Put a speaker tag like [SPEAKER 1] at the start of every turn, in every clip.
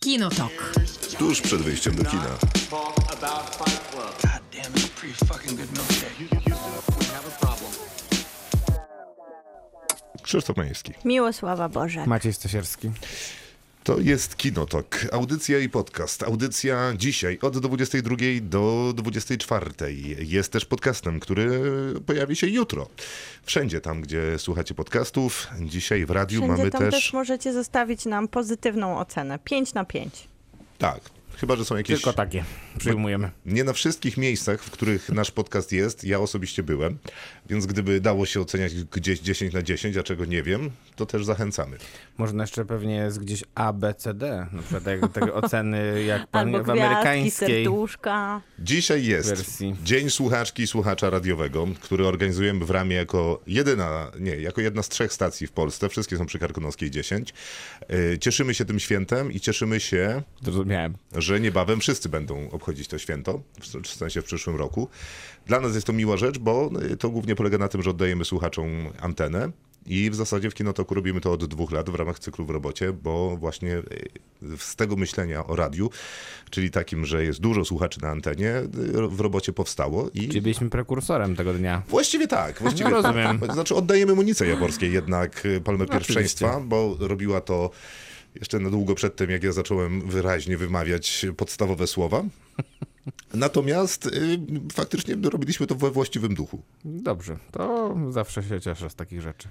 [SPEAKER 1] Kinotok.
[SPEAKER 2] Tuż przed wyjściem do kina.
[SPEAKER 3] God damn, it's a pretty fucking good milkshake.
[SPEAKER 2] Krzysztof Majewski.
[SPEAKER 4] Miłosława Boże.
[SPEAKER 5] Maciej Stosierski.
[SPEAKER 2] To jest Kinotok, audycja i podcast. Audycja dzisiaj od 22 do 24. Jest też podcastem, który pojawi się jutro. Wszędzie tam, gdzie słuchacie podcastów. Dzisiaj w radiu
[SPEAKER 4] Wszędzie
[SPEAKER 2] mamy
[SPEAKER 4] tam
[SPEAKER 2] też...
[SPEAKER 4] też możecie zostawić nam pozytywną ocenę. 5 na 5.
[SPEAKER 2] Tak, chyba, że są jakieś...
[SPEAKER 5] Tylko takie przyjmujemy.
[SPEAKER 2] Nie na wszystkich miejscach, w których nasz podcast jest, ja osobiście byłem, więc gdyby dało się oceniać gdzieś 10 na 10, a czego nie wiem, to też zachęcamy.
[SPEAKER 5] Można jeszcze pewnie jest gdzieś A, B, C, D. Na przykład jak, takie oceny jak pan
[SPEAKER 4] Albo
[SPEAKER 5] w
[SPEAKER 4] gwiazdki,
[SPEAKER 5] amerykańskiej.
[SPEAKER 4] serduszka.
[SPEAKER 2] Dzisiaj jest
[SPEAKER 5] Wersji.
[SPEAKER 2] Dzień Słuchaczki i Słuchacza Radiowego, który organizujemy w ramie jako jedyna, nie, jako jedna z trzech stacji w Polsce. Wszystkie są przy Karkonoskiej 10. Yy, Cieszymy się tym świętem i cieszymy się,
[SPEAKER 5] Zrozumiałem.
[SPEAKER 2] że niebawem wszyscy będą obchodzić to święto, w w sensie w przyszłym roku. Dla nas jest to miła rzecz, bo y, to głównie polega na tym, że oddajemy słuchaczom antenę i w zasadzie w Kinotoku robimy to od dwóch lat w ramach cyklu w robocie, bo właśnie y, z tego myślenia o radiu, czyli takim, że jest dużo słuchaczy na antenie, y, w robocie powstało i...
[SPEAKER 5] Czyli byliśmy prekursorem tego dnia.
[SPEAKER 2] Właściwie tak, właściwie
[SPEAKER 5] No, rozumiem.
[SPEAKER 2] tak. Znaczy oddajemy Monice Jaworskiej jednak y, palmę pierwszeństwa, bo robiła to jeszcze na długo przed tym, jak ja zacząłem wyraźnie wymawiać podstawowe słowa. Natomiast y, faktycznie robiliśmy to we właściwym duchu.
[SPEAKER 5] Dobrze, to zawsze się cieszę z takich rzeczy.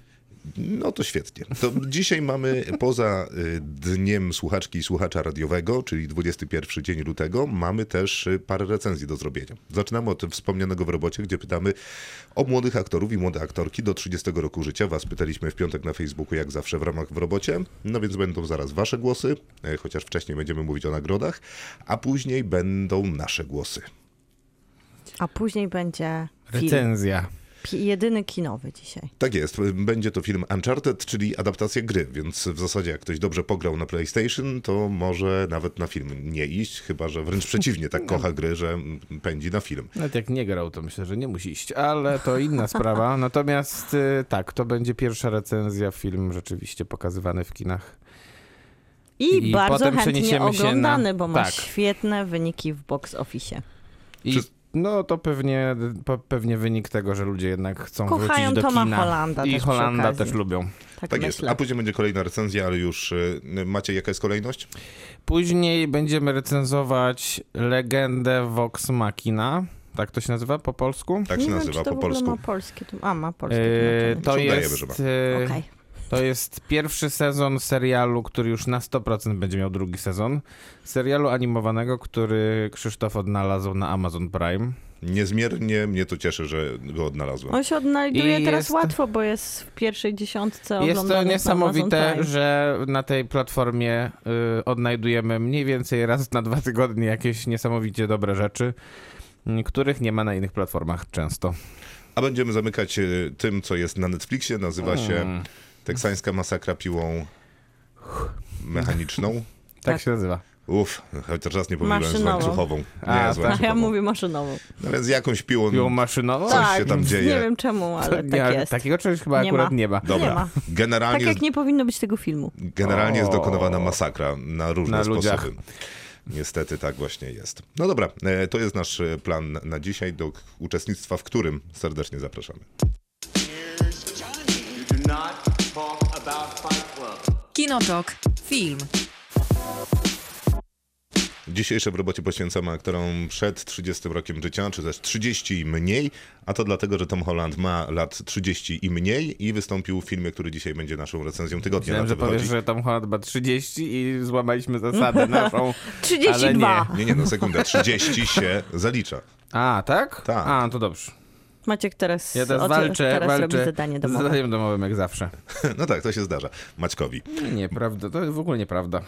[SPEAKER 2] No to świetnie. To dzisiaj mamy poza y, dniem słuchaczki i słuchacza radiowego, czyli 21 dzień lutego, mamy też y, parę recenzji do zrobienia. Zaczynamy od wspomnianego w robocie, gdzie pytamy o młodych aktorów i młode aktorki do 30 roku życia. Was pytaliśmy w piątek na Facebooku, jak zawsze w ramach w robocie. No więc będą zaraz wasze głosy, y, chociaż wcześniej będziemy mówić o nagrodach, a później będą nasze głosy.
[SPEAKER 4] A później będzie film.
[SPEAKER 5] Recenzja.
[SPEAKER 4] Pi- Jedyny kinowy dzisiaj.
[SPEAKER 2] Tak jest. Będzie to film Uncharted, czyli adaptacja gry, więc w zasadzie jak ktoś dobrze pograł na PlayStation, to może nawet na film nie iść, chyba że wręcz przeciwnie,
[SPEAKER 4] No.
[SPEAKER 2] tak kocha gry, że pędzi na film.
[SPEAKER 5] Nawet jak nie grał, to myślę, że nie musi iść, ale to inna sprawa. Natomiast y, tak, to będzie pierwsza recenzja, film rzeczywiście pokazywany w kinach.
[SPEAKER 4] I,
[SPEAKER 5] I
[SPEAKER 4] bardzo
[SPEAKER 5] potem
[SPEAKER 4] chętnie
[SPEAKER 5] przeniesiemy się na-
[SPEAKER 4] oglądany, bo ma
[SPEAKER 5] tak.
[SPEAKER 4] świetne wyniki w box office.
[SPEAKER 5] I
[SPEAKER 2] Czy-
[SPEAKER 5] no to pewnie, pe- pewnie wynik tego, że ludzie jednak chcą
[SPEAKER 4] Kochają
[SPEAKER 5] wrócić do
[SPEAKER 4] Toma
[SPEAKER 5] kina.
[SPEAKER 4] Hollanda
[SPEAKER 5] I
[SPEAKER 4] też przy
[SPEAKER 5] Holanda
[SPEAKER 4] okazji.
[SPEAKER 5] też lubią.
[SPEAKER 4] Tak,
[SPEAKER 2] Tak jest.
[SPEAKER 4] myślę.
[SPEAKER 2] A później będzie kolejna recenzja, ale już y, macie jaka jest kolejność?
[SPEAKER 5] Później będziemy recenzować legendę Vox Machina. Tak to się nazywa po polsku?
[SPEAKER 2] Tak
[SPEAKER 4] nie
[SPEAKER 2] się
[SPEAKER 4] wiem,
[SPEAKER 2] nazywa
[SPEAKER 4] czy
[SPEAKER 2] po
[SPEAKER 4] to w ogóle
[SPEAKER 2] polsku.
[SPEAKER 4] ma polskie. tu- A, ma polskie.
[SPEAKER 5] E,
[SPEAKER 4] tłumaczenie.
[SPEAKER 5] to,
[SPEAKER 2] Czy udajemy,
[SPEAKER 5] jest,
[SPEAKER 2] że
[SPEAKER 5] e,
[SPEAKER 4] Okej.
[SPEAKER 5] to jest pierwszy sezon serialu, który już na 100% będzie miał drugi sezon. Serialu animowanego, który Krzysztof odnalazł na Amazon Prime.
[SPEAKER 2] Niezmiernie mnie to cieszy, że go odnalazłem.
[SPEAKER 4] On się odnajduje
[SPEAKER 5] I
[SPEAKER 4] teraz
[SPEAKER 5] jest-
[SPEAKER 4] łatwo, bo jest w pierwszej dziesiątce
[SPEAKER 5] Jest to
[SPEAKER 4] oglądanych na Amazon
[SPEAKER 5] niesamowite,
[SPEAKER 4] Prime.
[SPEAKER 5] że na tej platformie y, odnajdujemy mniej więcej raz na dwa tygodnie jakieś niesamowicie dobre rzeczy, m, których nie ma na innych platformach często.
[SPEAKER 2] A będziemy zamykać y, tym, co jest na Netflixie, nazywa się
[SPEAKER 4] Hmm.
[SPEAKER 2] Teksańska Masakra Piłą Mechaniczną.
[SPEAKER 5] Tak,
[SPEAKER 4] Tak.
[SPEAKER 5] się nazywa.
[SPEAKER 2] Uff, chociaż raz nie pomyliłem z
[SPEAKER 4] Maszynową.
[SPEAKER 2] łańcuchową. Nie,
[SPEAKER 5] A,
[SPEAKER 2] z
[SPEAKER 5] tak.
[SPEAKER 4] A ja
[SPEAKER 2] łańcuchową.
[SPEAKER 4] mówię maszynowo.
[SPEAKER 2] No więc jakąś piłą.
[SPEAKER 5] Piłą maszynową?
[SPEAKER 2] Coś się tam
[SPEAKER 4] Tak, nie
[SPEAKER 2] dzieje.
[SPEAKER 4] wiem czemu, ale Hmm. tak
[SPEAKER 5] nie,
[SPEAKER 4] jest.
[SPEAKER 5] Takiego czegoś chyba
[SPEAKER 4] Nie
[SPEAKER 5] akurat
[SPEAKER 4] ma.
[SPEAKER 5] nie ma.
[SPEAKER 2] Dobra.
[SPEAKER 4] Nie ma. Tak
[SPEAKER 2] Generalnie,
[SPEAKER 4] jak nie powinno być tego filmu.
[SPEAKER 2] generalnie jest
[SPEAKER 5] O.
[SPEAKER 2] dokonowana masakra na różne
[SPEAKER 5] Na ludziach.
[SPEAKER 2] sposoby. Niestety tak właśnie jest. No dobra, e, to jest nasz e, plan na dzisiaj, do k- uczestnictwa w którym serdecznie zapraszamy.
[SPEAKER 3] You do not talk about Fight Club.
[SPEAKER 1] Kinotok. Film.
[SPEAKER 2] Dzisiejsze w robocie poświęcamy aktorom przed 30 rokiem życia, czy też 30 i mniej, a to dlatego, że Tom Holland ma lat 30 i mniej i wystąpił w filmie, który dzisiaj będzie naszą recenzją tygodnia.
[SPEAKER 5] Myślałem,
[SPEAKER 2] na
[SPEAKER 5] że
[SPEAKER 2] to
[SPEAKER 5] powiesz,
[SPEAKER 2] wychodzi.
[SPEAKER 5] że Tom Holland ma 30 i złamaliśmy zasadę naszą.
[SPEAKER 4] 32.
[SPEAKER 5] Ale
[SPEAKER 2] Nie, nie, no sekundę, 30 się zalicza.
[SPEAKER 5] A, tak?
[SPEAKER 2] Tak.
[SPEAKER 5] A, to dobrze.
[SPEAKER 4] Maciek teraz,
[SPEAKER 5] Ja teraz
[SPEAKER 4] o,
[SPEAKER 5] walczę,
[SPEAKER 4] teraz robi
[SPEAKER 5] walczę
[SPEAKER 4] zadanie
[SPEAKER 5] z
[SPEAKER 4] domowe.
[SPEAKER 5] zadaniem domowym jak zawsze.
[SPEAKER 2] No tak, to się zdarza Maćkowi.
[SPEAKER 5] Nieprawda, to w ogóle nieprawda.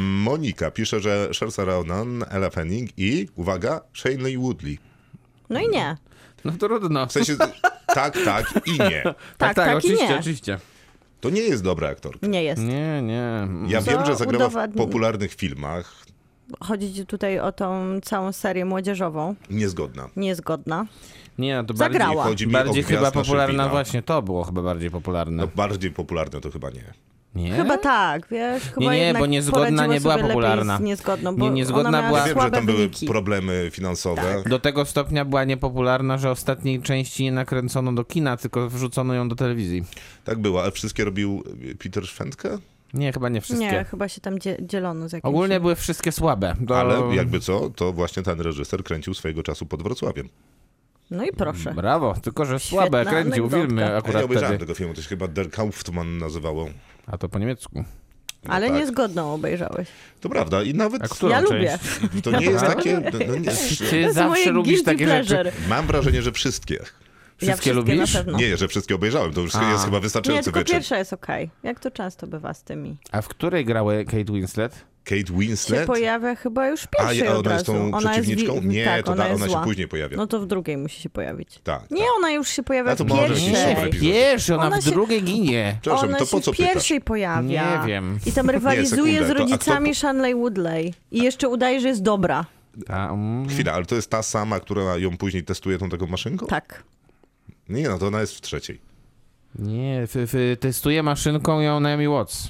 [SPEAKER 2] Monika pisze, że Saoirse Ronan, Ella Fanning i, uwaga, Shailene Woodley.
[SPEAKER 4] No i nie.
[SPEAKER 5] No trudno.
[SPEAKER 2] W sensie tak, tak i nie.
[SPEAKER 4] Tak, tak i
[SPEAKER 5] oczywiście,
[SPEAKER 4] nie.
[SPEAKER 5] oczywiście.
[SPEAKER 2] To nie jest dobra aktorka.
[SPEAKER 4] Nie jest.
[SPEAKER 5] Nie, nie.
[SPEAKER 2] Ja
[SPEAKER 4] Co
[SPEAKER 2] wiem, że zagrała w
[SPEAKER 4] udowadni-
[SPEAKER 2] popularnych filmach.
[SPEAKER 4] Chodzi tutaj o tą całą serię młodzieżową.
[SPEAKER 2] Niezgodna. No,
[SPEAKER 4] Tak.
[SPEAKER 5] Nie?
[SPEAKER 4] Chyba tak, wiesz? Chyba
[SPEAKER 5] E? nie,
[SPEAKER 4] jednak
[SPEAKER 5] bo Niezgodna
[SPEAKER 4] poradziła
[SPEAKER 5] nie była
[SPEAKER 4] sobie lepiej
[SPEAKER 5] popularna.
[SPEAKER 4] Z niezgodną,
[SPEAKER 5] Nie,
[SPEAKER 4] bo
[SPEAKER 5] Niezgodna
[SPEAKER 4] ona miała
[SPEAKER 5] była-
[SPEAKER 2] Ja wiem,
[SPEAKER 4] słabe
[SPEAKER 2] że tam były
[SPEAKER 4] wyniki. Tak.
[SPEAKER 2] problemy finansowe.
[SPEAKER 5] Do tego stopnia była niepopularna, że ostatniej części nie nakręcono do kina, tylko wrzucono ją do telewizji.
[SPEAKER 2] Tak było, a wszystkie robił y, Peter Szwędka?
[SPEAKER 5] Nie, chyba nie wszystkie.
[SPEAKER 4] Nie, chyba się tam dzie- dzielono z jakimś...
[SPEAKER 5] Ogólnie były wszystkie słabe. Do...
[SPEAKER 2] Ale jakby co, to właśnie ten reżyser kręcił swojego czasu pod Wrocławiem.
[SPEAKER 4] No i proszę.
[SPEAKER 5] Brawo, tylko że słabe,
[SPEAKER 4] Świetna
[SPEAKER 5] kręcił
[SPEAKER 4] anegdotka.
[SPEAKER 5] filmy
[SPEAKER 2] Ja nie
[SPEAKER 5] akurat
[SPEAKER 2] obejrzałem
[SPEAKER 5] wtedy.
[SPEAKER 2] tego filmu, to się chyba Der Kaufmann nazywało.
[SPEAKER 5] A to po niemiecku.
[SPEAKER 4] Ale
[SPEAKER 2] tak.
[SPEAKER 4] niezgodną obejrzałeś.
[SPEAKER 2] To prawda i nawet
[SPEAKER 5] A Tak? którą
[SPEAKER 4] ja
[SPEAKER 5] część?
[SPEAKER 4] lubię.
[SPEAKER 2] to nie jest
[SPEAKER 5] Dobra.
[SPEAKER 2] takie... No, no nie,
[SPEAKER 5] Ty
[SPEAKER 4] To jest moje
[SPEAKER 5] zawsze lubisz
[SPEAKER 4] guilty
[SPEAKER 5] takie
[SPEAKER 4] pleasure.
[SPEAKER 5] rzeczy.
[SPEAKER 2] mam wrażenie, że wszystkie.
[SPEAKER 5] Wszystkie
[SPEAKER 4] ja wszystkie
[SPEAKER 5] lubisz?
[SPEAKER 4] Na pewno.
[SPEAKER 2] Nie, że wszystkie obejrzałem, to już
[SPEAKER 5] A.
[SPEAKER 2] jest chyba
[SPEAKER 4] No. Nie,
[SPEAKER 2] wystarczający
[SPEAKER 4] tylko
[SPEAKER 2] wyczyn.
[SPEAKER 4] pierwsza jest okej. Jak to często bywa z tymi.
[SPEAKER 5] A w której grały Kate Winslet?
[SPEAKER 2] Kate
[SPEAKER 4] Się
[SPEAKER 2] Winslet?
[SPEAKER 4] pojawia chyba już w
[SPEAKER 2] A,
[SPEAKER 4] pierwszej
[SPEAKER 2] a
[SPEAKER 4] od
[SPEAKER 2] ona
[SPEAKER 4] razu.
[SPEAKER 2] jest tą przeciwniczką?
[SPEAKER 4] wi-
[SPEAKER 2] nie,
[SPEAKER 4] tak,
[SPEAKER 2] to
[SPEAKER 4] ona,
[SPEAKER 2] ona,
[SPEAKER 4] jest
[SPEAKER 2] ona się
[SPEAKER 4] zła.
[SPEAKER 2] później pojawia.
[SPEAKER 4] No to w drugiej musi się pojawić.
[SPEAKER 2] Tak,
[SPEAKER 4] Nie, ona już się pojawia
[SPEAKER 2] A to
[SPEAKER 4] w
[SPEAKER 2] może
[SPEAKER 4] pierwszej.
[SPEAKER 2] jakiś super
[SPEAKER 5] Nie,
[SPEAKER 2] epizod.
[SPEAKER 5] wiesz, ona,
[SPEAKER 4] Ona
[SPEAKER 5] w
[SPEAKER 4] się-
[SPEAKER 5] drugiej ginie.
[SPEAKER 2] Przepraszam,
[SPEAKER 4] ona
[SPEAKER 2] to po
[SPEAKER 4] się
[SPEAKER 2] co
[SPEAKER 4] w
[SPEAKER 2] pytasz?
[SPEAKER 4] pierwszej pojawia.
[SPEAKER 5] Nie wiem.
[SPEAKER 4] I tam rywalizuje
[SPEAKER 2] sekundę,
[SPEAKER 4] z
[SPEAKER 2] to- a
[SPEAKER 4] rodzicami Shanley Woodley. I jeszcze udaje, że jest dobra.
[SPEAKER 5] A, mm,
[SPEAKER 2] Chwila, ale to jest ta sama, która ją później testuje tą taką maszynką?
[SPEAKER 4] Tak.
[SPEAKER 2] Nie, no to ona jest w trzeciej.
[SPEAKER 5] nie, f, f, testuje maszynką ją Naomi Watts.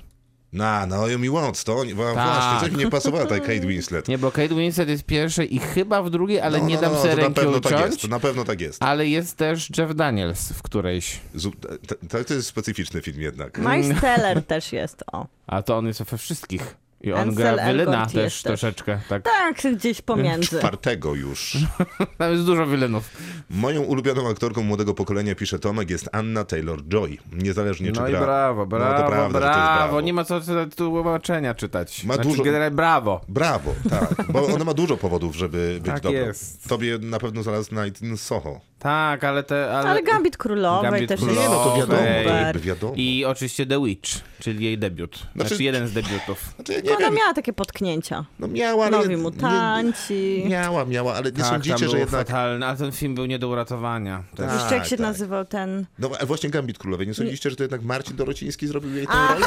[SPEAKER 2] Na, no i Watts, to oni- wa-
[SPEAKER 5] Tak.
[SPEAKER 2] właśnie, coś mi nie pasowała ta Kate Winslet.
[SPEAKER 5] Nie, bo Kate Winslet jest w pierwszej i chyba w drugiej, ale
[SPEAKER 2] No,
[SPEAKER 5] nie
[SPEAKER 2] no,
[SPEAKER 5] dam
[SPEAKER 2] no,
[SPEAKER 5] sobie
[SPEAKER 2] to na
[SPEAKER 5] ręki
[SPEAKER 2] pewno
[SPEAKER 5] uciąć.
[SPEAKER 2] tak jest, to na pewno tak jest.
[SPEAKER 5] Ale jest też Jeff Daniels w którejś.
[SPEAKER 2] Zu- To, to jest specyficzny film jednak.
[SPEAKER 5] Mm.
[SPEAKER 4] Miles Teller też jest, o.
[SPEAKER 5] A to on jest we wszystkich. I on
[SPEAKER 4] Ansel
[SPEAKER 5] gra Wylena
[SPEAKER 4] Elgort
[SPEAKER 5] też
[SPEAKER 4] jest też.
[SPEAKER 5] troszeczkę. Tak.
[SPEAKER 4] Tak, gdzieś pomiędzy.
[SPEAKER 2] Czwartego już.
[SPEAKER 5] Tam jest dużo Wylenów.
[SPEAKER 2] Moją ulubioną aktorką młodego pokolenia, pisze Tomek, jest Anna Taylor-Joy. Niezależnie czy
[SPEAKER 5] No i
[SPEAKER 2] gra...
[SPEAKER 5] brawo,
[SPEAKER 2] No to
[SPEAKER 5] brawo,
[SPEAKER 2] prawda, że to jest
[SPEAKER 5] brawo. Nie ma co tu tłumaczenia czytać.
[SPEAKER 2] Ma
[SPEAKER 5] znaczy,
[SPEAKER 2] dużo-
[SPEAKER 5] generalnie brawo.
[SPEAKER 2] Brawo, tak. Bo ona ma dużo powodów, żeby być
[SPEAKER 5] Tak
[SPEAKER 2] dobrą.
[SPEAKER 5] jest.
[SPEAKER 2] Tobie na pewno zaraz Night in Soho.
[SPEAKER 5] Tak, ale te... Ale...
[SPEAKER 4] Ale Gambit Królowej
[SPEAKER 5] Gambit
[SPEAKER 4] też
[SPEAKER 5] Królowej.
[SPEAKER 4] jest
[SPEAKER 5] Nie, no to
[SPEAKER 4] super.
[SPEAKER 5] wiadomo, to
[SPEAKER 2] jakby wiadomo.
[SPEAKER 5] I oczywiście The Witch, czyli jej debiut. Znaczy,
[SPEAKER 2] Znaczy-
[SPEAKER 5] jeden z debiutów.
[SPEAKER 2] Znaczy, ja nie
[SPEAKER 4] Ona
[SPEAKER 2] wiem.
[SPEAKER 4] miała takie potknięcia.
[SPEAKER 2] No miała, ale...
[SPEAKER 4] Nowi mutanci.
[SPEAKER 2] Nie, miała, miała, ale nie
[SPEAKER 5] tak, tam
[SPEAKER 2] sądzicie,
[SPEAKER 5] było
[SPEAKER 2] że jednak...
[SPEAKER 5] fatalne, a ten film był nie do uratowania.
[SPEAKER 2] Tak,
[SPEAKER 4] Jeszcze jak się
[SPEAKER 2] tak.
[SPEAKER 4] nazywał ten...
[SPEAKER 2] No a właśnie Gambit Królowej. Nie sądzicie, że to jednak Marcin Dorociński zrobił jej tę
[SPEAKER 5] Tak.
[SPEAKER 2] rolę?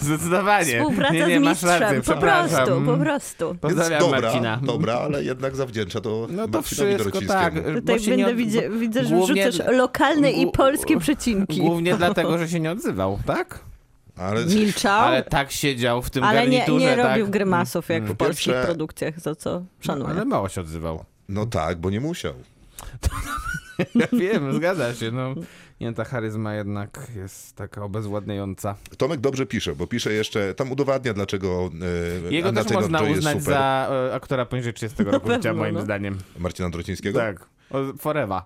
[SPEAKER 5] Zdecydowanie.
[SPEAKER 4] Współpraca
[SPEAKER 5] nie, nie,
[SPEAKER 4] z
[SPEAKER 5] masz
[SPEAKER 4] mistrzem.
[SPEAKER 5] rację,
[SPEAKER 4] po
[SPEAKER 5] przepraszam. Mm.
[SPEAKER 4] prostu, po prostu.
[SPEAKER 2] Więc
[SPEAKER 5] Pozdrawiam
[SPEAKER 2] dobra,
[SPEAKER 5] Marcina.
[SPEAKER 2] dobra, ale jednak zawdzięcza to
[SPEAKER 5] No to
[SPEAKER 2] Marcinowi
[SPEAKER 5] wszystko tak.
[SPEAKER 2] Dorocińskiemu.
[SPEAKER 5] bo
[SPEAKER 4] Tutaj
[SPEAKER 5] się
[SPEAKER 4] będę
[SPEAKER 5] nie-
[SPEAKER 4] widzę, widzę, że
[SPEAKER 5] głównie-
[SPEAKER 4] rzucasz lokalne i
[SPEAKER 5] głu-
[SPEAKER 4] polskie przecinki.
[SPEAKER 5] Głównie dlatego, że się nie odzywał, tak?
[SPEAKER 2] Ale
[SPEAKER 4] Milczał,
[SPEAKER 5] Ale
[SPEAKER 4] ale,
[SPEAKER 5] tak siedział w tym
[SPEAKER 4] nie,
[SPEAKER 5] garniturze,
[SPEAKER 4] nie
[SPEAKER 5] tak? Mm.
[SPEAKER 4] robił grymasów jak w polskich
[SPEAKER 2] Pierwsze-
[SPEAKER 4] produkcjach, za co szanuję.
[SPEAKER 5] Ale mało się odzywał.
[SPEAKER 2] no tak, bo nie musiał.
[SPEAKER 5] Ja wiem, zgadza się. No. Nie, ta charyzma jednak jest taka obezwładniająca.
[SPEAKER 2] Tomek dobrze pisze, bo pisze jeszcze, tam udowadnia dlaczego e,
[SPEAKER 5] Jego
[SPEAKER 2] Anna
[SPEAKER 5] też można
[SPEAKER 2] Taylor-Joy jest
[SPEAKER 5] uznać
[SPEAKER 2] super.
[SPEAKER 5] za e, aktora poniżej 30 roku
[SPEAKER 4] Na
[SPEAKER 5] życia,
[SPEAKER 4] pewno,
[SPEAKER 5] moim
[SPEAKER 4] no.
[SPEAKER 5] zdaniem.
[SPEAKER 2] Marcina Dorocińskiego?
[SPEAKER 5] Tak. O, Forever.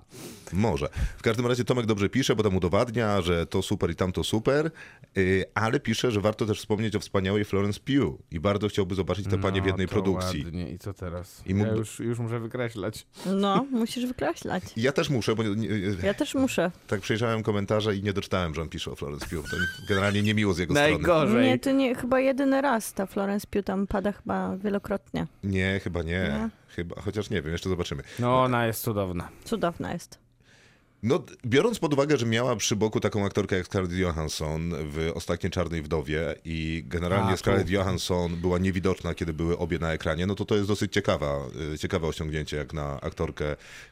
[SPEAKER 2] Może. W każdym razie Tomek dobrze pisze, bo tam udowadnia, że to super i tamto super, yy, ale pisze, że warto też wspomnieć o wspaniałej Florence Pugh i bardzo chciałby zobaczyć te panie w jednej
[SPEAKER 5] No, to
[SPEAKER 2] produkcji.
[SPEAKER 5] Ładnie. I co teraz?
[SPEAKER 2] I mógłby-
[SPEAKER 5] Ja już, już muszę wykreślać.
[SPEAKER 4] No, musisz wykreślać.
[SPEAKER 2] I Ja też muszę, bo nie, nie,
[SPEAKER 4] Ja też muszę.
[SPEAKER 2] tak przejrzałem komentarze i nie doczytałem, że on pisze o Florence Pugh. To generalnie niemiło z jego strony.
[SPEAKER 5] Najgorzej.
[SPEAKER 4] Nie, to nie, chyba jedyny raz ta Florence Pugh tam pada chyba wielokrotnie.
[SPEAKER 2] Nie, chyba nie.
[SPEAKER 4] Nie.
[SPEAKER 2] Chyba, chociaż nie wiem, jeszcze zobaczymy.
[SPEAKER 5] No, ona jest cudowna.
[SPEAKER 4] Cudowna jest.
[SPEAKER 2] No, biorąc pod uwagę, że miała przy boku taką aktorkę jak Scarlett Johansson w Ostatniej Czarnej Wdowie i generalnie
[SPEAKER 5] A, tu.
[SPEAKER 2] Scarlett Johansson była niewidoczna, kiedy były obie na ekranie, no to to jest dosyć ciekawa, y, ciekawe osiągnięcie jak na aktorkę,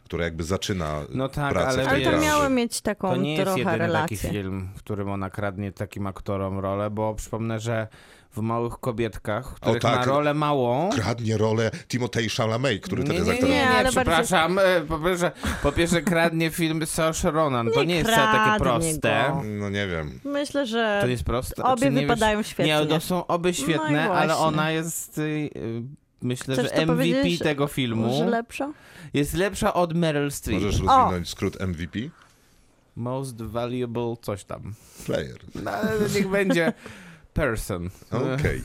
[SPEAKER 2] która jakby zaczyna
[SPEAKER 5] No tak,
[SPEAKER 2] pracę
[SPEAKER 5] ale
[SPEAKER 2] w
[SPEAKER 5] Nie
[SPEAKER 4] Ale
[SPEAKER 2] tej
[SPEAKER 4] to
[SPEAKER 5] raz.
[SPEAKER 2] branży.
[SPEAKER 4] miało mieć taką
[SPEAKER 5] To nie jest
[SPEAKER 4] trochę
[SPEAKER 5] jedyny
[SPEAKER 4] relację.
[SPEAKER 5] taki film, w którym ona kradnie takim aktorom rolę, bo przypomnę, że w Małych Kobietkach, których
[SPEAKER 2] tak.
[SPEAKER 5] ma rolę małą...
[SPEAKER 2] Kradnie rolę Timotej Chalamet, który
[SPEAKER 5] Nie,
[SPEAKER 2] wtedy
[SPEAKER 5] nie,
[SPEAKER 2] jest
[SPEAKER 5] nie,
[SPEAKER 2] aktorem.
[SPEAKER 5] nie,
[SPEAKER 4] Nie, ale
[SPEAKER 5] przepraszam. e, Po pierwsze, po pierwsze kradnie film Saoirse Ronan. To
[SPEAKER 4] Nie
[SPEAKER 5] nie, jest wcale takie
[SPEAKER 4] kradnie
[SPEAKER 5] proste.
[SPEAKER 4] go.
[SPEAKER 2] No nie wiem.
[SPEAKER 4] Myślę, że
[SPEAKER 5] To jest proste.
[SPEAKER 4] Obie
[SPEAKER 5] Czy nie
[SPEAKER 4] wypadają
[SPEAKER 5] wiesz?
[SPEAKER 4] świetnie.
[SPEAKER 5] Nie, to są obie
[SPEAKER 4] No
[SPEAKER 5] świetne,
[SPEAKER 4] i
[SPEAKER 5] ale
[SPEAKER 4] właśnie.
[SPEAKER 5] ona jest... y, y, Myślę,
[SPEAKER 4] Chcesz to
[SPEAKER 5] że MVP
[SPEAKER 4] powiedzieć,
[SPEAKER 5] tego filmu
[SPEAKER 4] może lepsza?
[SPEAKER 5] jest lepsza od Meryl Streep.
[SPEAKER 2] Możesz rozwinąć skrót MVP?
[SPEAKER 5] Most valuable coś tam.
[SPEAKER 2] Player.
[SPEAKER 5] No, ale niech będzie person.
[SPEAKER 2] Okej.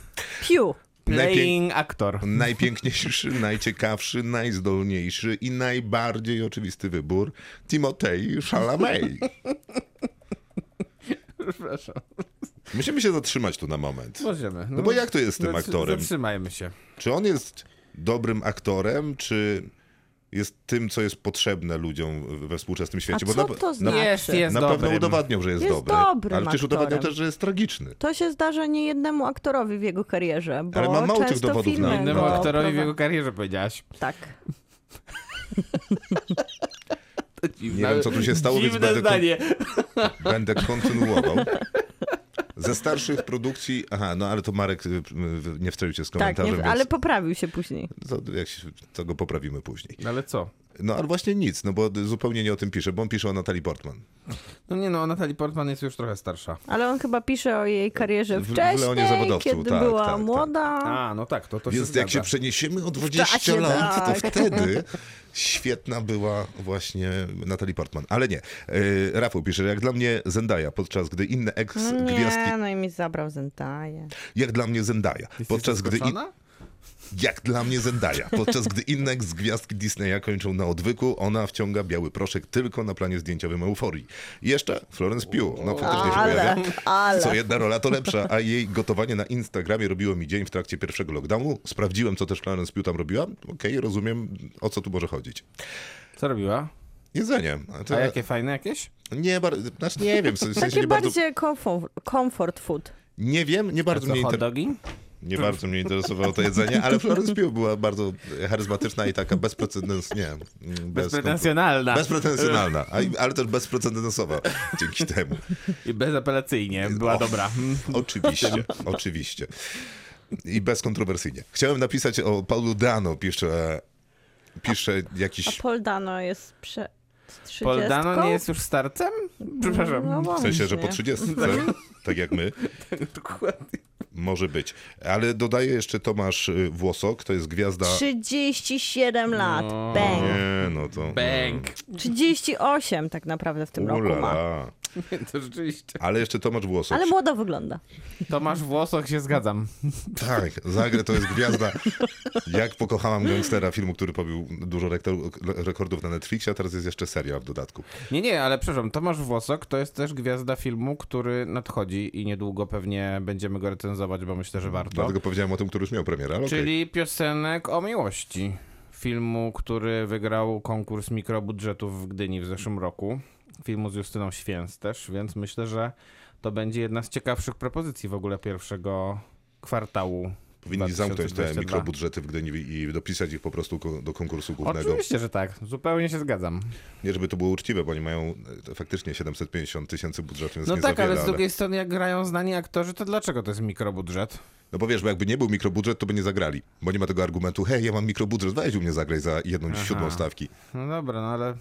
[SPEAKER 4] Piu.
[SPEAKER 5] Playing actor.
[SPEAKER 2] Najpiękniejszy, najciekawszy, najzdolniejszy i najbardziej oczywisty wybór Timotej Chalamet.
[SPEAKER 5] Przepraszam.
[SPEAKER 2] Musimy się zatrzymać tu na moment.
[SPEAKER 5] Możemy.
[SPEAKER 2] No bo jak to jest z tym
[SPEAKER 5] Zatrzy-
[SPEAKER 2] aktorem?
[SPEAKER 5] Zatrzymajmy się.
[SPEAKER 2] Czy on jest dobrym aktorem, czy jest tym, co jest potrzebne ludziom we współczesnym świecie?
[SPEAKER 4] A co
[SPEAKER 2] na,
[SPEAKER 4] to
[SPEAKER 2] na,
[SPEAKER 4] znaczy?
[SPEAKER 5] Jest, jest
[SPEAKER 2] na pewno
[SPEAKER 5] dobrym.
[SPEAKER 2] udowadniał, że jest,
[SPEAKER 4] Jest
[SPEAKER 2] dobry.
[SPEAKER 4] dobrym
[SPEAKER 2] ale przecież udowadniał
[SPEAKER 4] aktorem.
[SPEAKER 2] też, że jest tragiczny.
[SPEAKER 4] To się zdarza nie jednemu aktorowi w jego karierze, bo
[SPEAKER 2] Ale mam mało tych
[SPEAKER 4] często
[SPEAKER 2] dowodów na-
[SPEAKER 4] filmy
[SPEAKER 2] na-
[SPEAKER 5] Innemu
[SPEAKER 4] go
[SPEAKER 2] No.
[SPEAKER 5] aktorowi w
[SPEAKER 4] prowadzą.
[SPEAKER 5] jego karierze powiedziałaś.
[SPEAKER 4] Tak.
[SPEAKER 5] To No, dziwne,
[SPEAKER 2] Nie wiem, co tu się stało, więc
[SPEAKER 5] dziwne
[SPEAKER 2] będę, kon-
[SPEAKER 5] zdanie.
[SPEAKER 2] będę kontynuował. Ze starszych produkcji. Aha, no ale to Marek y, y, nie wstrzelił się z
[SPEAKER 4] Tak,
[SPEAKER 2] komentarzem.
[SPEAKER 4] nie, ale
[SPEAKER 2] więc
[SPEAKER 4] poprawił się później.
[SPEAKER 2] to, jak się, to go poprawimy później.
[SPEAKER 5] Ale co?
[SPEAKER 2] No ale właśnie nic, no bo zupełnie nie o tym pisze, bo on pisze o Natalii Portman.
[SPEAKER 5] No nie no, Natalie Portman jest już trochę starsza.
[SPEAKER 4] ale on chyba pisze o jej karierze
[SPEAKER 2] W- w
[SPEAKER 4] wcześniej,
[SPEAKER 2] Leonie Zawodowcu,
[SPEAKER 4] kiedy
[SPEAKER 2] tak,
[SPEAKER 4] była
[SPEAKER 2] tak, tak.
[SPEAKER 4] młoda.
[SPEAKER 5] A, no tak, to, to się
[SPEAKER 2] Więc
[SPEAKER 5] zgadza.
[SPEAKER 2] jak się przeniesiemy o 20
[SPEAKER 4] czasie,
[SPEAKER 2] lat, to
[SPEAKER 4] tak.
[SPEAKER 2] wtedy świetna była właśnie Natalie Portman. Ale nie. Yy, Rafał pisze, jak dla mnie Zendaya, podczas gdy inne
[SPEAKER 4] No
[SPEAKER 2] ex-gwiazdki,
[SPEAKER 4] nie, no i mi zabrał Zendaya.
[SPEAKER 2] jak dla mnie Zendaya,
[SPEAKER 5] Jesteś
[SPEAKER 2] podczas gdy, i,
[SPEAKER 5] zaskoczona?
[SPEAKER 2] jak dla mnie Zendaya, podczas gdy inne ex-gwiazdki Disneya kończą na odwyku, ona wciąga biały proszek tylko na planie zdjęciowym euforii. I jeszcze Florence Pugh, no to też nie się
[SPEAKER 4] Ale,
[SPEAKER 2] pojawia.
[SPEAKER 4] ale.
[SPEAKER 2] Co jedna rola to lepsza, a jej gotowanie na Instagramie robiło mi dzień w trakcie pierwszego lockdownu. Sprawdziłem, co też Clarence Pugh tam robiła. Okej, rozumiem, o co tu może chodzić.
[SPEAKER 5] Co robiła?
[SPEAKER 2] Jedzenie. A to-
[SPEAKER 5] A jakie fajne jakieś?
[SPEAKER 2] Nie, bar... znaczy nie wiem, w sensie
[SPEAKER 4] Takie
[SPEAKER 2] nie bardzo...
[SPEAKER 4] bardziej comfort, comfort food.
[SPEAKER 2] Nie wiem, nie bardzo,
[SPEAKER 5] Co,
[SPEAKER 2] mnie
[SPEAKER 5] hot
[SPEAKER 2] inter...
[SPEAKER 5] dogi?
[SPEAKER 2] nie bardzo mnie interesowało to jedzenie, ale Florence Pugh była bardzo charyzmatyczna i taka bezprecedens... Nie, mm, bez
[SPEAKER 5] Bezpretensjonalna.
[SPEAKER 2] Bezpretensjonalna, a- ale też bezprecedensowa dzięki temu.
[SPEAKER 5] I bezapelacyjnie była
[SPEAKER 2] O.
[SPEAKER 5] dobra. Mm.
[SPEAKER 2] Oczywiście, oczywiście. I bezkontrowersyjnie. Chciałem napisać o Paulu Dano, pisze, pisze
[SPEAKER 4] A
[SPEAKER 2] jakiś...
[SPEAKER 4] Paul Dano jest prze... z 30.
[SPEAKER 5] Paul Dano nie jest już starcem? Przepraszam.
[SPEAKER 4] No
[SPEAKER 2] W sensie, że po
[SPEAKER 4] właśnie.
[SPEAKER 2] 30, tak jak my,
[SPEAKER 5] Dokładnie.
[SPEAKER 2] może być. Ale dodaję jeszcze Tomasz y, Włosok, to jest gwiazda...
[SPEAKER 4] 37 lat.
[SPEAKER 5] No.
[SPEAKER 4] Bang.
[SPEAKER 2] Nie, no to...
[SPEAKER 5] Bang.
[SPEAKER 4] 38 tak naprawdę w tym roku ma.
[SPEAKER 2] Ulala.
[SPEAKER 5] Nie, to rzeczywiście.
[SPEAKER 2] Ale jeszcze Tomasz Włosok.
[SPEAKER 4] Ale młodo wygląda.
[SPEAKER 5] Tomasz Włosok, się zgadzam.
[SPEAKER 2] Tak, Zagre to jest gwiazda. Jak pokochałam gangstera, filmu, który pobił dużo rektor- rekordów na Netflixie, a teraz jest jeszcze serial w dodatku.
[SPEAKER 5] Nie, nie, ale przepraszam, Tomasz Włosok to jest też gwiazda filmu, który nadchodzi i niedługo pewnie będziemy go recenzować, bo myślę, że warto.
[SPEAKER 2] Dlatego powiedziałem o tym, który już miał premierę, ale okej.
[SPEAKER 5] No. Czyli piosenek o miłości. Filmu, który wygrał konkurs mikrobudżetów w Gdyni w zeszłym roku. Filmu z Justyną Święc też, więc myślę, że to będzie jedna z ciekawszych propozycji w ogóle pierwszego kwartału.
[SPEAKER 2] Powinni zamknąć te
[SPEAKER 5] 2022.
[SPEAKER 2] mikrobudżety w Gdyni i dopisać ich po prostu ko- do konkursu głównego.
[SPEAKER 5] Oczywiście, że tak. Zupełnie się zgadzam.
[SPEAKER 2] Nie, żeby to było uczciwe, bo oni mają e, faktycznie 750 tysięcy budżetu, więc
[SPEAKER 5] No
[SPEAKER 2] nie
[SPEAKER 5] tak,
[SPEAKER 2] za wiele,
[SPEAKER 5] ale z drugiej strony, jak grają znani aktorzy, to dlaczego to jest mikrobudżet?
[SPEAKER 2] No bo wiesz, bo jakby nie był mikrobudżet, to by nie zagrali, bo nie ma tego argumentu, hej, ja mam mikrobudżet, weź u mnie zagraj za jedną siódmą stawki.
[SPEAKER 5] No dobra, no ale.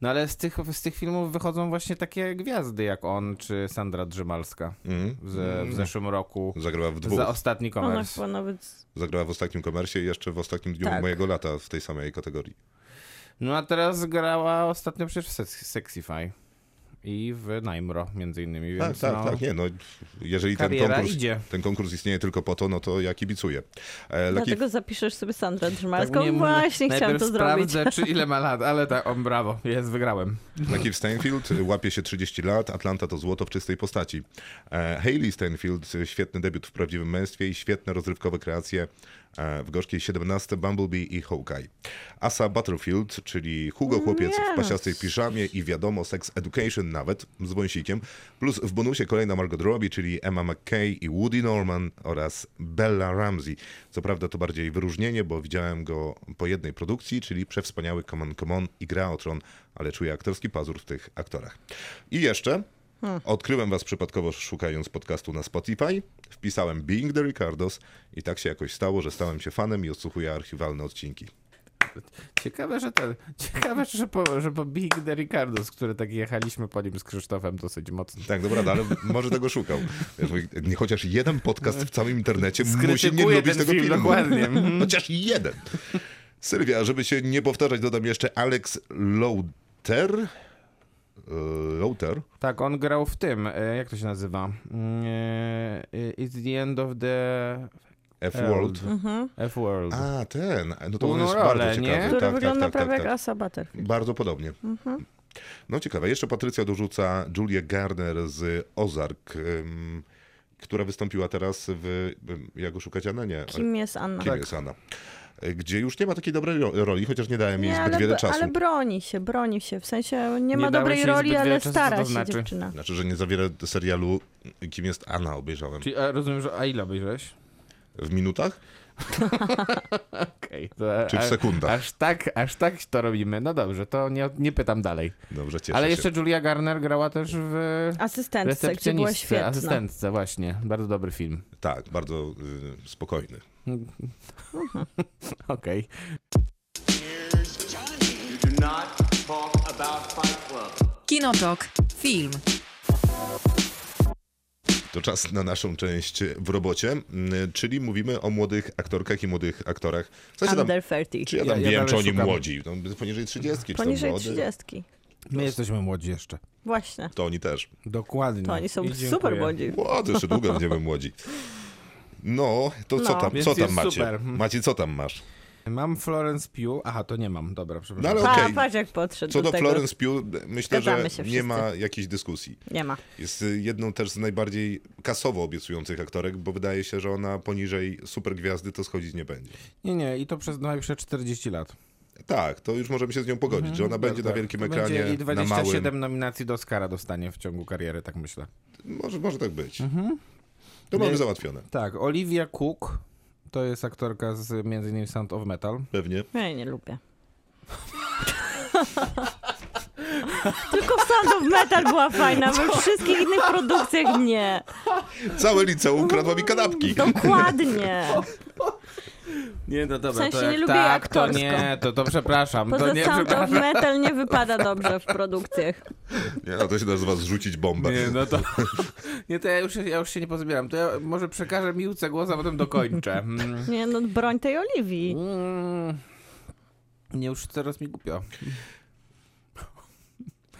[SPEAKER 5] No ale z tych, z tych filmów wychodzą właśnie takie gwiazdy jak on czy Sandra Drzymalska
[SPEAKER 2] Mhm.
[SPEAKER 5] w, w zeszłym roku.
[SPEAKER 2] Zagrała w dwóch,
[SPEAKER 5] Za ostatni
[SPEAKER 4] Ona
[SPEAKER 5] komers.
[SPEAKER 4] chyba nawet...
[SPEAKER 2] zagrała w ostatnim komersie i jeszcze w ostatnim dniu
[SPEAKER 4] Tak.
[SPEAKER 2] mojego lata w tej samej kategorii.
[SPEAKER 5] No a teraz grała ostatnio przecież w Sex- Sexify i w Najmro między innymi,
[SPEAKER 2] Tak,
[SPEAKER 5] więc
[SPEAKER 2] tak,
[SPEAKER 5] no,
[SPEAKER 2] tak, nie, no jeżeli ten
[SPEAKER 5] kariera
[SPEAKER 2] konkurs,
[SPEAKER 5] idzie.
[SPEAKER 2] ten konkurs istnieje tylko po to, no to ja kibicuję. E, Lucky
[SPEAKER 4] Dlatego zapiszesz sobie Sandrę
[SPEAKER 5] tak
[SPEAKER 4] Drzymalską.
[SPEAKER 5] nie-
[SPEAKER 4] Właśnie chciałam
[SPEAKER 5] najpierw
[SPEAKER 4] to zrobić.
[SPEAKER 5] sprawdzę, czy ile ma lat, ale tak, on brawo, jest, wygrałem.
[SPEAKER 2] Taki Steinfield łapie się 30 lat, Atlanta to złoto w czystej postaci. E, Hayley Steinfield, świetny debiut w prawdziwym męstwie i świetne rozrywkowe kreacje e, w gorzkiej 17, Bumblebee i Hawkeye. Asa Butterfield, czyli Hugo Chłopiec w
[SPEAKER 4] Nie.
[SPEAKER 2] pasiastej piżamie i wiadomo Sex Education nawet, z wąsikiem, plus w bonusie kolejna Margot Robbie, czyli Emma McKay i Woody Norman oraz Bella Ramsey. Co prawda to bardziej wyróżnienie, bo widziałem go po jednej produkcji, czyli Przewspaniały Come on, Come on i Gra o Tron, ale czuję aktorski pazur w tych aktorach. I jeszcze... Odkryłem was przypadkowo szukając podcastu na Spotify, wpisałem Being the Ricardos i tak się jakoś stało, że stałem się fanem i odsłuchuję archiwalne odcinki.
[SPEAKER 5] Ciekawe, że ten, ciekawe, że po, że po Big The Ricardos, który tak jechaliśmy po nim z Krzysztofem dosyć mocno.
[SPEAKER 2] Tak, dobra, no, ale może tego szukał. Wiesz, bo Nie chociaż jeden podcast w całym internecie musi nie
[SPEAKER 5] Skrytykuje
[SPEAKER 2] lubić
[SPEAKER 5] ten
[SPEAKER 2] tego
[SPEAKER 5] film,
[SPEAKER 2] filmu.
[SPEAKER 5] dokładnie. Mhm.
[SPEAKER 2] Chociaż jeden. Sylwia, żeby się nie powtarzać, dodam jeszcze Alex Lauter. E, Lauter?
[SPEAKER 5] Tak, on grał w tym, e, jak to się nazywa? Mm, e, It's the end of the
[SPEAKER 2] F-World.
[SPEAKER 4] Mhm.
[SPEAKER 5] F-World.
[SPEAKER 2] A, ten. No to on
[SPEAKER 5] Główną
[SPEAKER 2] jest
[SPEAKER 5] rolę,
[SPEAKER 2] bardzo
[SPEAKER 5] nie?
[SPEAKER 2] ciekawy.
[SPEAKER 4] Który
[SPEAKER 2] Tak, tak,
[SPEAKER 4] wygląda
[SPEAKER 2] tak,
[SPEAKER 4] prawie
[SPEAKER 2] tak,
[SPEAKER 4] jak Mhm.
[SPEAKER 2] tak.
[SPEAKER 4] Asa Butterfield.
[SPEAKER 2] Bardzo podobnie. No ciekawe. Jeszcze Patrycja dorzuca Julię Garner z Ozark, em, która wystąpiła teraz w... em, Jak go szukać? Anna? Nie.
[SPEAKER 4] Kim jest Anna?
[SPEAKER 2] Kim jest Anna? E, Gdzie już nie ma takiej dobrej ro- roli, chociaż nie dałem jej
[SPEAKER 4] Nie,
[SPEAKER 2] zbyt
[SPEAKER 4] ale,
[SPEAKER 2] wiele
[SPEAKER 4] bro-
[SPEAKER 2] czasu.
[SPEAKER 4] ale broni się, broni się. W sensie nie ma
[SPEAKER 5] dałeś
[SPEAKER 4] dobrej
[SPEAKER 5] jej
[SPEAKER 4] roli,
[SPEAKER 5] zbyt wiele
[SPEAKER 4] ale
[SPEAKER 5] czasu, co
[SPEAKER 4] stara
[SPEAKER 5] to
[SPEAKER 4] się
[SPEAKER 5] znaczy?
[SPEAKER 4] dziewczyna.
[SPEAKER 2] Znaczy, że nie zawiera serialu Kim jest Anna, obejrzałem.
[SPEAKER 5] Czyli a, rozumiem, że a ile obejrzałeś?
[SPEAKER 2] W minutach?
[SPEAKER 5] Okej, to e,
[SPEAKER 2] Czy w
[SPEAKER 5] a-
[SPEAKER 2] sekundach.
[SPEAKER 5] Aż tak, aż tak to robimy. No dobrze, to nie, nie pytam dalej.
[SPEAKER 2] Dobrze, cieszę
[SPEAKER 5] Ale
[SPEAKER 2] się.
[SPEAKER 5] jeszcze Julia Garner grała też w
[SPEAKER 4] Asystentce, gdzie była
[SPEAKER 5] recepcjonistce,
[SPEAKER 4] świetna.
[SPEAKER 5] asystentce właśnie. Bardzo dobry film.
[SPEAKER 2] Tak, bardzo y, spokojny.
[SPEAKER 5] Okej.
[SPEAKER 3] You do not talk about Fight Club.
[SPEAKER 1] Kinotok. Film.
[SPEAKER 2] To czas na naszą część w robocie, mm, czyli mówimy o młodych aktorkach i młodych aktorach. W sensie tam,
[SPEAKER 4] Under 30.
[SPEAKER 2] czy ja tam
[SPEAKER 5] Ja- ja
[SPEAKER 2] wiem,
[SPEAKER 5] dalej
[SPEAKER 2] czy oni
[SPEAKER 5] szukam.
[SPEAKER 2] młodzi? No, poniżej 30, czy tam
[SPEAKER 4] Poniżej
[SPEAKER 2] młody?
[SPEAKER 4] 30.
[SPEAKER 5] My jesteśmy młodzi jeszcze.
[SPEAKER 4] Właśnie.
[SPEAKER 2] To oni też.
[SPEAKER 5] Dokładnie.
[SPEAKER 4] To oni są
[SPEAKER 5] No. I dziękuję.
[SPEAKER 4] super młodzi.
[SPEAKER 2] Młody, jeszcze długo będziemy młodzi. No, to co
[SPEAKER 4] No.
[SPEAKER 2] tam,
[SPEAKER 5] Więc
[SPEAKER 2] co tam
[SPEAKER 5] jest
[SPEAKER 2] macie?
[SPEAKER 5] super.
[SPEAKER 2] Macie, co tam masz?
[SPEAKER 5] Mam Florence Pugh. Aha, to nie mam. Dobra,
[SPEAKER 2] No
[SPEAKER 5] przepraszam.
[SPEAKER 2] ale
[SPEAKER 4] Pa,
[SPEAKER 2] okej.
[SPEAKER 4] patrz jak podszedł
[SPEAKER 2] Co do
[SPEAKER 4] tego.
[SPEAKER 2] Florence Pugh, myślę, że
[SPEAKER 4] Zgadzamy się
[SPEAKER 2] nie
[SPEAKER 4] wszyscy.
[SPEAKER 2] ma jakiejś dyskusji.
[SPEAKER 4] Nie ma.
[SPEAKER 2] Jest y, jedną też z najbardziej kasowo obiecujących aktorek, bo wydaje się, że ona poniżej supergwiazdy to schodzić nie będzie.
[SPEAKER 5] Nie, nie. I to przez najbliższe 40 lat.
[SPEAKER 2] Tak, to już możemy się z nią pogodzić, że ona będzie na wielkim
[SPEAKER 5] Mhm. Tak, To
[SPEAKER 2] ekranie, na
[SPEAKER 5] Będzie I
[SPEAKER 2] małym.
[SPEAKER 5] 27 nominacji do Oscara dostanie w ciągu kariery, tak myślę.
[SPEAKER 2] Może, może tak być. To mamy
[SPEAKER 5] Mhm. Nie-
[SPEAKER 2] załatwione.
[SPEAKER 5] Tak, Olivia Cook to jest aktorka z m.in. Sound of Metal.
[SPEAKER 2] Pewnie.
[SPEAKER 4] No Ja jej nie lubię. Tylko w Sound of Metal była fajna, we wszystkich innych produkcjach nie.
[SPEAKER 2] Całe liceum kradła mi kanapki.
[SPEAKER 5] No.
[SPEAKER 4] Dokładnie.
[SPEAKER 5] Nie, no dobra,
[SPEAKER 4] W sensie
[SPEAKER 5] to jak
[SPEAKER 4] nie lubię jej
[SPEAKER 5] tak, to
[SPEAKER 4] aktorsko.
[SPEAKER 5] nie, to, to przepraszam, to
[SPEAKER 4] Poza
[SPEAKER 5] nie,
[SPEAKER 4] Sound
[SPEAKER 5] przepraszam.
[SPEAKER 4] of Metal nie wypada dobrze w produkcjach.
[SPEAKER 2] Nie, no to się nazywa zrzucić bombę.
[SPEAKER 5] Nie, no to, nie, to ja, już, ja już się nie pozbieram, to ja może przekażę Miłce głos, a potem dokończę. Mm.
[SPEAKER 4] Nie no, broń tej Oliwii.
[SPEAKER 5] Mm. Nie, już teraz mi głupio.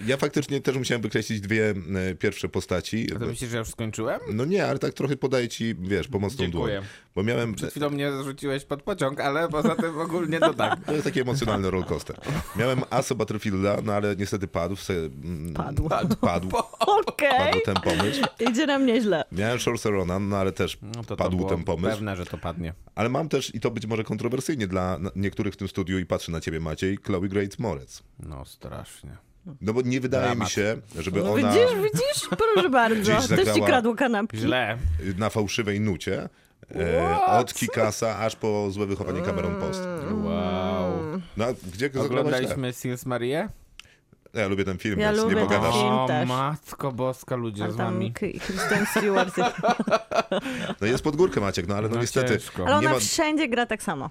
[SPEAKER 2] Ja faktycznie też musiałem wykreślić dwie e, pierwsze postaci.
[SPEAKER 5] A to myślisz, że ja już skończyłem?
[SPEAKER 2] No nie, ale tak trochę podaję ci, wiesz, pomocną
[SPEAKER 5] Dziękuję.
[SPEAKER 2] dłoń. Bo miałem...
[SPEAKER 5] Przed chwilą mnie zarzuciłeś pod pociąg, ale poza tym ogólnie to tak.
[SPEAKER 2] To jest taki emocjonalny rollercoaster. Miałem Asa Battlefielda, no ale niestety padł. Se, mm,
[SPEAKER 4] Padł.
[SPEAKER 2] Padł. Padł,
[SPEAKER 4] Okej,
[SPEAKER 2] padł ten pomysł.
[SPEAKER 4] idzie nam nieźle.
[SPEAKER 2] Miałem Shorts Ronan, no ale też
[SPEAKER 5] No to to
[SPEAKER 2] padł
[SPEAKER 5] było
[SPEAKER 2] ten pomysł.
[SPEAKER 5] Pewne, że to padnie.
[SPEAKER 2] Ale mam też, i to być może kontrowersyjnie dla na- niektórych w tym studiu, i patrzę na ciebie Maciej, Chloe Grace Moretz.
[SPEAKER 5] No strasznie.
[SPEAKER 2] No bo nie wydaje
[SPEAKER 5] Dramat.
[SPEAKER 2] mi się, żeby
[SPEAKER 4] No
[SPEAKER 2] ona
[SPEAKER 4] widzisz, widzisz? Proszę bardzo. Też ci
[SPEAKER 2] zagrała-
[SPEAKER 4] kradło kanapki.
[SPEAKER 5] Źle.
[SPEAKER 2] na fałszywej nucie e, od Kikasa aż po złe wychowanie Cameron Post.
[SPEAKER 4] Mm.
[SPEAKER 5] Wow.
[SPEAKER 2] No a gdzie go zagrałeś? E,
[SPEAKER 5] Oglądaliśmy Sils Marię?
[SPEAKER 2] Ja lubię ten film,
[SPEAKER 4] Ja
[SPEAKER 2] więc nie
[SPEAKER 4] lubię ten
[SPEAKER 2] pogadasz.
[SPEAKER 4] film.
[SPEAKER 5] O,
[SPEAKER 4] też.
[SPEAKER 5] matko boska, ludzie
[SPEAKER 4] Ale
[SPEAKER 5] z
[SPEAKER 4] tam
[SPEAKER 5] wami.
[SPEAKER 4] K- Kristen Stewart. jest-
[SPEAKER 2] No jest pod górkę Maciek, no ale no,
[SPEAKER 5] No
[SPEAKER 2] niestety.
[SPEAKER 5] ciężko.
[SPEAKER 4] Ale
[SPEAKER 2] nie
[SPEAKER 4] ona
[SPEAKER 2] ma-
[SPEAKER 4] wszędzie gra tak samo.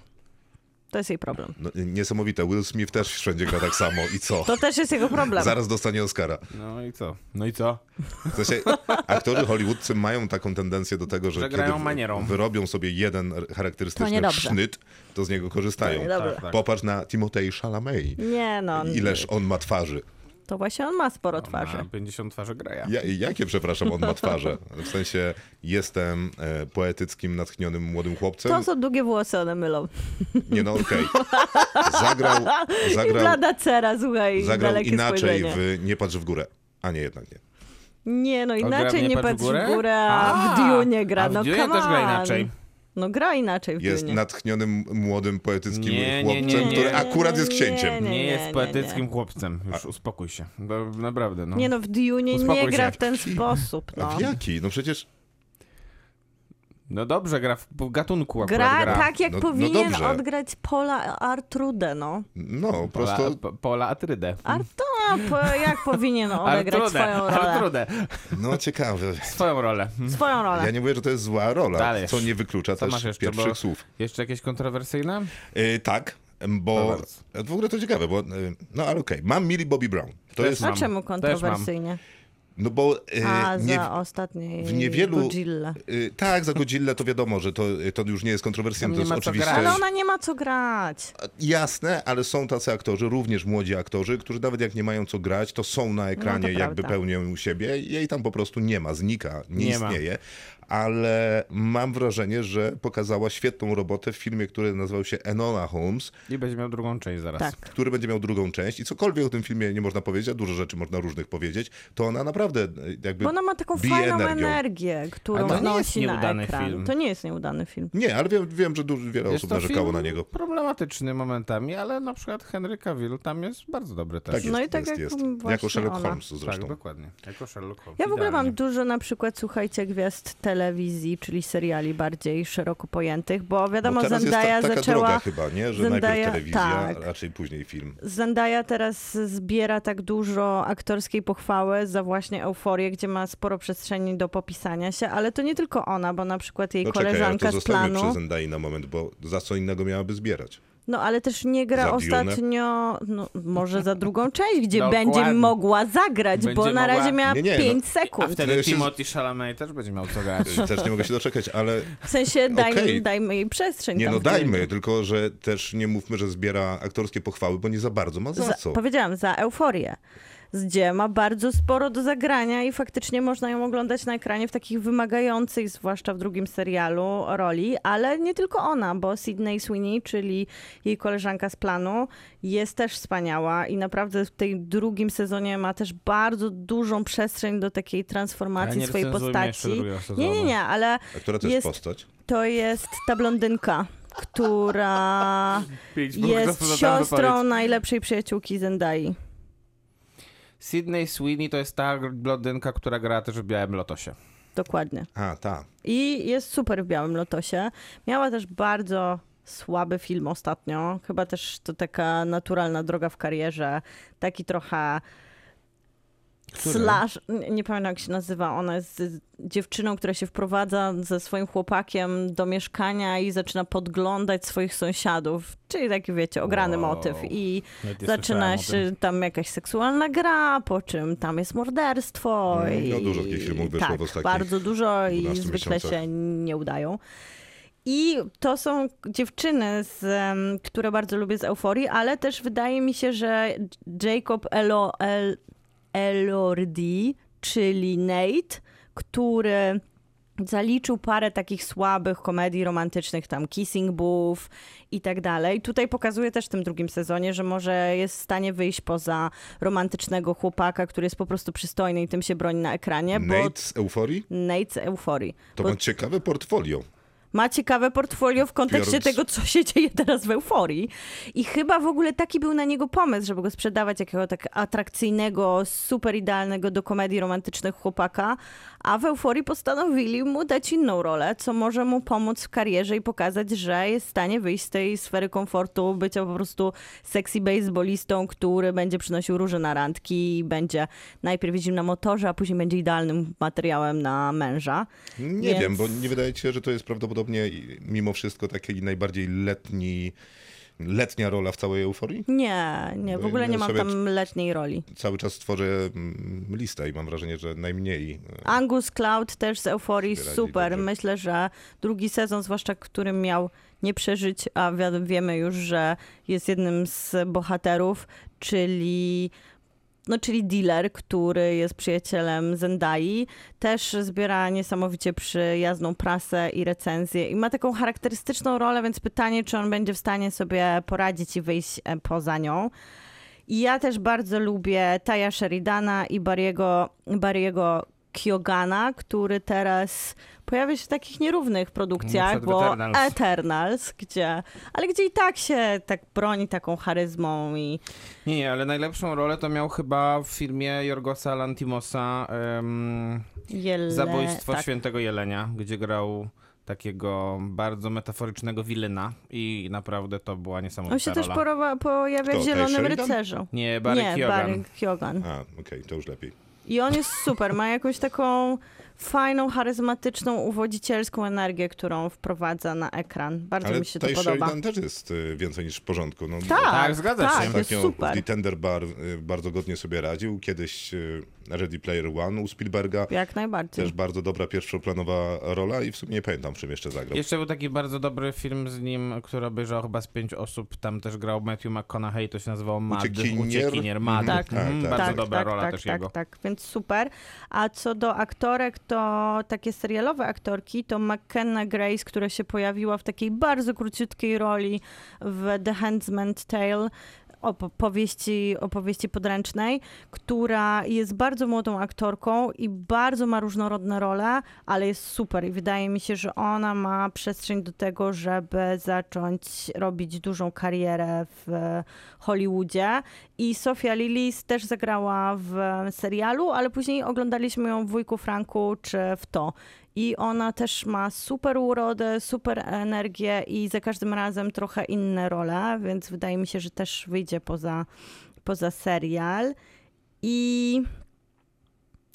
[SPEAKER 4] To jest jej problem.
[SPEAKER 2] No, niesamowite, Will Smith też wszędzie gra tak samo i co?
[SPEAKER 4] To też jest jego problem.
[SPEAKER 2] Zaraz dostanie Oscara.
[SPEAKER 5] No i co? No i co?
[SPEAKER 2] W sensie, aktorzy hollywoodcy mają taką tendencję do tego, że,
[SPEAKER 5] Że grają
[SPEAKER 2] kiedy w-
[SPEAKER 5] manierą.
[SPEAKER 2] wyrobią sobie jeden
[SPEAKER 4] To
[SPEAKER 2] charakterystyczny
[SPEAKER 4] niedobrze.
[SPEAKER 2] sznyt, to z niego korzystają.
[SPEAKER 4] To niedobrze. Tak,
[SPEAKER 5] tak.
[SPEAKER 2] Popatrz na Timotei Chalamet.
[SPEAKER 4] Nie no, on-
[SPEAKER 2] Ileż on ma twarzy.
[SPEAKER 4] to właśnie on ma
[SPEAKER 2] No,
[SPEAKER 4] sporo
[SPEAKER 5] Ma
[SPEAKER 4] twarzy.
[SPEAKER 5] 50 twarzy graja.
[SPEAKER 2] Ja, jakie, przepraszam, on ma twarze? W sensie, jestem e, poetyckim, natchnionym młodym chłopcem.
[SPEAKER 4] To są długie włosy, one mylą.
[SPEAKER 2] Nie no, okej. Zagrał,
[SPEAKER 4] I
[SPEAKER 2] zagrał,
[SPEAKER 4] blada cera, słuchaj, i
[SPEAKER 2] zagrał
[SPEAKER 4] dalekie
[SPEAKER 2] inaczej
[SPEAKER 4] spojrzenie.
[SPEAKER 2] w Nie patrz w górę. A nie, jednak nie.
[SPEAKER 4] Nie no, inaczej
[SPEAKER 5] mnie
[SPEAKER 4] nie
[SPEAKER 5] patrzy w
[SPEAKER 4] patrz
[SPEAKER 5] górę?
[SPEAKER 4] w górę, a w
[SPEAKER 5] A,
[SPEAKER 4] Dune gra.
[SPEAKER 5] a w
[SPEAKER 4] No
[SPEAKER 5] Dune
[SPEAKER 4] come
[SPEAKER 5] też gra
[SPEAKER 4] on.
[SPEAKER 5] inaczej.
[SPEAKER 4] No gra inaczej w
[SPEAKER 2] Jest
[SPEAKER 4] Dune.
[SPEAKER 2] natchnionym, młodym, poetyckim
[SPEAKER 5] Nie, nie,
[SPEAKER 2] chłopcem,
[SPEAKER 5] nie, nie.
[SPEAKER 2] który akurat jest
[SPEAKER 4] Nie,
[SPEAKER 2] księciem.
[SPEAKER 4] nie,
[SPEAKER 5] Nie,
[SPEAKER 4] nie,
[SPEAKER 5] jest poetyckim
[SPEAKER 4] nie.
[SPEAKER 5] chłopcem. Już uspokój się. No, naprawdę, no.
[SPEAKER 4] Nie no, w Dune nie
[SPEAKER 5] Uspokój
[SPEAKER 4] gra
[SPEAKER 5] się.
[SPEAKER 4] w ten sposób,
[SPEAKER 2] A
[SPEAKER 4] no.
[SPEAKER 2] w jaki? No przecież
[SPEAKER 5] No dobrze, gra w w gatunku akurat
[SPEAKER 4] Gra,
[SPEAKER 5] gra.
[SPEAKER 4] tak, jak
[SPEAKER 2] No- no
[SPEAKER 4] powinien
[SPEAKER 2] dobrze.
[SPEAKER 4] odgrać Pola Artrude, no.
[SPEAKER 2] No,
[SPEAKER 5] Pola,
[SPEAKER 2] prosto.
[SPEAKER 5] po- Pola Atrydę.
[SPEAKER 4] Arto, a po, jak powinien odegrać swoją rolę.
[SPEAKER 5] Artrudę.
[SPEAKER 2] No ciekawe.
[SPEAKER 5] Swoją rolę.
[SPEAKER 4] Swoją rolę.
[SPEAKER 2] Ja nie mówię, że to jest zła rola,
[SPEAKER 5] Dalej.
[SPEAKER 2] co nie wyklucza
[SPEAKER 5] Co
[SPEAKER 2] też
[SPEAKER 5] masz jeszcze,
[SPEAKER 2] pierwszych
[SPEAKER 5] bo-
[SPEAKER 2] słów.
[SPEAKER 5] Jeszcze jakieś kontrowersyjne?
[SPEAKER 2] Yy, tak,
[SPEAKER 5] No
[SPEAKER 2] bo
[SPEAKER 5] bardzo.
[SPEAKER 2] w ogóle to ciekawe, bo yy, no ale okej, mam Millie Bobby Brown. To
[SPEAKER 5] Też
[SPEAKER 2] jest,
[SPEAKER 5] mam.
[SPEAKER 4] A czemu kontrowersyjnie?
[SPEAKER 2] no bo yy,
[SPEAKER 4] A,
[SPEAKER 2] nie,
[SPEAKER 4] za ostatniej
[SPEAKER 2] w niewielu-
[SPEAKER 4] Godzilla.
[SPEAKER 2] yy, tak, za Godzilla to wiadomo, że to, y, to już nie jest kontrowersyjne,
[SPEAKER 5] Tam
[SPEAKER 2] to
[SPEAKER 5] nie
[SPEAKER 2] jest
[SPEAKER 5] ma co
[SPEAKER 2] oczywiste.
[SPEAKER 5] grać.
[SPEAKER 4] Ale ona nie ma co grać.
[SPEAKER 2] Jasne, ale są tacy aktorzy, również młodzi aktorzy, którzy nawet jak nie mają co grać, to są na ekranie, jakby
[SPEAKER 4] No, prawda.
[SPEAKER 2] pełnią siebie. Jej tam po prostu nie ma, znika, nie,
[SPEAKER 5] Nie ma.
[SPEAKER 2] istnieje. Ale mam wrażenie, że pokazała świetną robotę w filmie, który nazywał się Enola Holmes,
[SPEAKER 5] I będzie miał drugą część zaraz.
[SPEAKER 4] Tak.
[SPEAKER 2] który będzie miał drugą część. I cokolwiek o tym filmie nie można powiedzieć, a dużo rzeczy można różnych powiedzieć, to ona naprawdę e, jakby.
[SPEAKER 4] Bo ona ma taką
[SPEAKER 2] bije
[SPEAKER 4] fajną
[SPEAKER 2] energią.
[SPEAKER 4] energię, którą
[SPEAKER 5] Ale to nie jest
[SPEAKER 4] wnosi na
[SPEAKER 5] nieudany
[SPEAKER 4] ekran.
[SPEAKER 5] film.
[SPEAKER 4] To nie jest nieudany film.
[SPEAKER 2] Nie, ale wiem, wiem że dużo, wiele
[SPEAKER 5] Jest
[SPEAKER 2] osób
[SPEAKER 5] to
[SPEAKER 2] narzekało
[SPEAKER 5] film
[SPEAKER 2] na niego.
[SPEAKER 5] problematyczny momentami, ale na przykład Henry Cavill tam jest bardzo dobry też.
[SPEAKER 2] Tak jest,
[SPEAKER 4] No i tak
[SPEAKER 2] jest,
[SPEAKER 4] jak
[SPEAKER 2] jest.
[SPEAKER 4] właśnie
[SPEAKER 2] Jako Sherlock
[SPEAKER 4] ona.
[SPEAKER 2] Holmes zresztą.
[SPEAKER 5] Tak, dokładnie. Jako Sherlock Holmes.
[SPEAKER 4] Ja w ogóle
[SPEAKER 5] Idealnie.
[SPEAKER 4] mam dużo na przykład, słuchajcie, gwiazd te telewizji, czyli seriali bardziej szeroko pojętych, bo wiadomo,
[SPEAKER 2] teraz jest
[SPEAKER 4] Zendaya
[SPEAKER 2] ta, taka droga
[SPEAKER 4] zaczęła...
[SPEAKER 2] chyba, nie? Że
[SPEAKER 4] Zendaya-
[SPEAKER 2] najpierw telewizja,
[SPEAKER 4] tak.
[SPEAKER 2] raczej później film.
[SPEAKER 4] Zendaya teraz zbiera tak dużo aktorskiej pochwały za właśnie euforię, gdzie ma sporo przestrzeni do popisania się, ale to nie tylko ona, bo na przykład jej
[SPEAKER 2] No czekaj, ale
[SPEAKER 4] koleżanka
[SPEAKER 2] to
[SPEAKER 4] z
[SPEAKER 2] zostawmy
[SPEAKER 4] planu.
[SPEAKER 2] przy Zendai na moment, bo za co innego miałaby zbierać?
[SPEAKER 4] No ale też nie gra
[SPEAKER 2] Za Dune?
[SPEAKER 4] ostatnio, no, może za drugą część, gdzie
[SPEAKER 5] No, Dokładnie.
[SPEAKER 4] będzie mogła zagrać, bo
[SPEAKER 5] Będzie
[SPEAKER 4] na razie
[SPEAKER 5] mogła.
[SPEAKER 4] miała
[SPEAKER 2] Nie, no.
[SPEAKER 4] pięć
[SPEAKER 2] nie,
[SPEAKER 4] 5
[SPEAKER 5] A
[SPEAKER 4] sekund.
[SPEAKER 5] wtedy
[SPEAKER 2] Ja się z-
[SPEAKER 5] Timothy Chalamet też będzie miał co grać.
[SPEAKER 2] Y, Też nie mogę się doczekać, ale
[SPEAKER 4] W sensie dajmy,
[SPEAKER 2] Okej.
[SPEAKER 4] dajmy jej przestrzeń.
[SPEAKER 2] nie
[SPEAKER 4] tam
[SPEAKER 2] no
[SPEAKER 4] w tym-
[SPEAKER 2] dajmy, tylko że też nie mówmy, że zbiera aktorskie pochwały, bo nie za bardzo ma za
[SPEAKER 4] Za,
[SPEAKER 2] co.
[SPEAKER 4] powiedziałam, za euforię. Gdzie ma bardzo sporo do zagrania i faktycznie można ją oglądać na ekranie w takich wymagających, zwłaszcza w drugim serialu, roli, ale nie tylko ona, bo Sydney Sweeney, czyli jej koleżanka z planu, jest też wspaniała i naprawdę w tym drugim sezonie ma też bardzo dużą przestrzeń do takiej transformacji
[SPEAKER 5] nie
[SPEAKER 4] swojej
[SPEAKER 5] recenzujmy jeszcze
[SPEAKER 4] postaci.
[SPEAKER 5] drugiego
[SPEAKER 4] Nie, nie,
[SPEAKER 5] sezonu.
[SPEAKER 4] nie, ale
[SPEAKER 2] A która to jest,
[SPEAKER 4] jest
[SPEAKER 2] postać?
[SPEAKER 4] to jest ta blondynka, która jest siostrą najlepszej przyjaciółki Zendai.
[SPEAKER 5] Sydney Sweeney to jest ta blondynka, która gra też w Białym Lotosie.
[SPEAKER 4] Dokładnie.
[SPEAKER 2] A, ta.
[SPEAKER 4] I jest super w Białym Lotosie. Miała też bardzo słaby film ostatnio. Chyba też to taka naturalna droga w karierze. Taki trochę
[SPEAKER 5] Który?
[SPEAKER 4] slash. Nie, nie pamiętam jak się nazywa. Ona jest z- dziewczyną, która się wprowadza ze swoim chłopakiem do mieszkania i zaczyna podglądać swoich sąsiadów. Czyli taki, wiecie, ograny
[SPEAKER 5] Wow.
[SPEAKER 4] motyw. I
[SPEAKER 5] Nawet nie
[SPEAKER 4] zaczyna
[SPEAKER 5] słyszałem o tym.
[SPEAKER 4] się tam jakaś seksualna gra, po czym tam jest morderstwo.
[SPEAKER 2] No,
[SPEAKER 4] i...
[SPEAKER 2] dużo takich filmów wyszło w
[SPEAKER 4] tak,
[SPEAKER 2] ostatnich
[SPEAKER 4] bardzo dużo i
[SPEAKER 2] 12
[SPEAKER 4] zwykle
[SPEAKER 2] miesiącach.
[SPEAKER 4] się nie udają. I to są dziewczyny, z, em, które bardzo lubię z Euforii, ale też wydaje mi się, że Jacob Elo, El, Elordi, czyli Nate, który zaliczył parę takich słabych komedii romantycznych, tam Kissing Booth i tak dalej. Tutaj pokazuje też w tym drugim sezonie, że może jest w stanie wyjść poza romantycznego chłopaka, który jest po prostu przystojny i tym się broni na ekranie, bo
[SPEAKER 2] Nate z Euforii?
[SPEAKER 4] Nate z euforii.
[SPEAKER 2] To
[SPEAKER 4] Bo
[SPEAKER 2] ma ciekawe portfolio.
[SPEAKER 4] ma ciekawe portfolio w kontekście
[SPEAKER 2] Biorąc-
[SPEAKER 4] tego, co się dzieje teraz w euforii. I chyba w ogóle taki był na niego pomysł, żeby go sprzedawać jakiego tak atrakcyjnego, super idealnego do komedii romantycznych chłopaka, a w euforii postanowili mu dać inną rolę, co może mu pomóc w karierze i pokazać, że jest w stanie wyjść z tej sfery komfortu, bycia po prostu sexy baseballistą, który będzie przynosił róże na randki i będzie najpierw jeździł na motorze, a później będzie idealnym materiałem na męża.
[SPEAKER 2] Nie
[SPEAKER 4] Więc-
[SPEAKER 2] wiem, bo nie wydaje ci się, że to jest prawdopodobnie i- mimo wszystko taki najbardziej letni, letnia rola w całej euforii?
[SPEAKER 4] Nie, nie, w
[SPEAKER 2] Bo
[SPEAKER 4] ogóle
[SPEAKER 2] ja
[SPEAKER 4] nie mam
[SPEAKER 2] sobie-
[SPEAKER 4] tam letniej roli.
[SPEAKER 2] Cały czas tworzę mm, listę i mam wrażenie, że najmniej. e,
[SPEAKER 4] Angus Cloud też z Euforii,
[SPEAKER 2] Wyraźnie
[SPEAKER 4] super.
[SPEAKER 2] dobrze.
[SPEAKER 4] Myślę, że drugi sezon, zwłaszcza który miał nie przeżyć, a wi- wiemy już, że jest jednym z bohaterów, czyli no, czyli dealer, który jest przyjacielem Zendai, też zbiera niesamowicie przyjazną prasę i recenzję i ma taką charakterystyczną rolę, więc pytanie, czy on będzie w stanie sobie poradzić i wyjść e, poza nią. I ja też bardzo lubię Taya Sheridana i Bariego, Bariego Kiogana, który teraz pojawia się w takich nierównych produkcjach,
[SPEAKER 5] przed
[SPEAKER 4] bo
[SPEAKER 5] Eternals.
[SPEAKER 4] Eternals, gdzie, ale gdzie i tak się tak broni taką charyzmą i
[SPEAKER 5] Nie, nie, ale najlepszą rolę to miał chyba w filmie Jorgosa Lantimosa em,
[SPEAKER 4] jele...
[SPEAKER 5] Zabójstwo
[SPEAKER 4] tak.
[SPEAKER 5] Świętego Jelenia, gdzie grał takiego bardzo metaforycznego wilyna i naprawdę to była niesamowita
[SPEAKER 4] On się też
[SPEAKER 5] rola.
[SPEAKER 4] porowa- pojawia
[SPEAKER 2] Kto,
[SPEAKER 4] w
[SPEAKER 2] Ty
[SPEAKER 4] Zielonym
[SPEAKER 2] Sheridan?
[SPEAKER 4] Rycerzu.
[SPEAKER 5] Nie, Barry
[SPEAKER 4] nie,
[SPEAKER 5] Keoghan.
[SPEAKER 4] Barry Keoghan.
[SPEAKER 2] A, okej, to już lepiej.
[SPEAKER 4] I on jest super, ma jakąś taką fajną, charyzmatyczną, uwodzicielską energię, którą wprowadza na ekran. Bardzo
[SPEAKER 2] Ale
[SPEAKER 4] mi się to
[SPEAKER 2] Ty
[SPEAKER 4] podoba.
[SPEAKER 2] Sheridan też jest e, więcej niż w porządku. No,
[SPEAKER 4] Tak,
[SPEAKER 5] Tak, zgadza
[SPEAKER 4] tak,
[SPEAKER 5] się.
[SPEAKER 4] jest
[SPEAKER 2] Ostatnio
[SPEAKER 4] super.
[SPEAKER 2] Tender Bar e, bardzo godnie sobie radził. Kiedyś e, Ready Player One u Spielberga.
[SPEAKER 4] Jak najbardziej.
[SPEAKER 2] Też bardzo dobra pierwszoplanowa rola i w sumie nie pamiętam, w czym jeszcze zagrał.
[SPEAKER 5] Jeszcze był taki bardzo dobry film z nim, który obejrzał chyba z pięć osób. Tam też grał Matthew McConaughey, to się nazywał Mad.
[SPEAKER 2] Uciekinier.
[SPEAKER 5] Uciekinier Mad.
[SPEAKER 2] Tak.
[SPEAKER 5] Mhm,
[SPEAKER 2] Tak,
[SPEAKER 5] bardzo
[SPEAKER 2] tak.
[SPEAKER 5] dobra rola też
[SPEAKER 4] tak,
[SPEAKER 5] jego.
[SPEAKER 4] tak, więc super. A co do aktorek, to takie serialowe aktorki, to McKenna Grace, która się pojawiła w takiej bardzo króciutkiej roli w The Handmaid's Tale, opo- powieści, opowieści podręcznej, która jest bardzo młodą aktorką i bardzo ma różnorodne role, ale jest super i wydaje mi się, że ona ma przestrzeń do tego, żeby zacząć robić dużą karierę w Hollywoodzie. I Sofia Lillis też zagrała w serialu, ale później oglądaliśmy ją w Wujku Franku czy w To. I ona też ma super urodę, super energię i za każdym razem trochę inne role, więc wydaje mi się, że też wyjdzie poza, poza serial. I.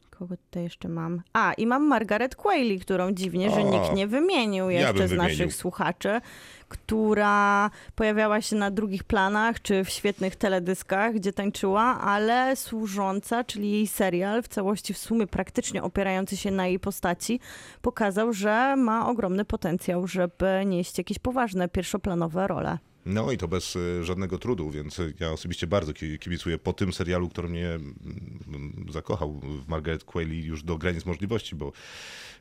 [SPEAKER 4] Kogo tutaj jeszcze mam? A, i mam Margaret Qualley, którą dziwnie, że
[SPEAKER 2] O,
[SPEAKER 4] nikt nie wymienił
[SPEAKER 2] ja
[SPEAKER 4] jeszcze
[SPEAKER 2] bym
[SPEAKER 4] z
[SPEAKER 2] wymienił.
[SPEAKER 4] naszych słuchaczy, która pojawiała się na drugich planach czy w świetnych teledyskach, gdzie tańczyła, ale służąca, czyli jej serial w całości w sumie praktycznie opierający się na jej postaci, pokazał, że ma ogromny potencjał, żeby nieść jakieś poważne pierwszoplanowe role.
[SPEAKER 2] No i to bez e, żadnego trudu, więc e, ja osobiście bardzo ki- kibicuję po tym serialu, który mnie mm, zakochał w Margaret Qualley już do granic możliwości, bo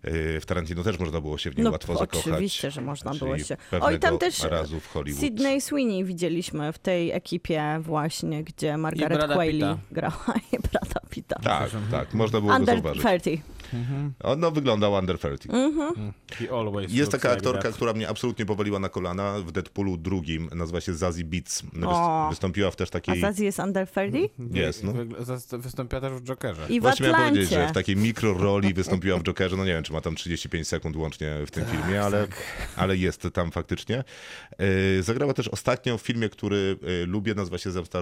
[SPEAKER 2] e, w Tarantino też można było się w niej łatwo zakochać.
[SPEAKER 4] No, oczywiście, że można było
[SPEAKER 2] Czyli
[SPEAKER 4] się.
[SPEAKER 2] pewnego
[SPEAKER 4] Oj, tam też
[SPEAKER 2] razu w Hollywood.
[SPEAKER 4] Sydney Sweeney widzieliśmy w tej ekipie właśnie, gdzie Margaret
[SPEAKER 5] Brada
[SPEAKER 4] Qualley
[SPEAKER 5] Pitta.
[SPEAKER 4] grała i brata Pita.
[SPEAKER 2] Tak, tak, można było go
[SPEAKER 4] Under
[SPEAKER 2] zauważyć. no,
[SPEAKER 4] 30.
[SPEAKER 2] Ono wyglądał under 30.
[SPEAKER 5] He
[SPEAKER 4] Mhm.
[SPEAKER 5] always
[SPEAKER 2] Jest taka
[SPEAKER 5] looks
[SPEAKER 2] aktorka,
[SPEAKER 5] like that.
[SPEAKER 2] która mnie absolutnie powaliła na kolana w Deadpoolu drugim, nazywa się Zazie Beats.
[SPEAKER 4] O.
[SPEAKER 2] Wys- wystąpiła w też
[SPEAKER 4] A
[SPEAKER 2] takiej...
[SPEAKER 4] Zazie jest under 30?
[SPEAKER 2] Jest, no.
[SPEAKER 5] Wygl- zas- Wystąpiła też w Jokerze.
[SPEAKER 4] I w
[SPEAKER 2] Właśnie miałem powiedzieć, że tak
[SPEAKER 4] Atlancie.
[SPEAKER 2] w takiej mikroroli wystąpiła w Jokerze. No nie wiem, czy ma tam 35 sekund łącznie w tym filmie, ale, ale jest tam faktycznie. Yy, Zagrała też ostatnio w filmie, który yy, lubię, nazywa się Zemsta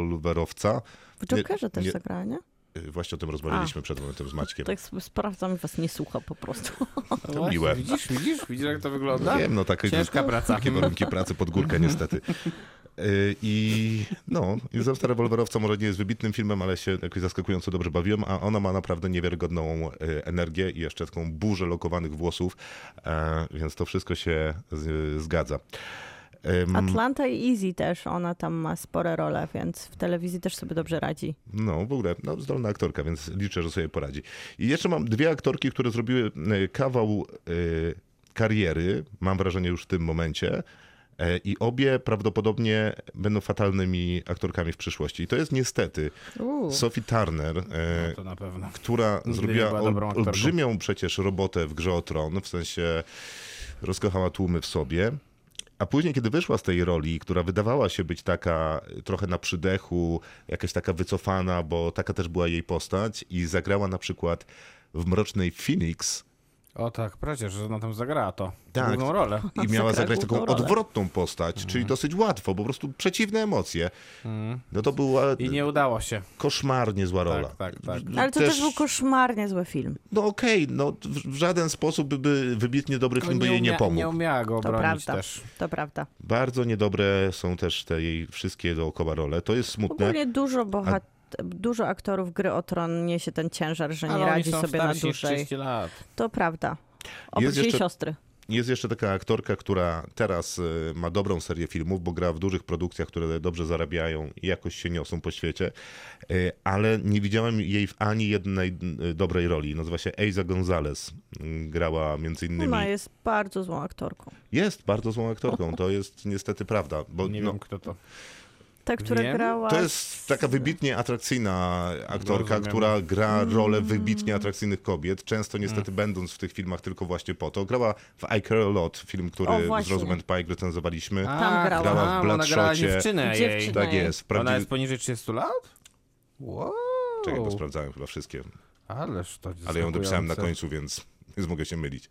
[SPEAKER 2] Rewolwerowca.
[SPEAKER 4] W Jokerze też
[SPEAKER 2] nie-
[SPEAKER 4] zagrała, nie?
[SPEAKER 2] Yy, Właśnie o tym rozmawialiśmy przed momentem z Maćkiem.
[SPEAKER 4] Tak sp- sprawdzam i was nie słucha po prostu.
[SPEAKER 5] No właśnie,
[SPEAKER 2] miłe.
[SPEAKER 5] Widzisz, widzisz, widzisz jak to wygląda?
[SPEAKER 2] Wiem, no takie,
[SPEAKER 5] Ciężka praca.
[SPEAKER 2] takie warunki pracy pod górkę niestety. Yy, I no, i Zemsta Rewolwerowca może nie jest wybitnym filmem, ale się jakoś zaskakująco dobrze bawiłem, a ona ma naprawdę niewiarygodną yy, energię i jeszcze taką burzę lokowanych włosów, e, więc to wszystko się z, zgadza. Ym,
[SPEAKER 4] Atlanta i Easy też, ona tam ma spore role, więc w telewizji też sobie dobrze radzi.
[SPEAKER 2] No, w ogóle no, zdolna aktorka, więc liczę, że sobie poradzi. I jeszcze mam dwie aktorki, które zrobiły e, kawał e, kariery, mam wrażenie już w tym momencie. e, I obie prawdopodobnie będą fatalnymi aktorkami w przyszłości. I to jest niestety Sophie Turner, e,
[SPEAKER 5] No To na pewno.
[SPEAKER 2] która
[SPEAKER 5] nie
[SPEAKER 2] zrobiła
[SPEAKER 5] była
[SPEAKER 2] ol,
[SPEAKER 5] dobrą aktorką.
[SPEAKER 2] olbrzymią przecież robotę w grze o tron, w sensie rozkochała tłumy w sobie. A później, kiedy wyszła z tej roli, która wydawała się być taka trochę na przydechu, jakaś taka wycofana, bo taka też była jej postać i zagrała na przykład w Mrocznej Phoenix
[SPEAKER 5] O tak, przecież, że ona tam zagrała to.
[SPEAKER 2] Tak.
[SPEAKER 5] Drugą rolę.
[SPEAKER 2] i miała
[SPEAKER 4] zagrała
[SPEAKER 2] zagrać taką
[SPEAKER 4] główną rolę.
[SPEAKER 2] odwrotną postać,
[SPEAKER 5] Mhm.
[SPEAKER 2] czyli dosyć łatwo, po prostu przeciwne emocje. No to była
[SPEAKER 5] I nie udało się.
[SPEAKER 2] koszmarnie zła rola.
[SPEAKER 5] Tak, tak, tak.
[SPEAKER 4] Ale to też, był koszmarnie zły film.
[SPEAKER 2] No okej, no w- w żaden sposób by wybitnie dobry film by
[SPEAKER 5] nie,
[SPEAKER 2] jej nie
[SPEAKER 5] umia-
[SPEAKER 2] pomógł.
[SPEAKER 5] nie umiała go
[SPEAKER 4] To
[SPEAKER 5] obronić
[SPEAKER 4] prawda.
[SPEAKER 5] też.
[SPEAKER 4] To prawda.
[SPEAKER 2] Bardzo niedobre są też te jej wszystkie dookoła role. To jest smutne.
[SPEAKER 4] Ogólnie dużo bohat... Dużo aktorów gry o tron niesie ten ciężar, że nie
[SPEAKER 5] Ale oni
[SPEAKER 4] radzi
[SPEAKER 5] są
[SPEAKER 4] sobie na
[SPEAKER 5] starsi niż
[SPEAKER 4] dłużej.
[SPEAKER 5] 30 lat.
[SPEAKER 4] To prawda. Oprócz jej
[SPEAKER 2] jeszcze-
[SPEAKER 4] siostry.
[SPEAKER 2] Jest jeszcze taka aktorka, która teraz y, ma dobrą serię filmów, bo gra w dużych produkcjach, które dobrze zarabiają i jakoś się niosą po świecie, y, ale nie widziałem jej w ani jednej y, dobrej roli. Nazywa się Eiza Gonzalez. Y, Grała między innymi...
[SPEAKER 4] Ona jest bardzo złą aktorką.
[SPEAKER 2] Jest bardzo złą aktorką, to jest niestety prawda, bo
[SPEAKER 5] Nie
[SPEAKER 2] no,
[SPEAKER 5] wiem kto to.
[SPEAKER 4] Ta, która
[SPEAKER 5] Wiem.
[SPEAKER 4] grała.
[SPEAKER 2] To jest taka wybitnie atrakcyjna aktorka,
[SPEAKER 5] Rozumiem.
[SPEAKER 2] która gra
[SPEAKER 4] Mhm.
[SPEAKER 2] rolę wybitnie atrakcyjnych kobiet, często niestety
[SPEAKER 5] Mm.
[SPEAKER 2] będąc w tych filmach tylko właśnie po to. Grała w I Care A Lot, film,
[SPEAKER 4] O,
[SPEAKER 2] który z
[SPEAKER 4] właśnie.
[SPEAKER 2] Rosamund Pike recenzowaliśmy.
[SPEAKER 4] Tam grała.
[SPEAKER 2] Grała w
[SPEAKER 5] A, ona grała
[SPEAKER 2] Bloodshocie.
[SPEAKER 5] dziewczynę jej.
[SPEAKER 4] Dziewczynę.
[SPEAKER 2] tak jest.
[SPEAKER 5] Ona
[SPEAKER 2] Prawdziwy...
[SPEAKER 5] jest poniżej 30 lat? Wow.
[SPEAKER 2] Czekaj, bo sprawdzałem chyba wszystkie,
[SPEAKER 5] Ależ to
[SPEAKER 2] ale ją dopisałem na końcu, więc, więc mogę się mylić.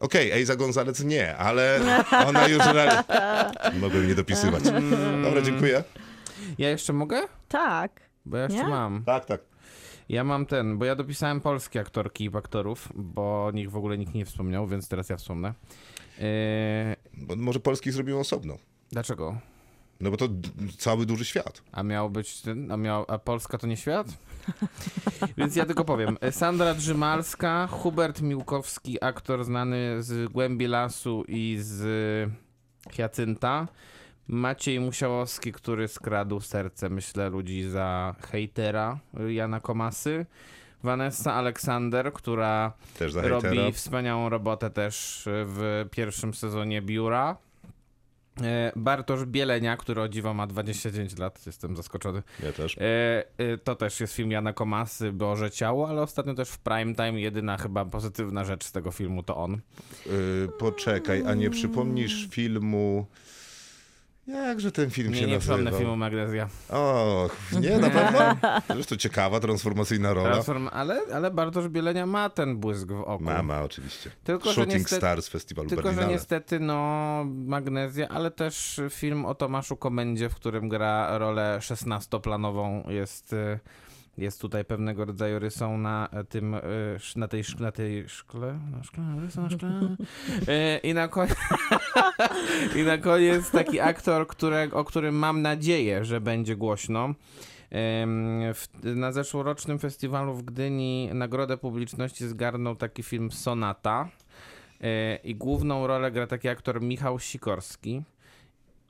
[SPEAKER 2] Okej, okay, Eiza Gonzalez nie, ale ona już... Ra... Mogłem nie dopisywać.
[SPEAKER 4] Mm.
[SPEAKER 2] Dobra, dziękuję.
[SPEAKER 5] Ja jeszcze mogę?
[SPEAKER 4] Tak.
[SPEAKER 5] Bo ja jeszcze
[SPEAKER 4] Nie?
[SPEAKER 5] mam.
[SPEAKER 2] Tak, tak.
[SPEAKER 5] Ja mam ten, bo ja dopisałem polskie aktorki i aktorów, bo o nich w ogóle nikt nie wspomniał, więc teraz ja wspomnę. Yy,
[SPEAKER 2] Bo może polskich zrobimy osobno.
[SPEAKER 5] dlaczego?
[SPEAKER 2] No bo to d- cały duży świat.
[SPEAKER 5] A miał być ten, a, miał, a Polska to nie świat? Więc ja tylko powiem. Sandra Drzymalska, Hubert Miłkowski, aktor znany z Głębi Lasu i z Hiacynta. Maciej Musiałowski, który skradł serce, myślę, ludzi za hejtera Jana Komasy. Vanessa Aleksander, która
[SPEAKER 2] Też za hejtera.
[SPEAKER 5] robi wspaniałą robotę też e, w pierwszym sezonie biura. E, Bartosz Bielenia, który o dziwo ma 29 lat, jestem zaskoczony.
[SPEAKER 2] Ja też.
[SPEAKER 5] E, e, To też jest film Jana Komasy, Boże Ciało, ale ostatnio też w prime time jedyna chyba pozytywna rzecz z tego filmu to on.
[SPEAKER 2] Y, poczekaj, a nie przypomnisz filmu. Jakże ten film
[SPEAKER 5] Nie,
[SPEAKER 2] się
[SPEAKER 5] nie przypomnę
[SPEAKER 2] nazywał?
[SPEAKER 5] filmu Magnezja.
[SPEAKER 2] Och, nie, na pewno? Zresztą ciekawa, transformacyjna rola.
[SPEAKER 5] Transform... Ale, ale Bartosz Bielenia ma ten błysk w oku.
[SPEAKER 2] Mama, oczywiście.
[SPEAKER 5] Tylko, że
[SPEAKER 2] Shooting
[SPEAKER 5] niestety-
[SPEAKER 2] Stars Festiwalu
[SPEAKER 5] Tylko, że
[SPEAKER 2] Berlinale.
[SPEAKER 5] niestety, no, Magnezja, ale też film o Tomaszu Komendzie, w którym gra rolę 16-planową, jest, y, jest tutaj pewnego rodzaju rysą na tym, y, sz- na tej, szk- na tej szkle, na szkle, rysą na szkle. Y, I na koniec, i na koniec taki aktor, którego, o którym mam nadzieję, że będzie głośno. Ym, W, na zeszłorocznym festiwalu w Gdyni nagrodę publiczności zgarnął taki film Sonata. E, I główną rolę gra taki aktor Michał Sikorski.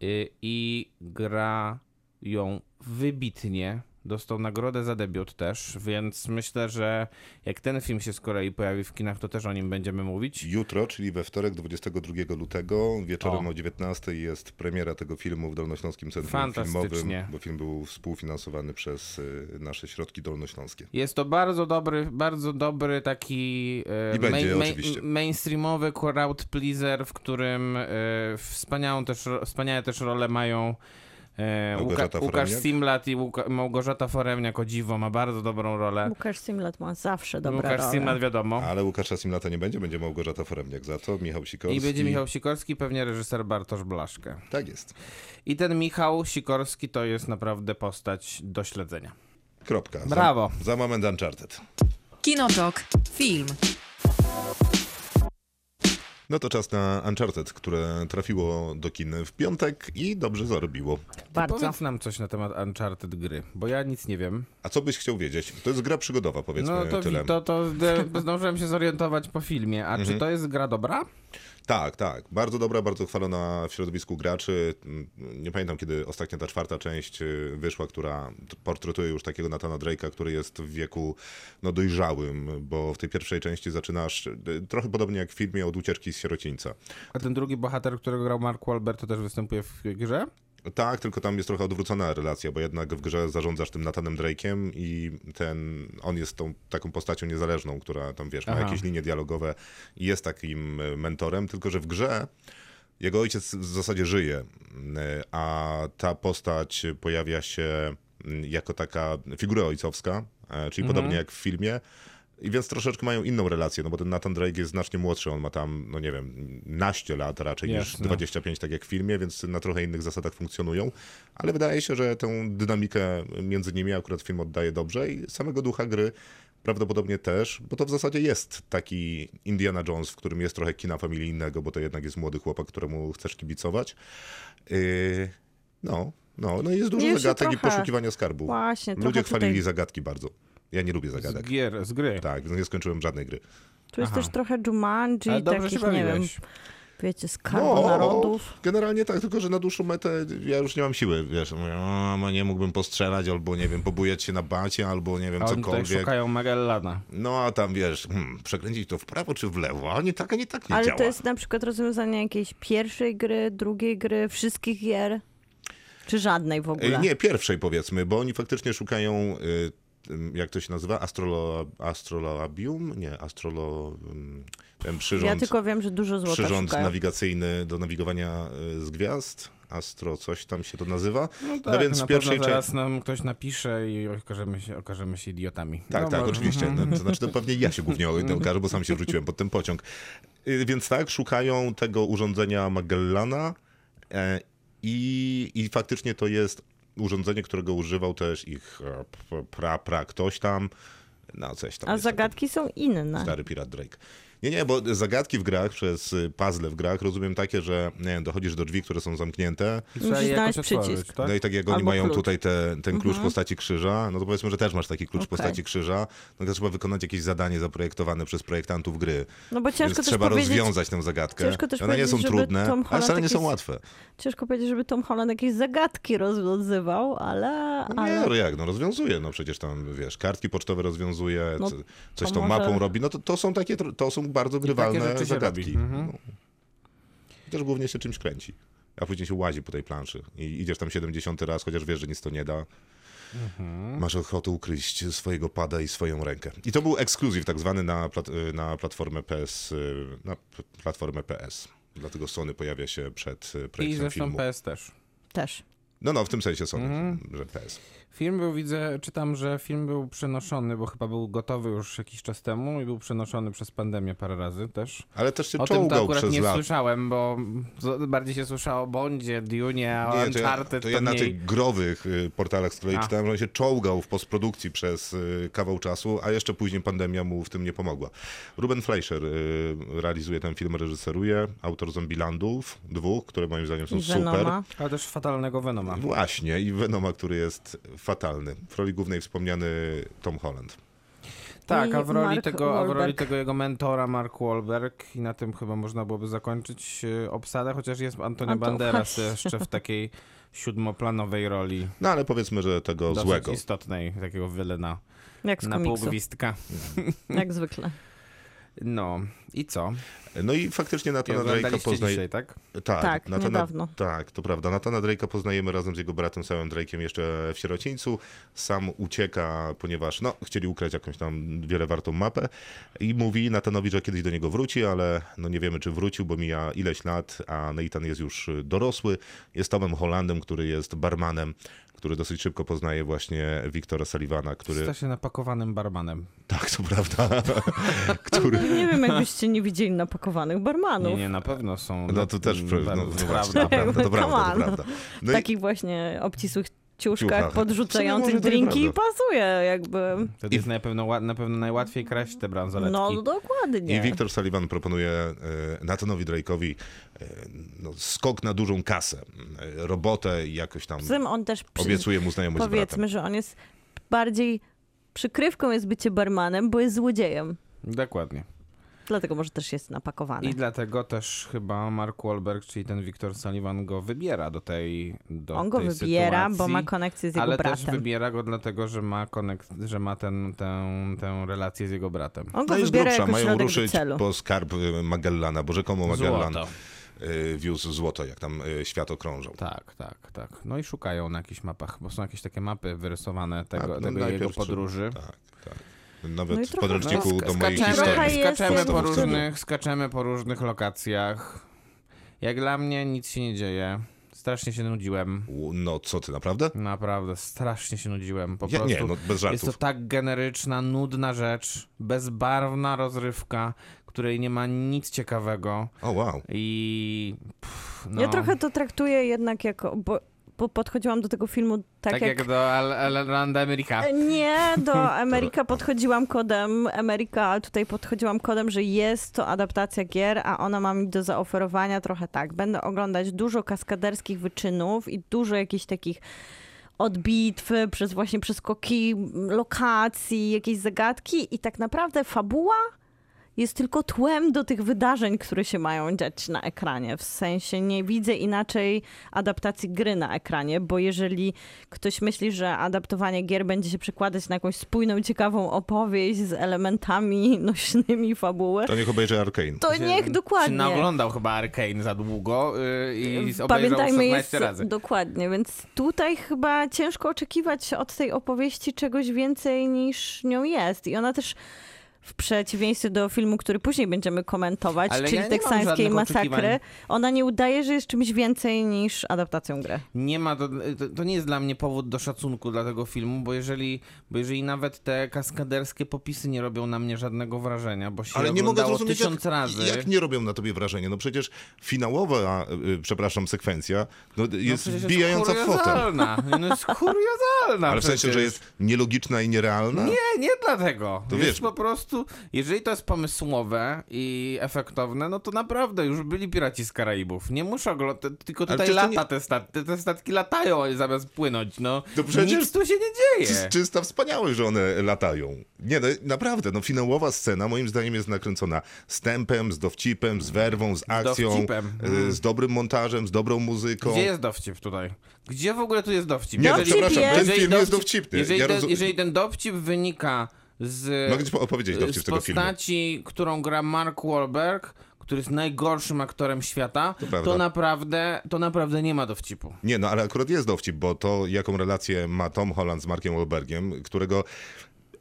[SPEAKER 5] Y, I gra ją wybitnie. Dostał nagrodę za debiut też, więc myślę, że jak ten film się z kolei pojawi w kinach, to też o nim będziemy mówić.
[SPEAKER 2] Jutro, czyli we wtorek, 22 lutego, wieczorem
[SPEAKER 5] O.
[SPEAKER 2] o, 19 jest premiera tego filmu w Dolnośląskim Centrum
[SPEAKER 5] Fantastycznie.
[SPEAKER 2] Filmowym, bo film był współfinansowany przez y, nasze środki dolnośląskie.
[SPEAKER 5] Jest to bardzo dobry, bardzo dobry taki e,
[SPEAKER 2] I będzie, oczywiście.
[SPEAKER 5] mainstreamowy crowd pleaser, w którym e, wspaniałą też, ro- wspaniałe też role mają e, Łuka,
[SPEAKER 2] Małgorzata
[SPEAKER 5] Łukasz
[SPEAKER 2] Foremniak?
[SPEAKER 5] Simlat i Łuka, Małgorzata Foremniak o dziwo ma bardzo dobrą rolę.
[SPEAKER 4] Łukasz Simlat ma zawsze dobre
[SPEAKER 5] Tak. Łukasz
[SPEAKER 4] role.
[SPEAKER 5] Simlat wiadomo.
[SPEAKER 2] Ale Łukasza Simlata nie będzie, będzie Małgorzata Foremniak za to, Michał Sikorski.
[SPEAKER 5] I będzie Michał Sikorski, pewnie reżyser Bartosz Blaszkę.
[SPEAKER 2] Tak jest.
[SPEAKER 5] I ten Michał Sikorski to jest naprawdę postać do śledzenia.
[SPEAKER 2] Kropka. Za-
[SPEAKER 5] Brawo.
[SPEAKER 2] Za moment Uncharted.
[SPEAKER 1] Kinotok. Film.
[SPEAKER 2] No to czas na Uncharted, które trafiło do kin w piątek i dobrze zarobiło.
[SPEAKER 4] Bardzo.
[SPEAKER 5] Powiedz nam coś na temat Uncharted gry, bo ja nic nie wiem.
[SPEAKER 2] A co byś chciał wiedzieć? To jest gra przygodowa, powiedzmy
[SPEAKER 5] No to,
[SPEAKER 2] tyle. Mhm.
[SPEAKER 5] wi- to, to de- zdążyłem się zorientować po filmie. A czy to jest gra dobra?
[SPEAKER 2] Tak, tak. Bardzo dobra, bardzo chwalona w środowisku graczy. Mm, Nie pamiętam, kiedy ostatnia ta czwarta część y, wyszła, która t- portretuje już takiego Natana Drake'a, który jest w wieku no, dojrzałym, bo w tej pierwszej części zaczynasz y, trochę podobnie jak w filmie od ucieczki z sierocińca.
[SPEAKER 5] A ten drugi bohater, którego grał Mark Wahlberg, to też występuje w grze?
[SPEAKER 2] Tak, tylko tam jest trochę odwrócona relacja, bo jednak w grze zarządzasz tym Natanem Drake'iem i ten, on jest tą taką postacią niezależną, która tam, wiesz, ma
[SPEAKER 5] Aha.
[SPEAKER 2] jakieś linie dialogowe i jest takim e, mentorem, tylko że w grze jego ojciec w zasadzie żyje, m, a ta postać pojawia się m, jako taka figura ojcowska, e,
[SPEAKER 5] Mhm.
[SPEAKER 2] czyli podobnie jak w filmie. I więc troszeczkę mają inną relację, no bo ten Nathan Drake jest znacznie młodszy, on ma tam, no nie wiem, naście lat raczej niż
[SPEAKER 5] Jasne.
[SPEAKER 2] 25, tak jak w filmie, więc na trochę innych zasadach funkcjonują, ale wydaje się, że tę dynamikę między nimi akurat film oddaje dobrze i samego ducha gry prawdopodobnie też, bo to w zasadzie jest taki Indiana Jones, w którym jest trochę kina familijnego, bo to jednak jest młody chłopak, któremu chcesz kibicować. Yy, no, no, no i jest dużo
[SPEAKER 4] Jest się
[SPEAKER 2] zagadek i
[SPEAKER 4] trochę-
[SPEAKER 2] poszukiwania skarbu.
[SPEAKER 4] Właśnie, trochę
[SPEAKER 2] Ludzie chwalili
[SPEAKER 4] tutaj-
[SPEAKER 2] zagadki bardzo. Ja nie lubię
[SPEAKER 5] Z
[SPEAKER 2] zagadek.
[SPEAKER 5] gier, z gry.
[SPEAKER 2] Tak, więc nie skończyłem żadnej gry.
[SPEAKER 4] Tu jest
[SPEAKER 5] Aha.
[SPEAKER 4] też trochę Jumanji,
[SPEAKER 5] Ale dobrze
[SPEAKER 4] takich,
[SPEAKER 5] się
[SPEAKER 4] nie wiem,
[SPEAKER 5] bawiłeś.
[SPEAKER 4] wiecie,
[SPEAKER 2] No,
[SPEAKER 4] skarbu narodów.
[SPEAKER 2] Generalnie tak, tylko że na dłuższą metę ja już nie mam siły, wiesz, mówię, "O, no nie mógłbym postrzelać, albo nie wiem, pobujać się na bacie, albo nie wiem,
[SPEAKER 5] A oni tutaj
[SPEAKER 2] cokolwiek.
[SPEAKER 5] szukają Magellana.
[SPEAKER 2] No a tam wiesz, hmm, przekręcić to w prawo czy w lewo, a nie tak, a nie tak nie
[SPEAKER 4] Ale
[SPEAKER 2] działa.
[SPEAKER 4] to jest na przykład rozwiązanie jakiejś pierwszej gry, drugiej gry, wszystkich gier? Czy żadnej w
[SPEAKER 2] Ej,
[SPEAKER 4] ogóle?
[SPEAKER 2] Nie, pierwszej powiedzmy, bo oni faktycznie szukają, y, tym, jak to się nazywa, astrolo, astrolabium? Nie, astrolo... ym, Ten przyrząd,
[SPEAKER 4] ja tylko wiem, że dużo złota
[SPEAKER 2] przyrząd
[SPEAKER 4] szukają.
[SPEAKER 2] nawigacyjny do nawigowania y, z gwiazd. Astro, coś tam się to nazywa. No,
[SPEAKER 5] Tak,
[SPEAKER 2] więc
[SPEAKER 5] na
[SPEAKER 2] w pierwszej
[SPEAKER 5] pewno
[SPEAKER 2] części.
[SPEAKER 5] zaraz nam ktoś napisze i okażemy się, okażemy się idiotami.
[SPEAKER 2] Tak,
[SPEAKER 5] No
[SPEAKER 2] tak,
[SPEAKER 5] może.
[SPEAKER 2] oczywiście. No, to znaczy, to pewnie ja się głównie okażę, bo sam się wrzuciłem pod ten pociąg. Y, Więc tak, szukają tego urządzenia Magellana e, i, i faktycznie to jest urządzenie, którego używał też ich e, p- pra, pra ktoś tam, no coś tam.
[SPEAKER 4] A
[SPEAKER 2] jest taki
[SPEAKER 4] zagadki są inne.
[SPEAKER 2] Stary pirat Drake. Nie, nie, bo zagadki w grach, przez y, puzzle w grach, rozumiem takie, że nie wiem, dochodzisz do drzwi, które są zamknięte,
[SPEAKER 5] Trzeba
[SPEAKER 4] Musisz
[SPEAKER 5] je
[SPEAKER 4] znaleźć
[SPEAKER 5] jakoś otworzyć,
[SPEAKER 4] przycisk.
[SPEAKER 5] tak?
[SPEAKER 2] no i tak jak oni
[SPEAKER 4] Albo
[SPEAKER 2] mają
[SPEAKER 4] klucz. Mhm.
[SPEAKER 2] tutaj te, ten klucz w postaci krzyża, no to powiedzmy, że też masz taki klucz w
[SPEAKER 4] Okej.
[SPEAKER 2] postaci krzyża, no to trzeba wykonać jakieś zadanie zaprojektowane przez projektantów gry.
[SPEAKER 4] No bo ciężko
[SPEAKER 2] Więc
[SPEAKER 4] też
[SPEAKER 2] trzeba
[SPEAKER 4] powiedzieć,
[SPEAKER 2] rozwiązać tę zagadkę.
[SPEAKER 4] ciężko też
[SPEAKER 2] One nie są
[SPEAKER 4] powiedzieć, żeby
[SPEAKER 2] trudne,
[SPEAKER 4] Tom
[SPEAKER 2] ale
[SPEAKER 4] Holland
[SPEAKER 2] wcale nie
[SPEAKER 4] taki
[SPEAKER 2] są
[SPEAKER 4] s-
[SPEAKER 2] łatwe.
[SPEAKER 4] ciężko powiedzieć, żeby Tom Holland jakieś zagadki rozwiązywał, ale...
[SPEAKER 2] No nie,
[SPEAKER 4] ale...
[SPEAKER 2] no jak, no rozwiązuje, no przecież tam, wiesz, kartki pocztowe rozwiązuje,
[SPEAKER 4] No
[SPEAKER 2] co- coś
[SPEAKER 4] to
[SPEAKER 2] tą
[SPEAKER 4] może-
[SPEAKER 2] mapą robi, no to, to są takie, tr- to są bardzo
[SPEAKER 5] rzeczy
[SPEAKER 2] grywalne
[SPEAKER 5] się
[SPEAKER 2] zagadki.
[SPEAKER 5] robi. Mhm.
[SPEAKER 2] No. Też głównie się czymś kręci, a później się łazi po tej planszy i idziesz tam 70 raz, chociaż wiesz, że nic to nie da.
[SPEAKER 5] Mhm.
[SPEAKER 2] Masz ochotę ukryć swojego pada i swoją rękę. I to był ekskluzyw tak zwany na, plat, na platformę PS, y, na p- platformę PS. Dlatego Sony pojawia się przed y,
[SPEAKER 5] I
[SPEAKER 2] projektem
[SPEAKER 5] zresztą Mhm.
[SPEAKER 2] filmu.
[SPEAKER 5] PS też.
[SPEAKER 4] też.
[SPEAKER 2] No, no, w tym sensie Sony, że PS.
[SPEAKER 5] Film był, widzę, czytam, że film był przenoszony, bo chyba był gotowy już jakiś czas temu i był przenoszony przez pandemię parę razy też.
[SPEAKER 2] Ale też się
[SPEAKER 5] O tym to
[SPEAKER 2] czołgał
[SPEAKER 5] akurat
[SPEAKER 2] przez
[SPEAKER 5] nie
[SPEAKER 2] lat.
[SPEAKER 5] słyszałem, bo z- bardziej się słyszało o Bondzie, Dune, o
[SPEAKER 2] to ja,
[SPEAKER 5] Uncharted,
[SPEAKER 2] to ja na
[SPEAKER 5] mniej.
[SPEAKER 2] tych growych y, portalach z kolei
[SPEAKER 5] A.
[SPEAKER 2] czytałem, że on się czołgał w postprodukcji przez y, kawał czasu, a jeszcze później pandemia mu w tym nie pomogła. Ruben Fleischer y, realizuje ten film, reżyseruje, autor Zombilandów, dwóch, które moim zdaniem są
[SPEAKER 4] I no
[SPEAKER 2] super.
[SPEAKER 4] Venoma.
[SPEAKER 5] Ale też fatalnego Venoma.
[SPEAKER 2] Właśnie, i Venoma, który jest fatalny. W roli głównej wspomniany Tom Holland.
[SPEAKER 5] Tak,
[SPEAKER 4] I
[SPEAKER 5] a w, roli
[SPEAKER 4] Mark
[SPEAKER 5] tego, a w roli
[SPEAKER 4] Wahlberg.
[SPEAKER 5] tego jego mentora Mark Wahlberg i na tym chyba można byłoby zakończyć e, obsadę, chociaż jest Antonio
[SPEAKER 4] Anto-
[SPEAKER 5] Banderas jeszcze w takiej siódmoplanowej roli,
[SPEAKER 2] No ale powiedzmy, że tego
[SPEAKER 5] dosyć
[SPEAKER 2] złego.
[SPEAKER 5] istotnej, takiego wylena
[SPEAKER 4] Jak z
[SPEAKER 5] na pół
[SPEAKER 4] komiksu,
[SPEAKER 5] gwizdka.
[SPEAKER 4] jak zwykle.
[SPEAKER 5] No i co?
[SPEAKER 2] No i faktycznie
[SPEAKER 5] I
[SPEAKER 2] Natana Drake'a
[SPEAKER 5] oglądaliście
[SPEAKER 2] poznaje...
[SPEAKER 5] dzisiaj, tak?
[SPEAKER 2] Tak,
[SPEAKER 4] Tak,
[SPEAKER 2] Nathana-
[SPEAKER 4] niedawno.
[SPEAKER 2] Tak, to prawda. Natana Drake'a poznajemy razem z jego bratem Samem Drake'iem jeszcze w sierocińcu. Sam ucieka, ponieważ no, chcieli ukraść jakąś tam wiele wartą mapę i mówi Natanowi, że kiedyś do niego wróci, ale no nie wiemy, czy wrócił, bo mija ileś lat, a Nathan jest już y, dorosły. Jest Tomem Hollandem, który jest barmanem, który dosyć szybko poznaje właśnie Wiktora Sullivana, który...
[SPEAKER 5] Sta się napakowanym barmanem.
[SPEAKER 2] Tak, to prawda. który...
[SPEAKER 4] Nie wiem, jakbyście nie widzieli napakowanych barmanów.
[SPEAKER 5] Nie, nie, na pewno są.
[SPEAKER 2] No to też...
[SPEAKER 5] Mm,
[SPEAKER 2] No, no,
[SPEAKER 5] bardzo
[SPEAKER 2] właśnie, to
[SPEAKER 5] prawda. Tak
[SPEAKER 2] prawda, to
[SPEAKER 4] Come
[SPEAKER 2] prawda, to
[SPEAKER 4] on.
[SPEAKER 2] prawda. No
[SPEAKER 4] W
[SPEAKER 2] i-
[SPEAKER 4] takich właśnie obcisłych ciuchkach
[SPEAKER 2] Ciuchach. W
[SPEAKER 4] podrzucających
[SPEAKER 2] sumie może to i
[SPEAKER 4] drinki pasuje jakby.
[SPEAKER 5] Wtedy jest na pewno, ła- na pewno najłatwiej kraść te bransoletki.
[SPEAKER 4] No dokładnie.
[SPEAKER 2] I Wiktor Sullivan proponuje e, Nathanowi Drake'owi e, no, skok na dużą kasę, e, robotę i jakoś tam
[SPEAKER 4] Z tym on też przy...
[SPEAKER 2] obiecuje mu znajomość z bratem.
[SPEAKER 4] powiedzmy, że on jest bardziej przykrywką jest bycie barmanem, bo jest złodziejem.
[SPEAKER 5] Dokładnie.
[SPEAKER 4] Dlatego może też jest napakowany.
[SPEAKER 5] I dlatego też chyba Mark Wahlberg, czyli ten Wiktor Sullivan go wybiera do tej do
[SPEAKER 4] on go
[SPEAKER 5] tej
[SPEAKER 4] wybiera,
[SPEAKER 5] sytuacji,
[SPEAKER 4] bo ma konekcję z jego
[SPEAKER 5] Ale też
[SPEAKER 4] bratem.
[SPEAKER 5] wybiera go dlatego, że ma, konekt, że ma ten, tę, tę relację z jego bratem.
[SPEAKER 4] On go
[SPEAKER 2] No i z
[SPEAKER 4] wybiera
[SPEAKER 2] grubsza
[SPEAKER 4] jako
[SPEAKER 2] mają
[SPEAKER 4] środek
[SPEAKER 2] ruszyć
[SPEAKER 4] do celu.
[SPEAKER 2] po skarb e, Magellana, bo rzekomo Magellan
[SPEAKER 5] Złoto.
[SPEAKER 2] e, wiózł złoto, jak tam e, świat okrążał.
[SPEAKER 5] Tak, tak, tak. No i szukają na jakichś mapach, bo są jakieś takie mapy wyrysowane tego,
[SPEAKER 2] Tak, no
[SPEAKER 5] tego
[SPEAKER 2] najpierw
[SPEAKER 5] jego
[SPEAKER 2] trzeba-
[SPEAKER 5] podróży.
[SPEAKER 2] Tak, tak. Nawet
[SPEAKER 4] No i
[SPEAKER 2] w
[SPEAKER 4] trochę-
[SPEAKER 2] podręczniku
[SPEAKER 5] sk-
[SPEAKER 2] do mojej
[SPEAKER 5] skaczemy,
[SPEAKER 4] Trochę
[SPEAKER 2] historii.
[SPEAKER 4] jest
[SPEAKER 5] skaczemy
[SPEAKER 4] jeszcze-
[SPEAKER 5] po różnych, skaczemy po różnych lokacjach. Jak dla mnie nic się nie dzieje. Strasznie się nudziłem.
[SPEAKER 2] U, No co ty, naprawdę?
[SPEAKER 5] Naprawdę, strasznie się nudziłem. Po
[SPEAKER 2] Ja,
[SPEAKER 5] prostu.
[SPEAKER 2] nie, no bez
[SPEAKER 5] Jest to
[SPEAKER 2] żartów.
[SPEAKER 5] tak generyczna, nudna rzecz, bezbarwna rozrywka, której nie ma nic ciekawego
[SPEAKER 2] O wow.
[SPEAKER 5] i... Pff, no,
[SPEAKER 4] Ja trochę to traktuję jednak jako... Bo, bo podchodziłam do tego filmu tak,
[SPEAKER 5] tak, jak, do Al- Alanda America.
[SPEAKER 4] E, Nie, do Ameryka podchodziłam kodem Ameryka, ale tutaj podchodziłam kodem, że jest to adaptacja gier, a ona ma mi do zaoferowania trochę tak. Będę oglądać dużo kaskaderskich wyczynów i dużo jakichś takich od bitw, przez właśnie przeskoki m, lokacji, jakieś zagadki i tak naprawdę fabuła jest tylko tłem do tych wydarzeń, które się mają dziać na ekranie. W sensie nie widzę inaczej adaptacji gry na ekranie, bo jeżeli ktoś myśli, że adaptowanie gier będzie się przekładać na jakąś spójną, ciekawą opowieść z elementami nośnymi fabuły,
[SPEAKER 2] To niech obejrzy Arkane.
[SPEAKER 4] to niech
[SPEAKER 5] Się
[SPEAKER 4] dokładnie.
[SPEAKER 5] naoglądał chyba Arkane za długo yy, i obejrzał
[SPEAKER 4] Pamiętajmy,
[SPEAKER 5] 16
[SPEAKER 4] jest
[SPEAKER 5] razy.
[SPEAKER 4] dokładnie, więc tutaj chyba ciężko oczekiwać od tej opowieści czegoś więcej niż nią jest. I ona też w przeciwieństwie do filmu, który później będziemy komentować,
[SPEAKER 5] Ale
[SPEAKER 4] czyli
[SPEAKER 5] ja nie mam
[SPEAKER 4] teksańskiej
[SPEAKER 5] żadnych
[SPEAKER 4] masakry,
[SPEAKER 5] oczekiwań.
[SPEAKER 4] ona nie udaje, że jest czymś więcej niż adaptacją gry.
[SPEAKER 5] Nie ma, to, e, to, to nie jest dla mnie powód do szacunku dla tego filmu, bo jeżeli, bo jeżeli nawet te kaskaderskie popisy nie robią na mnie żadnego wrażenia, bo się
[SPEAKER 2] Ale nie mogę
[SPEAKER 5] oglądało
[SPEAKER 2] zrozumieć,
[SPEAKER 5] tysiąc
[SPEAKER 2] jak,
[SPEAKER 5] razy.
[SPEAKER 2] jak nie robią na tobie wrażenia. No przecież finałowa, y, y, przepraszam, sekwencja no, jest
[SPEAKER 5] przecież
[SPEAKER 2] wbijająca w fotę.
[SPEAKER 5] kuriozalna. No jest kuriozalna
[SPEAKER 2] Ale w sensie,
[SPEAKER 5] przecież.
[SPEAKER 2] że jest nielogiczna i nierealna?
[SPEAKER 5] Nie, nie dlatego.
[SPEAKER 2] To
[SPEAKER 5] To jest
[SPEAKER 2] wiesz-
[SPEAKER 5] po prostu, jeżeli to jest pomysłowe i efektowne, no to naprawdę już byli piraci z Karaibów. Nie muszą oglądać, tylko
[SPEAKER 2] Ale
[SPEAKER 5] tutaj
[SPEAKER 2] przecież to
[SPEAKER 5] lata
[SPEAKER 2] nie-
[SPEAKER 5] te, statki, te statki latają zamiast płynąć, no.
[SPEAKER 2] To przecież-
[SPEAKER 5] Nic tu się nie
[SPEAKER 2] To jest
[SPEAKER 5] dzieje.
[SPEAKER 2] czysta wspaniałość, że one latają. Nie, no, naprawdę, no finałowa scena moim zdaniem jest nakręcona z tempem, z dowcipem, z werwą, z akcją,
[SPEAKER 5] dowcipem.
[SPEAKER 2] y,
[SPEAKER 5] Mm.
[SPEAKER 2] z dobrym montażem, z dobrą muzyką.
[SPEAKER 5] Gdzie jest dowcip tutaj? Gdzie w ogóle tu jest dowcip?
[SPEAKER 2] Nie,
[SPEAKER 4] no przepraszam, ten
[SPEAKER 2] film jest dowcipny.
[SPEAKER 5] Jeżeli,
[SPEAKER 2] Ja
[SPEAKER 5] ten,
[SPEAKER 2] rozum-
[SPEAKER 5] jeżeli ten dowcip wynika z...
[SPEAKER 2] Mogę ci po- opowiedzieć dowcip
[SPEAKER 5] e, z
[SPEAKER 2] z tego filmu.
[SPEAKER 5] postaci, którą gra Mark Wahlberg, który jest najgorszym aktorem świata, to,
[SPEAKER 2] prawda.
[SPEAKER 5] naprawdę, to naprawdę nie ma dowcipu.
[SPEAKER 2] Nie, no ale akurat jest dowcip, bo to jaką relację ma Tom Holland z Markiem Wahlbergiem, którego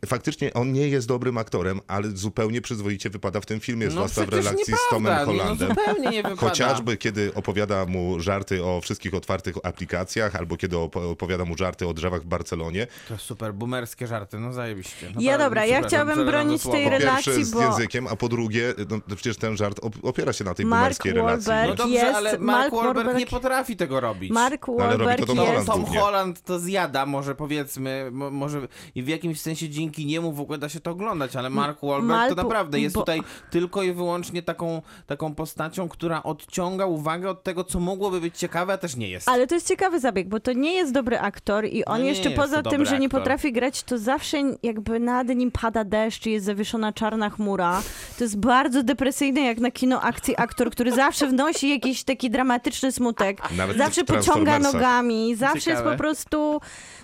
[SPEAKER 2] faktycznie on nie jest dobrym aktorem, ale zupełnie przyzwoicie wypada w tym filmie,
[SPEAKER 4] No,
[SPEAKER 2] zwłaszcza w
[SPEAKER 5] No przecież
[SPEAKER 2] relacji z
[SPEAKER 5] nieprawda,
[SPEAKER 2] Tomem Hollandem.
[SPEAKER 5] No, zupełnie nie wypada.
[SPEAKER 2] Chociażby kiedy opowiada mu żarty o wszystkich otwartych aplikacjach, albo kiedy opo- opowiada mu żarty o drzewach w Barcelonie.
[SPEAKER 5] To super, boomerskie żarty, no zajebiście.
[SPEAKER 4] Ja dobra, ja
[SPEAKER 5] przepraszam,
[SPEAKER 4] chciałabym
[SPEAKER 5] przepraszam
[SPEAKER 4] bronić
[SPEAKER 5] za słowo.
[SPEAKER 4] tej
[SPEAKER 2] Po
[SPEAKER 4] Relacji,
[SPEAKER 2] pierwsze z
[SPEAKER 4] bo-
[SPEAKER 2] językiem, a po drugie, no, to przecież ten żart op- opiera się na tej
[SPEAKER 4] Mark
[SPEAKER 2] bumerskiej relacji.
[SPEAKER 4] Wahlberg-
[SPEAKER 5] No dobrze,
[SPEAKER 4] Jest
[SPEAKER 5] ale Mark,
[SPEAKER 4] Mark
[SPEAKER 5] Wahlberg, nie
[SPEAKER 4] Wahlberg-
[SPEAKER 5] potrafi tego robić.
[SPEAKER 4] Mark
[SPEAKER 2] No, Ale robi
[SPEAKER 4] Wahlberg
[SPEAKER 2] to Tom
[SPEAKER 5] Tom,
[SPEAKER 2] Holland
[SPEAKER 4] jest...
[SPEAKER 5] Tom
[SPEAKER 2] głównie.
[SPEAKER 5] Holland to zjada, może powiedzmy, mo, może i w jakimś sensie dzięki niemu w ogóle da się to oglądać, ale Mark Wahlberg
[SPEAKER 4] Malku-
[SPEAKER 5] to naprawdę jest
[SPEAKER 4] bo-
[SPEAKER 5] tutaj tylko i wyłącznie taką, taką postacią, która odciąga uwagę od tego, co mogłoby być ciekawe, a też nie jest.
[SPEAKER 4] Ale to jest ciekawy zabieg, bo to nie jest dobry aktor i on
[SPEAKER 5] No nie
[SPEAKER 4] jeszcze
[SPEAKER 5] jest to
[SPEAKER 4] poza
[SPEAKER 5] dobry
[SPEAKER 4] tym, że nie
[SPEAKER 5] aktor.
[SPEAKER 4] potrafi grać, to zawsze jakby nad nim pada deszcz i jest zawieszona czarna chmura. To jest bardzo depresyjne jak na kino akcji aktor, który zawsze wnosi jakiś taki dramatyczny smutek.
[SPEAKER 2] Nawet
[SPEAKER 4] zawsze
[SPEAKER 2] w
[SPEAKER 4] pociąga
[SPEAKER 2] Transformersach.
[SPEAKER 4] nogami, zawsze jest
[SPEAKER 5] Ciekawe.
[SPEAKER 4] po prostu,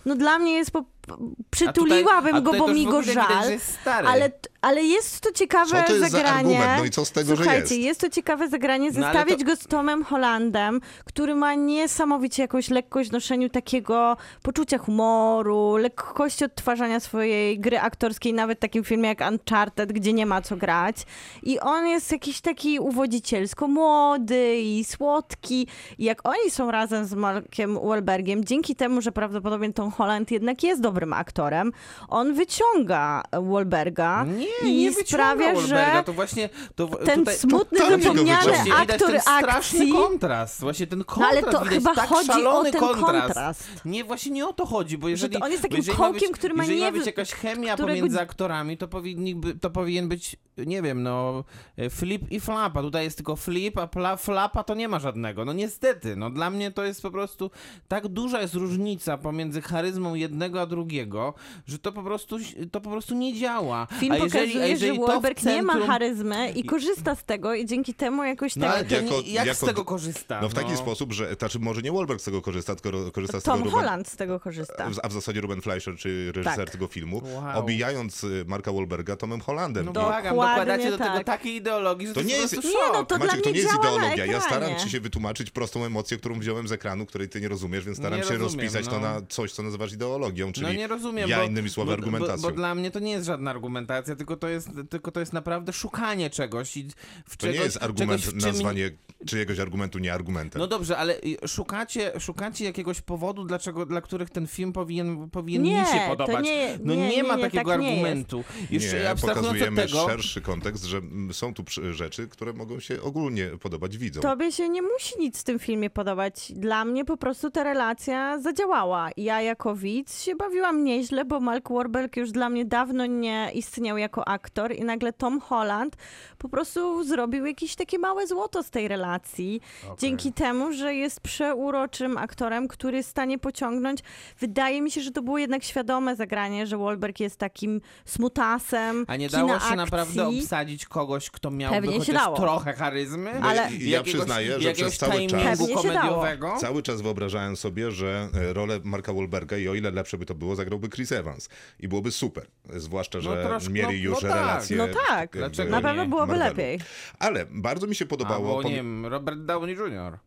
[SPEAKER 4] no dla mnie jest po...
[SPEAKER 5] A tutaj-
[SPEAKER 4] Przytuliłabym
[SPEAKER 5] a
[SPEAKER 4] go,
[SPEAKER 5] tutaj
[SPEAKER 4] bo
[SPEAKER 5] to już
[SPEAKER 4] mi
[SPEAKER 5] w
[SPEAKER 4] go
[SPEAKER 5] ogóle widać,
[SPEAKER 4] żal.
[SPEAKER 5] że jest stary.
[SPEAKER 4] Ale, ale jest to ciekawe
[SPEAKER 2] Co to jest za
[SPEAKER 4] zagranie.
[SPEAKER 2] argument? No i co z tego, że
[SPEAKER 4] Słuchajcie,
[SPEAKER 2] jest?
[SPEAKER 4] to ciekawe zagranie,
[SPEAKER 5] No ale
[SPEAKER 4] zestawić
[SPEAKER 5] to-
[SPEAKER 4] go z Tomem Hollandem, który ma niesamowicie jakąś lekkość w noszeniu takiego poczucia humoru, lekkość odtwarzania swojej gry aktorskiej, nawet w takim filmie jak Uncharted, gdzie nie ma co grać. I on jest jakiś taki uwodzicielsko młody i słodki. I jak oni są razem z Markiem Wahlbergiem, dzięki temu, że prawdopodobnie Tom Holland jednak jest dobrym aktorem, on wyciąga
[SPEAKER 2] Mhm.
[SPEAKER 4] Wahlberga
[SPEAKER 5] nie,
[SPEAKER 4] i
[SPEAKER 5] nie
[SPEAKER 4] sprawia,
[SPEAKER 5] wyciąga
[SPEAKER 4] że
[SPEAKER 5] Wahlberga, to właśnie to, w-
[SPEAKER 4] ten
[SPEAKER 5] tutaj,
[SPEAKER 4] smutny,
[SPEAKER 2] tam jego
[SPEAKER 4] zapomniany
[SPEAKER 2] wyciągnie.
[SPEAKER 5] Właśnie widać
[SPEAKER 4] aktor
[SPEAKER 5] ten straszny
[SPEAKER 4] akcji.
[SPEAKER 5] kontrast, właśnie ten
[SPEAKER 4] No
[SPEAKER 5] kontrast.
[SPEAKER 4] ale to
[SPEAKER 5] widać,
[SPEAKER 4] chyba
[SPEAKER 5] tak
[SPEAKER 4] chodzi o
[SPEAKER 5] szalony
[SPEAKER 4] ten
[SPEAKER 5] kontrast.
[SPEAKER 4] kontrast.
[SPEAKER 5] Nie, właśnie nie o to chodzi, bo jeżeli.
[SPEAKER 4] to on jest
[SPEAKER 5] bo
[SPEAKER 4] takim
[SPEAKER 5] jeżeli
[SPEAKER 4] kołkiem, który ma
[SPEAKER 5] jeżeli
[SPEAKER 4] nie
[SPEAKER 5] być
[SPEAKER 4] wy-
[SPEAKER 5] jakaś chemia
[SPEAKER 4] którego-
[SPEAKER 5] pomiędzy aktorami, to, powinni, by- to powinien być, nie wiem, no. e, Flip i flapa. Tutaj jest tylko flip, a pla, flapa to nie ma żadnego. No niestety, no dla mnie to jest po prostu. Tak duża jest różnica pomiędzy charyzmą jednego a drugiego, że to po prostu, to po prostu nie działa.
[SPEAKER 4] Film
[SPEAKER 5] a jeżeli, a
[SPEAKER 4] pokazuje,
[SPEAKER 5] jeżeli
[SPEAKER 4] że
[SPEAKER 5] to w
[SPEAKER 4] Wahlberg nie ma
[SPEAKER 5] centrum-
[SPEAKER 4] charyzmy i korzysta z tego i dzięki temu jakoś
[SPEAKER 5] No
[SPEAKER 4] tak...
[SPEAKER 5] ale to
[SPEAKER 2] Jako-
[SPEAKER 5] nie, jak
[SPEAKER 2] jako-
[SPEAKER 5] z tego korzysta?
[SPEAKER 2] No w taki sposób, że znaczy może nie Wahlberg z tego korzysta, tylko ro- korzysta z tego
[SPEAKER 4] Tom
[SPEAKER 2] Ruben,
[SPEAKER 4] Holland z tego korzysta.
[SPEAKER 2] a w zasadzie Ruben Fleischer, czy reżyser
[SPEAKER 4] Tak.
[SPEAKER 2] tego filmu,
[SPEAKER 5] Wow.
[SPEAKER 2] obijając y, Marka Wahlberga Tomem Hollandem.
[SPEAKER 5] No
[SPEAKER 2] I
[SPEAKER 5] błagam,
[SPEAKER 4] Dokładnie
[SPEAKER 5] dokładacie do tego
[SPEAKER 4] tak.
[SPEAKER 5] takiej ideologii, że
[SPEAKER 2] To
[SPEAKER 5] to,
[SPEAKER 2] nie
[SPEAKER 5] jest
[SPEAKER 2] jest-
[SPEAKER 5] po
[SPEAKER 4] Nie,
[SPEAKER 5] prostu
[SPEAKER 4] no
[SPEAKER 5] szok.
[SPEAKER 4] to
[SPEAKER 2] Maciek,
[SPEAKER 4] dla
[SPEAKER 2] to
[SPEAKER 4] mnie
[SPEAKER 2] nie jest
[SPEAKER 4] działa na
[SPEAKER 2] ideologia. Ja
[SPEAKER 4] ekranie.
[SPEAKER 2] staram ci się wytłumaczyć prostą emocję, którą wziąłem z ekranu, której ty nie rozumiesz, więc staram
[SPEAKER 5] Nie
[SPEAKER 2] się
[SPEAKER 5] rozumiem,
[SPEAKER 2] rozpisać to
[SPEAKER 5] no.
[SPEAKER 2] na coś, co nazywasz ideologią, czyli
[SPEAKER 5] No nie rozumiem,
[SPEAKER 2] ja
[SPEAKER 5] bo,
[SPEAKER 2] innymi słowy
[SPEAKER 5] bo,
[SPEAKER 2] argumentacją.
[SPEAKER 5] Bo, bo dla mnie to nie jest żadna argumentacja, tylko to jest, tylko to jest naprawdę szukanie czegoś i w
[SPEAKER 2] to
[SPEAKER 5] czegoś,
[SPEAKER 2] nie jest argument,
[SPEAKER 5] czegoś, w czym...
[SPEAKER 2] nazwanie czyjegoś argumentu nie argumentem.
[SPEAKER 5] No dobrze, ale y, szukacie, szukacie jakiegoś powodu, dlaczego, dla których ten film powinien, powinien
[SPEAKER 4] Nie,
[SPEAKER 5] mi się
[SPEAKER 4] to
[SPEAKER 5] podobać.
[SPEAKER 4] nie-
[SPEAKER 5] no
[SPEAKER 4] nie,
[SPEAKER 5] nie,
[SPEAKER 4] nie,
[SPEAKER 5] ma
[SPEAKER 4] nie,
[SPEAKER 5] takiego
[SPEAKER 4] tak nie
[SPEAKER 5] argumentu. Jeszcze
[SPEAKER 2] nie,
[SPEAKER 5] abstrahując od
[SPEAKER 2] pokazujemy
[SPEAKER 5] tego,
[SPEAKER 2] szerszy kontekst, że mm, są tu przy- rzeczy, które mogą się ogólnie podobać widzom.
[SPEAKER 4] Tobie się nie musi nic w tym filmie podobać. Dla mnie po prostu ta relacja zadziałała. Ja jako widz się bawiłam nieźle, bo Mark Warburg już dla mnie dawno nie istniał jako aktor i nagle Tom Holland po prostu zrobił jakieś takie małe złoto z tej relacji. Dzięki temu, że jest przeuroczym aktorem, który jest w stanie pociągnąć. Wydaje mi się, że to było jednak świadome zagranie, że Wahlberg jest takim smutasem.
[SPEAKER 5] a nie
[SPEAKER 4] kina
[SPEAKER 5] dało się
[SPEAKER 4] akcji.
[SPEAKER 5] naprawdę obsadzić kogoś, kto miałby
[SPEAKER 4] Pewnie się
[SPEAKER 5] chociaż
[SPEAKER 4] dało.
[SPEAKER 5] trochę charyzmy?
[SPEAKER 2] No i-
[SPEAKER 4] ale-
[SPEAKER 2] i ja przyznaję, że
[SPEAKER 5] jakiegoś
[SPEAKER 2] przez cały czas-
[SPEAKER 5] timingu
[SPEAKER 4] Pewnie się dało.
[SPEAKER 5] komediowego.
[SPEAKER 2] Cały czas wyobrażałem sobie, że e, rolę Marka Wahlberga i o ile lepsze by to było, zagrałby Chris Evans. I byłoby super. Zwłaszcza, że
[SPEAKER 5] No troszkę,
[SPEAKER 2] mieli
[SPEAKER 5] no-
[SPEAKER 2] już
[SPEAKER 5] no tak.
[SPEAKER 2] relacje.
[SPEAKER 4] No
[SPEAKER 2] w-
[SPEAKER 4] tak,
[SPEAKER 2] w-
[SPEAKER 5] Dlaczego
[SPEAKER 4] na pewno
[SPEAKER 5] nie?
[SPEAKER 4] byłoby
[SPEAKER 2] Marvelu.
[SPEAKER 4] lepiej.
[SPEAKER 2] Ale bardzo mi się podobało.
[SPEAKER 5] Albo,
[SPEAKER 2] pom-
[SPEAKER 5] nie wiem, Robert Downey Jr.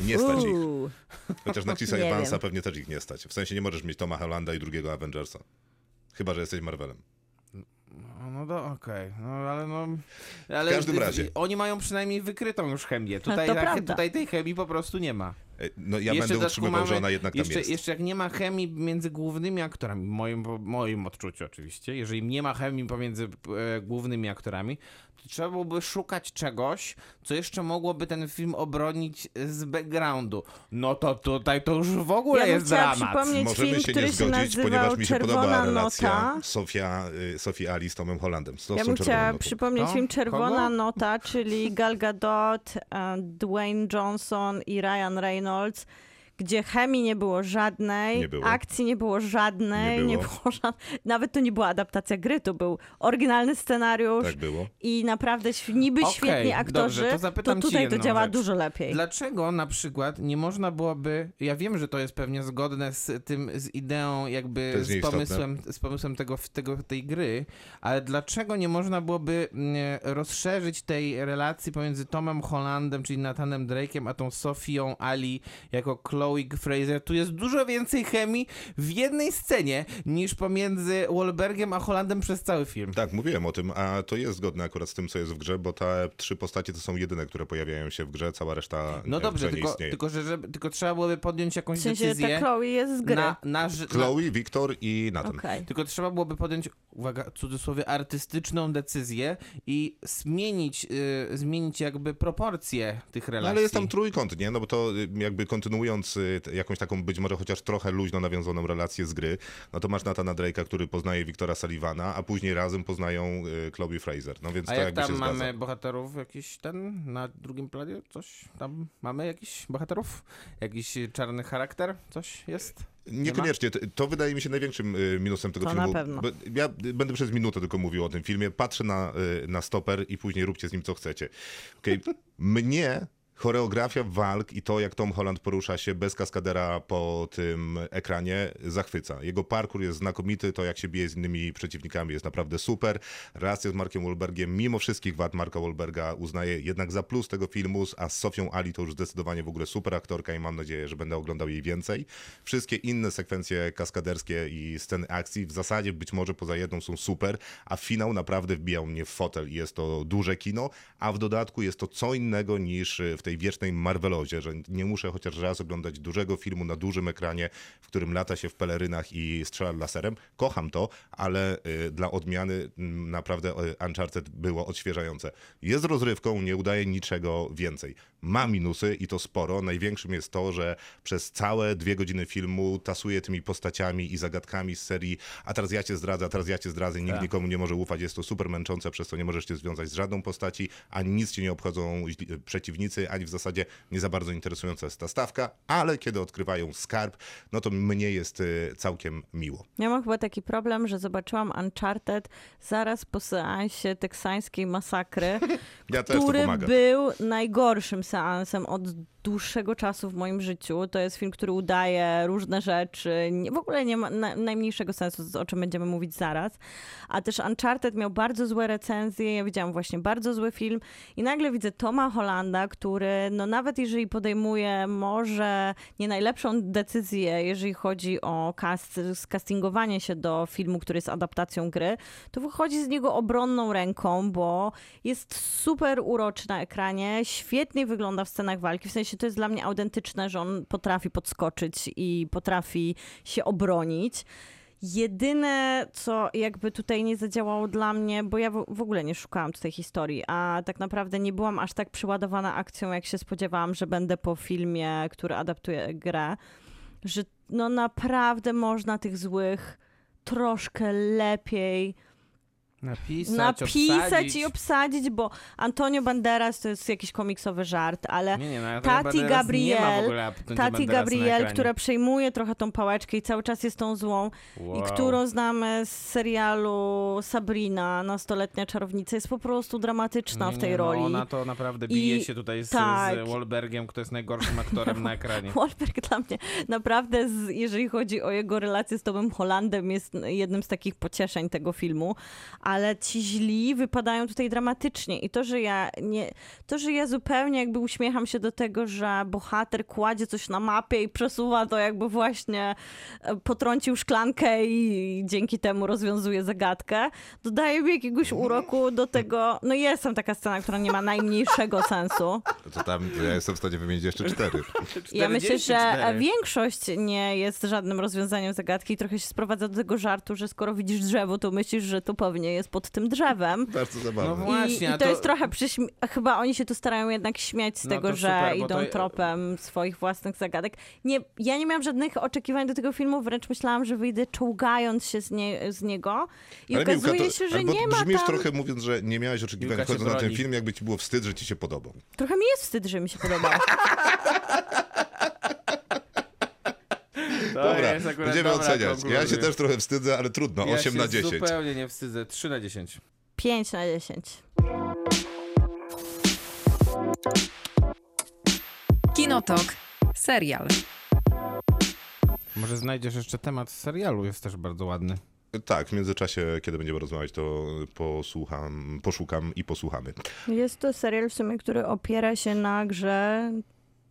[SPEAKER 2] nie stać ich.
[SPEAKER 4] Uuu.
[SPEAKER 2] Chociaż na Chrisa
[SPEAKER 4] Nie
[SPEAKER 2] Evansa
[SPEAKER 4] wiem.
[SPEAKER 2] pewnie też ich nie stać. W sensie nie możesz mieć Toma Hollanda i drugiego Avengersa. Chyba, że jesteś Marvelem.
[SPEAKER 5] No, No do, okej, no ale no... Ale
[SPEAKER 2] W każdym razie.
[SPEAKER 5] Oni mają przynajmniej wykrytą już chemię. Tutaj,
[SPEAKER 4] No to
[SPEAKER 5] tak-
[SPEAKER 4] prawda.
[SPEAKER 5] tutaj tej chemii po prostu nie ma.
[SPEAKER 2] E, No ja
[SPEAKER 5] Jeszcze
[SPEAKER 2] będę
[SPEAKER 5] dodatku
[SPEAKER 2] utrzymywał,
[SPEAKER 5] mamy-
[SPEAKER 2] że ona jednak Tak tam
[SPEAKER 5] jeszcze,
[SPEAKER 2] jest.
[SPEAKER 5] Jeszcze jak nie ma chemii między głównymi aktorami, w moim, w moim odczuciu oczywiście, jeżeli nie ma chemii pomiędzy e, głównymi aktorami, to trzeba byłoby szukać czegoś, co jeszcze mogłoby ten film obronić z backgroundu. No to tutaj to już w ogóle
[SPEAKER 4] Ja bym
[SPEAKER 5] jest
[SPEAKER 4] chciała
[SPEAKER 5] dramat.
[SPEAKER 4] przypomnieć
[SPEAKER 2] Możemy
[SPEAKER 4] film,
[SPEAKER 2] się
[SPEAKER 4] który
[SPEAKER 2] nie
[SPEAKER 4] się
[SPEAKER 2] zgodzić,
[SPEAKER 4] nazywał
[SPEAKER 2] ponieważ mi się podoba
[SPEAKER 4] Czerwona
[SPEAKER 2] relacja
[SPEAKER 4] Nota.
[SPEAKER 2] Sofia, y, Sofii Ali z Tomem Hollandem. Z
[SPEAKER 4] Ja
[SPEAKER 2] tą
[SPEAKER 4] bym
[SPEAKER 2] czerwoną
[SPEAKER 4] chciała
[SPEAKER 2] notą.
[SPEAKER 4] przypomnieć
[SPEAKER 5] To?
[SPEAKER 4] film Czerwona
[SPEAKER 5] Kogo?
[SPEAKER 4] Nota, czyli Gal Gadot, e, Dwayne Johnson i Ryan Reynolds, gdzie chemii nie było żadnej,
[SPEAKER 2] Nie było.
[SPEAKER 4] akcji nie było żadnej,
[SPEAKER 2] Nie
[SPEAKER 4] nie
[SPEAKER 2] było.
[SPEAKER 4] było. żad- nawet to nie była adaptacja gry, to był oryginalny scenariusz
[SPEAKER 2] Tak było.
[SPEAKER 4] i naprawdę św- niby
[SPEAKER 5] Okej,
[SPEAKER 4] świetni aktorzy,
[SPEAKER 5] dobrze, to zapytam ci
[SPEAKER 4] tutaj to
[SPEAKER 5] jedną
[SPEAKER 4] działa
[SPEAKER 5] rzecz.
[SPEAKER 4] dużo lepiej.
[SPEAKER 5] Dlaczego na przykład nie można byłoby, ja wiem, że to jest pewnie zgodne z tym, z ideą
[SPEAKER 2] To
[SPEAKER 5] jakby,
[SPEAKER 2] jest
[SPEAKER 5] z
[SPEAKER 2] nieistotne.
[SPEAKER 5] pomysłem, z pomysłem tego, w- tego, tej gry, ale dlaczego nie można byłoby mm, rozszerzyć tej relacji pomiędzy Tomem Hollandem, czyli Nathanem Drake'em, a tą Sofią Ali jako Chloe Loic Fraser. Tu jest dużo więcej chemii w jednej scenie niż pomiędzy Wahlbergiem a Holandem przez cały film.
[SPEAKER 2] Tak, mówiłem o tym, a to jest zgodne akurat z tym, co jest w grze, bo te trzy postacie to są jedyne, które pojawiają się w grze, cała reszta
[SPEAKER 5] No
[SPEAKER 2] e,
[SPEAKER 5] dobrze,
[SPEAKER 2] w grze nie
[SPEAKER 5] tylko,
[SPEAKER 2] istnieje.
[SPEAKER 5] tylko, że, żeby, tylko trzeba byłoby podjąć jakąś
[SPEAKER 4] W sensie ta
[SPEAKER 5] decyzję
[SPEAKER 4] Chloe jest z gry.
[SPEAKER 5] na, na, ży- na,
[SPEAKER 2] Chloe, Wiktor i Nathan.
[SPEAKER 4] Okej.
[SPEAKER 5] Tylko trzeba byłoby podjąć, uwaga, cudzysłowie, artystyczną decyzję i zmienić, y, zmienić jakby proporcje tych
[SPEAKER 2] No,
[SPEAKER 5] relacji.
[SPEAKER 2] ale jest tam trójkąt, nie? No bo to y, jakby kontynuując y, t- jakąś taką być może chociaż trochę luźno nawiązaną relację z gry, no to masz Natana Drake'a, który poznaje Wiktora Sullivana, a później razem poznają y, Chloe Fraser. No więc
[SPEAKER 5] A
[SPEAKER 2] to
[SPEAKER 5] jak
[SPEAKER 2] jakby się
[SPEAKER 5] tam mamy
[SPEAKER 2] zgadza.
[SPEAKER 5] bohaterów jakiś ten na drugim planie? Coś tam mamy jakiś bohaterów? Jakiś y, czarny charakter? Coś jest?
[SPEAKER 2] Niekoniecznie. To- To wydaje mi się największym y, minusem tego
[SPEAKER 4] To
[SPEAKER 2] filmu.
[SPEAKER 4] na pewno.
[SPEAKER 2] Bo Ja y, będę przez minutę tylko mówił o tym filmie. Patrzę na, y, na stoper i później róbcie z nim co chcecie. Okay. Mnie choreografia walk i to, jak Tom Holland porusza się bez kaskadera po tym ekranie, zachwyca. Jego parkour jest znakomity, to jak się bije z innymi przeciwnikami jest naprawdę super. Relacje z Markiem Wahlbergiem, mimo wszystkich wad Marka Wahlberga uznaję jednak za plus tego filmu, a z Sofią Ali to już zdecydowanie w ogóle super aktorka i mam nadzieję, że będę oglądał jej więcej. Wszystkie inne sekwencje kaskaderskie i sceny akcji w zasadzie być może poza jedną są super, a finał naprawdę wbijał mnie w fotel i jest to duże kino, a w dodatku jest to co innego niż y, w tej wiecznej Marvelozie, że nie muszę chociaż raz oglądać dużego filmu na dużym ekranie, w którym lata się w pelerynach i strzela laserem. Kocham to, ale y, dla odmiany mm, naprawdę y, Uncharted było odświeżające. Jest rozrywką, nie udaje niczego więcej. Ma minusy i to sporo. Największym jest to, że przez całe dwie godziny filmu tasuje tymi postaciami i zagadkami z serii a teraz ja cię zdradzę, a teraz ja cię zdradzę, nikt nikomu nie może ufać, jest to super męczące, przez co nie możesz się związać z żadną postaci, a nic ci nie obchodzą źli- przeciwnicy, ani w zasadzie nie za bardzo interesująca jest ta stawka, ale kiedy odkrywają skarb, no to mnie jest y, całkiem miło.
[SPEAKER 4] Ja mam chyba taki problem, że zobaczyłam Uncharted zaraz po seansie teksańskiej masakry,
[SPEAKER 2] Ja też to
[SPEAKER 4] który
[SPEAKER 2] pomaga.
[SPEAKER 4] był najgorszym seansem od dłuższego czasu w moim życiu. To jest film, który udaje różne rzeczy. Nie, w ogóle nie ma na, najmniejszego sensu, z- o czym będziemy mówić zaraz. A też Uncharted miał bardzo złe recenzje. Ja widziałam właśnie bardzo zły film i nagle widzę Toma Hollanda, który no nawet jeżeli podejmuje może nie najlepszą decyzję, jeżeli chodzi o cast, skastingowanie się do filmu, który jest adaptacją gry, to wychodzi z niego obronną ręką, bo jest super uroczy na ekranie, świetnie wygląda w scenach walki. W sensie to jest dla mnie autentyczne, że on potrafi podskoczyć i potrafi się obronić. Jedyne, co jakby tutaj nie zadziałało dla mnie, bo ja w w ogóle nie szukałam tutaj historii, a tak naprawdę nie byłam aż tak przeładowana akcją, jak się spodziewałam, że będę po filmie, który adaptuje grę, że no naprawdę można tych złych troszkę lepiej
[SPEAKER 5] Napisać,
[SPEAKER 4] napisać
[SPEAKER 5] obsadzić.
[SPEAKER 4] i obsadzić, bo Antonio Banderas to jest jakiś komiksowy żart, ale
[SPEAKER 5] Nie, nie, no, ja tego
[SPEAKER 4] Tati
[SPEAKER 5] Banderasa nie ma w
[SPEAKER 4] Gabriel,
[SPEAKER 5] ogóle, a będzie
[SPEAKER 4] Tati
[SPEAKER 5] Banderas na
[SPEAKER 4] Gabriel,
[SPEAKER 5] ekranie.
[SPEAKER 4] która przejmuje trochę tą pałeczkę i cały czas jest tą złą,
[SPEAKER 5] Wow.
[SPEAKER 4] i którą znamy z serialu Sabrina, nastoletnia czarownica, jest po prostu dramatyczna
[SPEAKER 5] Nie,
[SPEAKER 4] w tej
[SPEAKER 5] nie, no,
[SPEAKER 4] roli.
[SPEAKER 5] Ona to naprawdę bije
[SPEAKER 4] I-
[SPEAKER 5] się tutaj z,
[SPEAKER 4] tak.
[SPEAKER 5] z Wahlbergiem, kto jest najgorszym aktorem na ekranie.
[SPEAKER 4] Wahlberg dla mnie naprawdę, z, jeżeli chodzi o jego relację z Tomem Hollandem, jest jednym z takich pocieszeń tego filmu, ale ci źli wypadają tutaj dramatycznie i to, że ja nie, to, że ja zupełnie jakby uśmiecham się do tego, że bohater kładzie coś na mapie i przesuwa to jakby właśnie e, potrącił szklankę i dzięki temu rozwiązuje zagadkę, dodaje mi jakiegoś uroku do tego, no jest tam taka scena, która nie ma najmniejszego sensu.
[SPEAKER 2] To tam ja jestem w stanie wymienić jeszcze cztery.
[SPEAKER 4] Ja myślę, że e,
[SPEAKER 5] 44.
[SPEAKER 4] większość nie jest żadnym rozwiązaniem zagadki i trochę się sprowadza do tego żartu, że skoro widzisz drzewo, to myślisz, że to pewnie jest pod tym drzewem.
[SPEAKER 2] Bardzo
[SPEAKER 5] No
[SPEAKER 2] zabawne.
[SPEAKER 4] I,
[SPEAKER 5] właśnie,
[SPEAKER 4] I
[SPEAKER 5] a
[SPEAKER 4] to,
[SPEAKER 5] to-
[SPEAKER 4] jest trochę przyśmi- Chyba oni się tu starają jednak śmiać z
[SPEAKER 5] No
[SPEAKER 4] tego,
[SPEAKER 5] to
[SPEAKER 4] że
[SPEAKER 5] super, bo
[SPEAKER 4] idą
[SPEAKER 5] to-
[SPEAKER 4] tropem swoich własnych zagadek. Nie, ja nie miałam żadnych oczekiwań do tego filmu, wręcz myślałam, że wyjdę czołgając się z, nie- z niego i
[SPEAKER 2] Miłka,
[SPEAKER 4] okazuje
[SPEAKER 2] to-
[SPEAKER 4] się, że
[SPEAKER 2] albo
[SPEAKER 4] nie ma
[SPEAKER 2] brzmisz
[SPEAKER 4] tam...
[SPEAKER 2] trochę mówiąc, że nie miałeś oczekiwań
[SPEAKER 5] Miłka się
[SPEAKER 2] chodząc na ten
[SPEAKER 5] broni.
[SPEAKER 2] film, jakby ci było wstyd, że ci się podobał.
[SPEAKER 4] Trochę mi jest wstyd, że mi się podoba.
[SPEAKER 5] To
[SPEAKER 2] Dobra,
[SPEAKER 5] jest akurat
[SPEAKER 2] będziemy
[SPEAKER 5] dobra
[SPEAKER 2] oceniać. Ja się
[SPEAKER 5] konkluzja.
[SPEAKER 2] też trochę wstydzę, ale trudno,
[SPEAKER 5] ja
[SPEAKER 2] 8
[SPEAKER 5] się
[SPEAKER 2] na 10.
[SPEAKER 5] zupełnie nie wstydzę. 3 na 10.
[SPEAKER 4] 5 na 10.
[SPEAKER 1] Kinotok. Serial.
[SPEAKER 5] Może znajdziesz jeszcze temat z serialu, jest też bardzo ładny.
[SPEAKER 2] Tak, w międzyczasie, kiedy będziemy rozmawiać, to posłucham, poszukam i posłuchamy.
[SPEAKER 4] Jest to serial w sumie, który opiera się na grze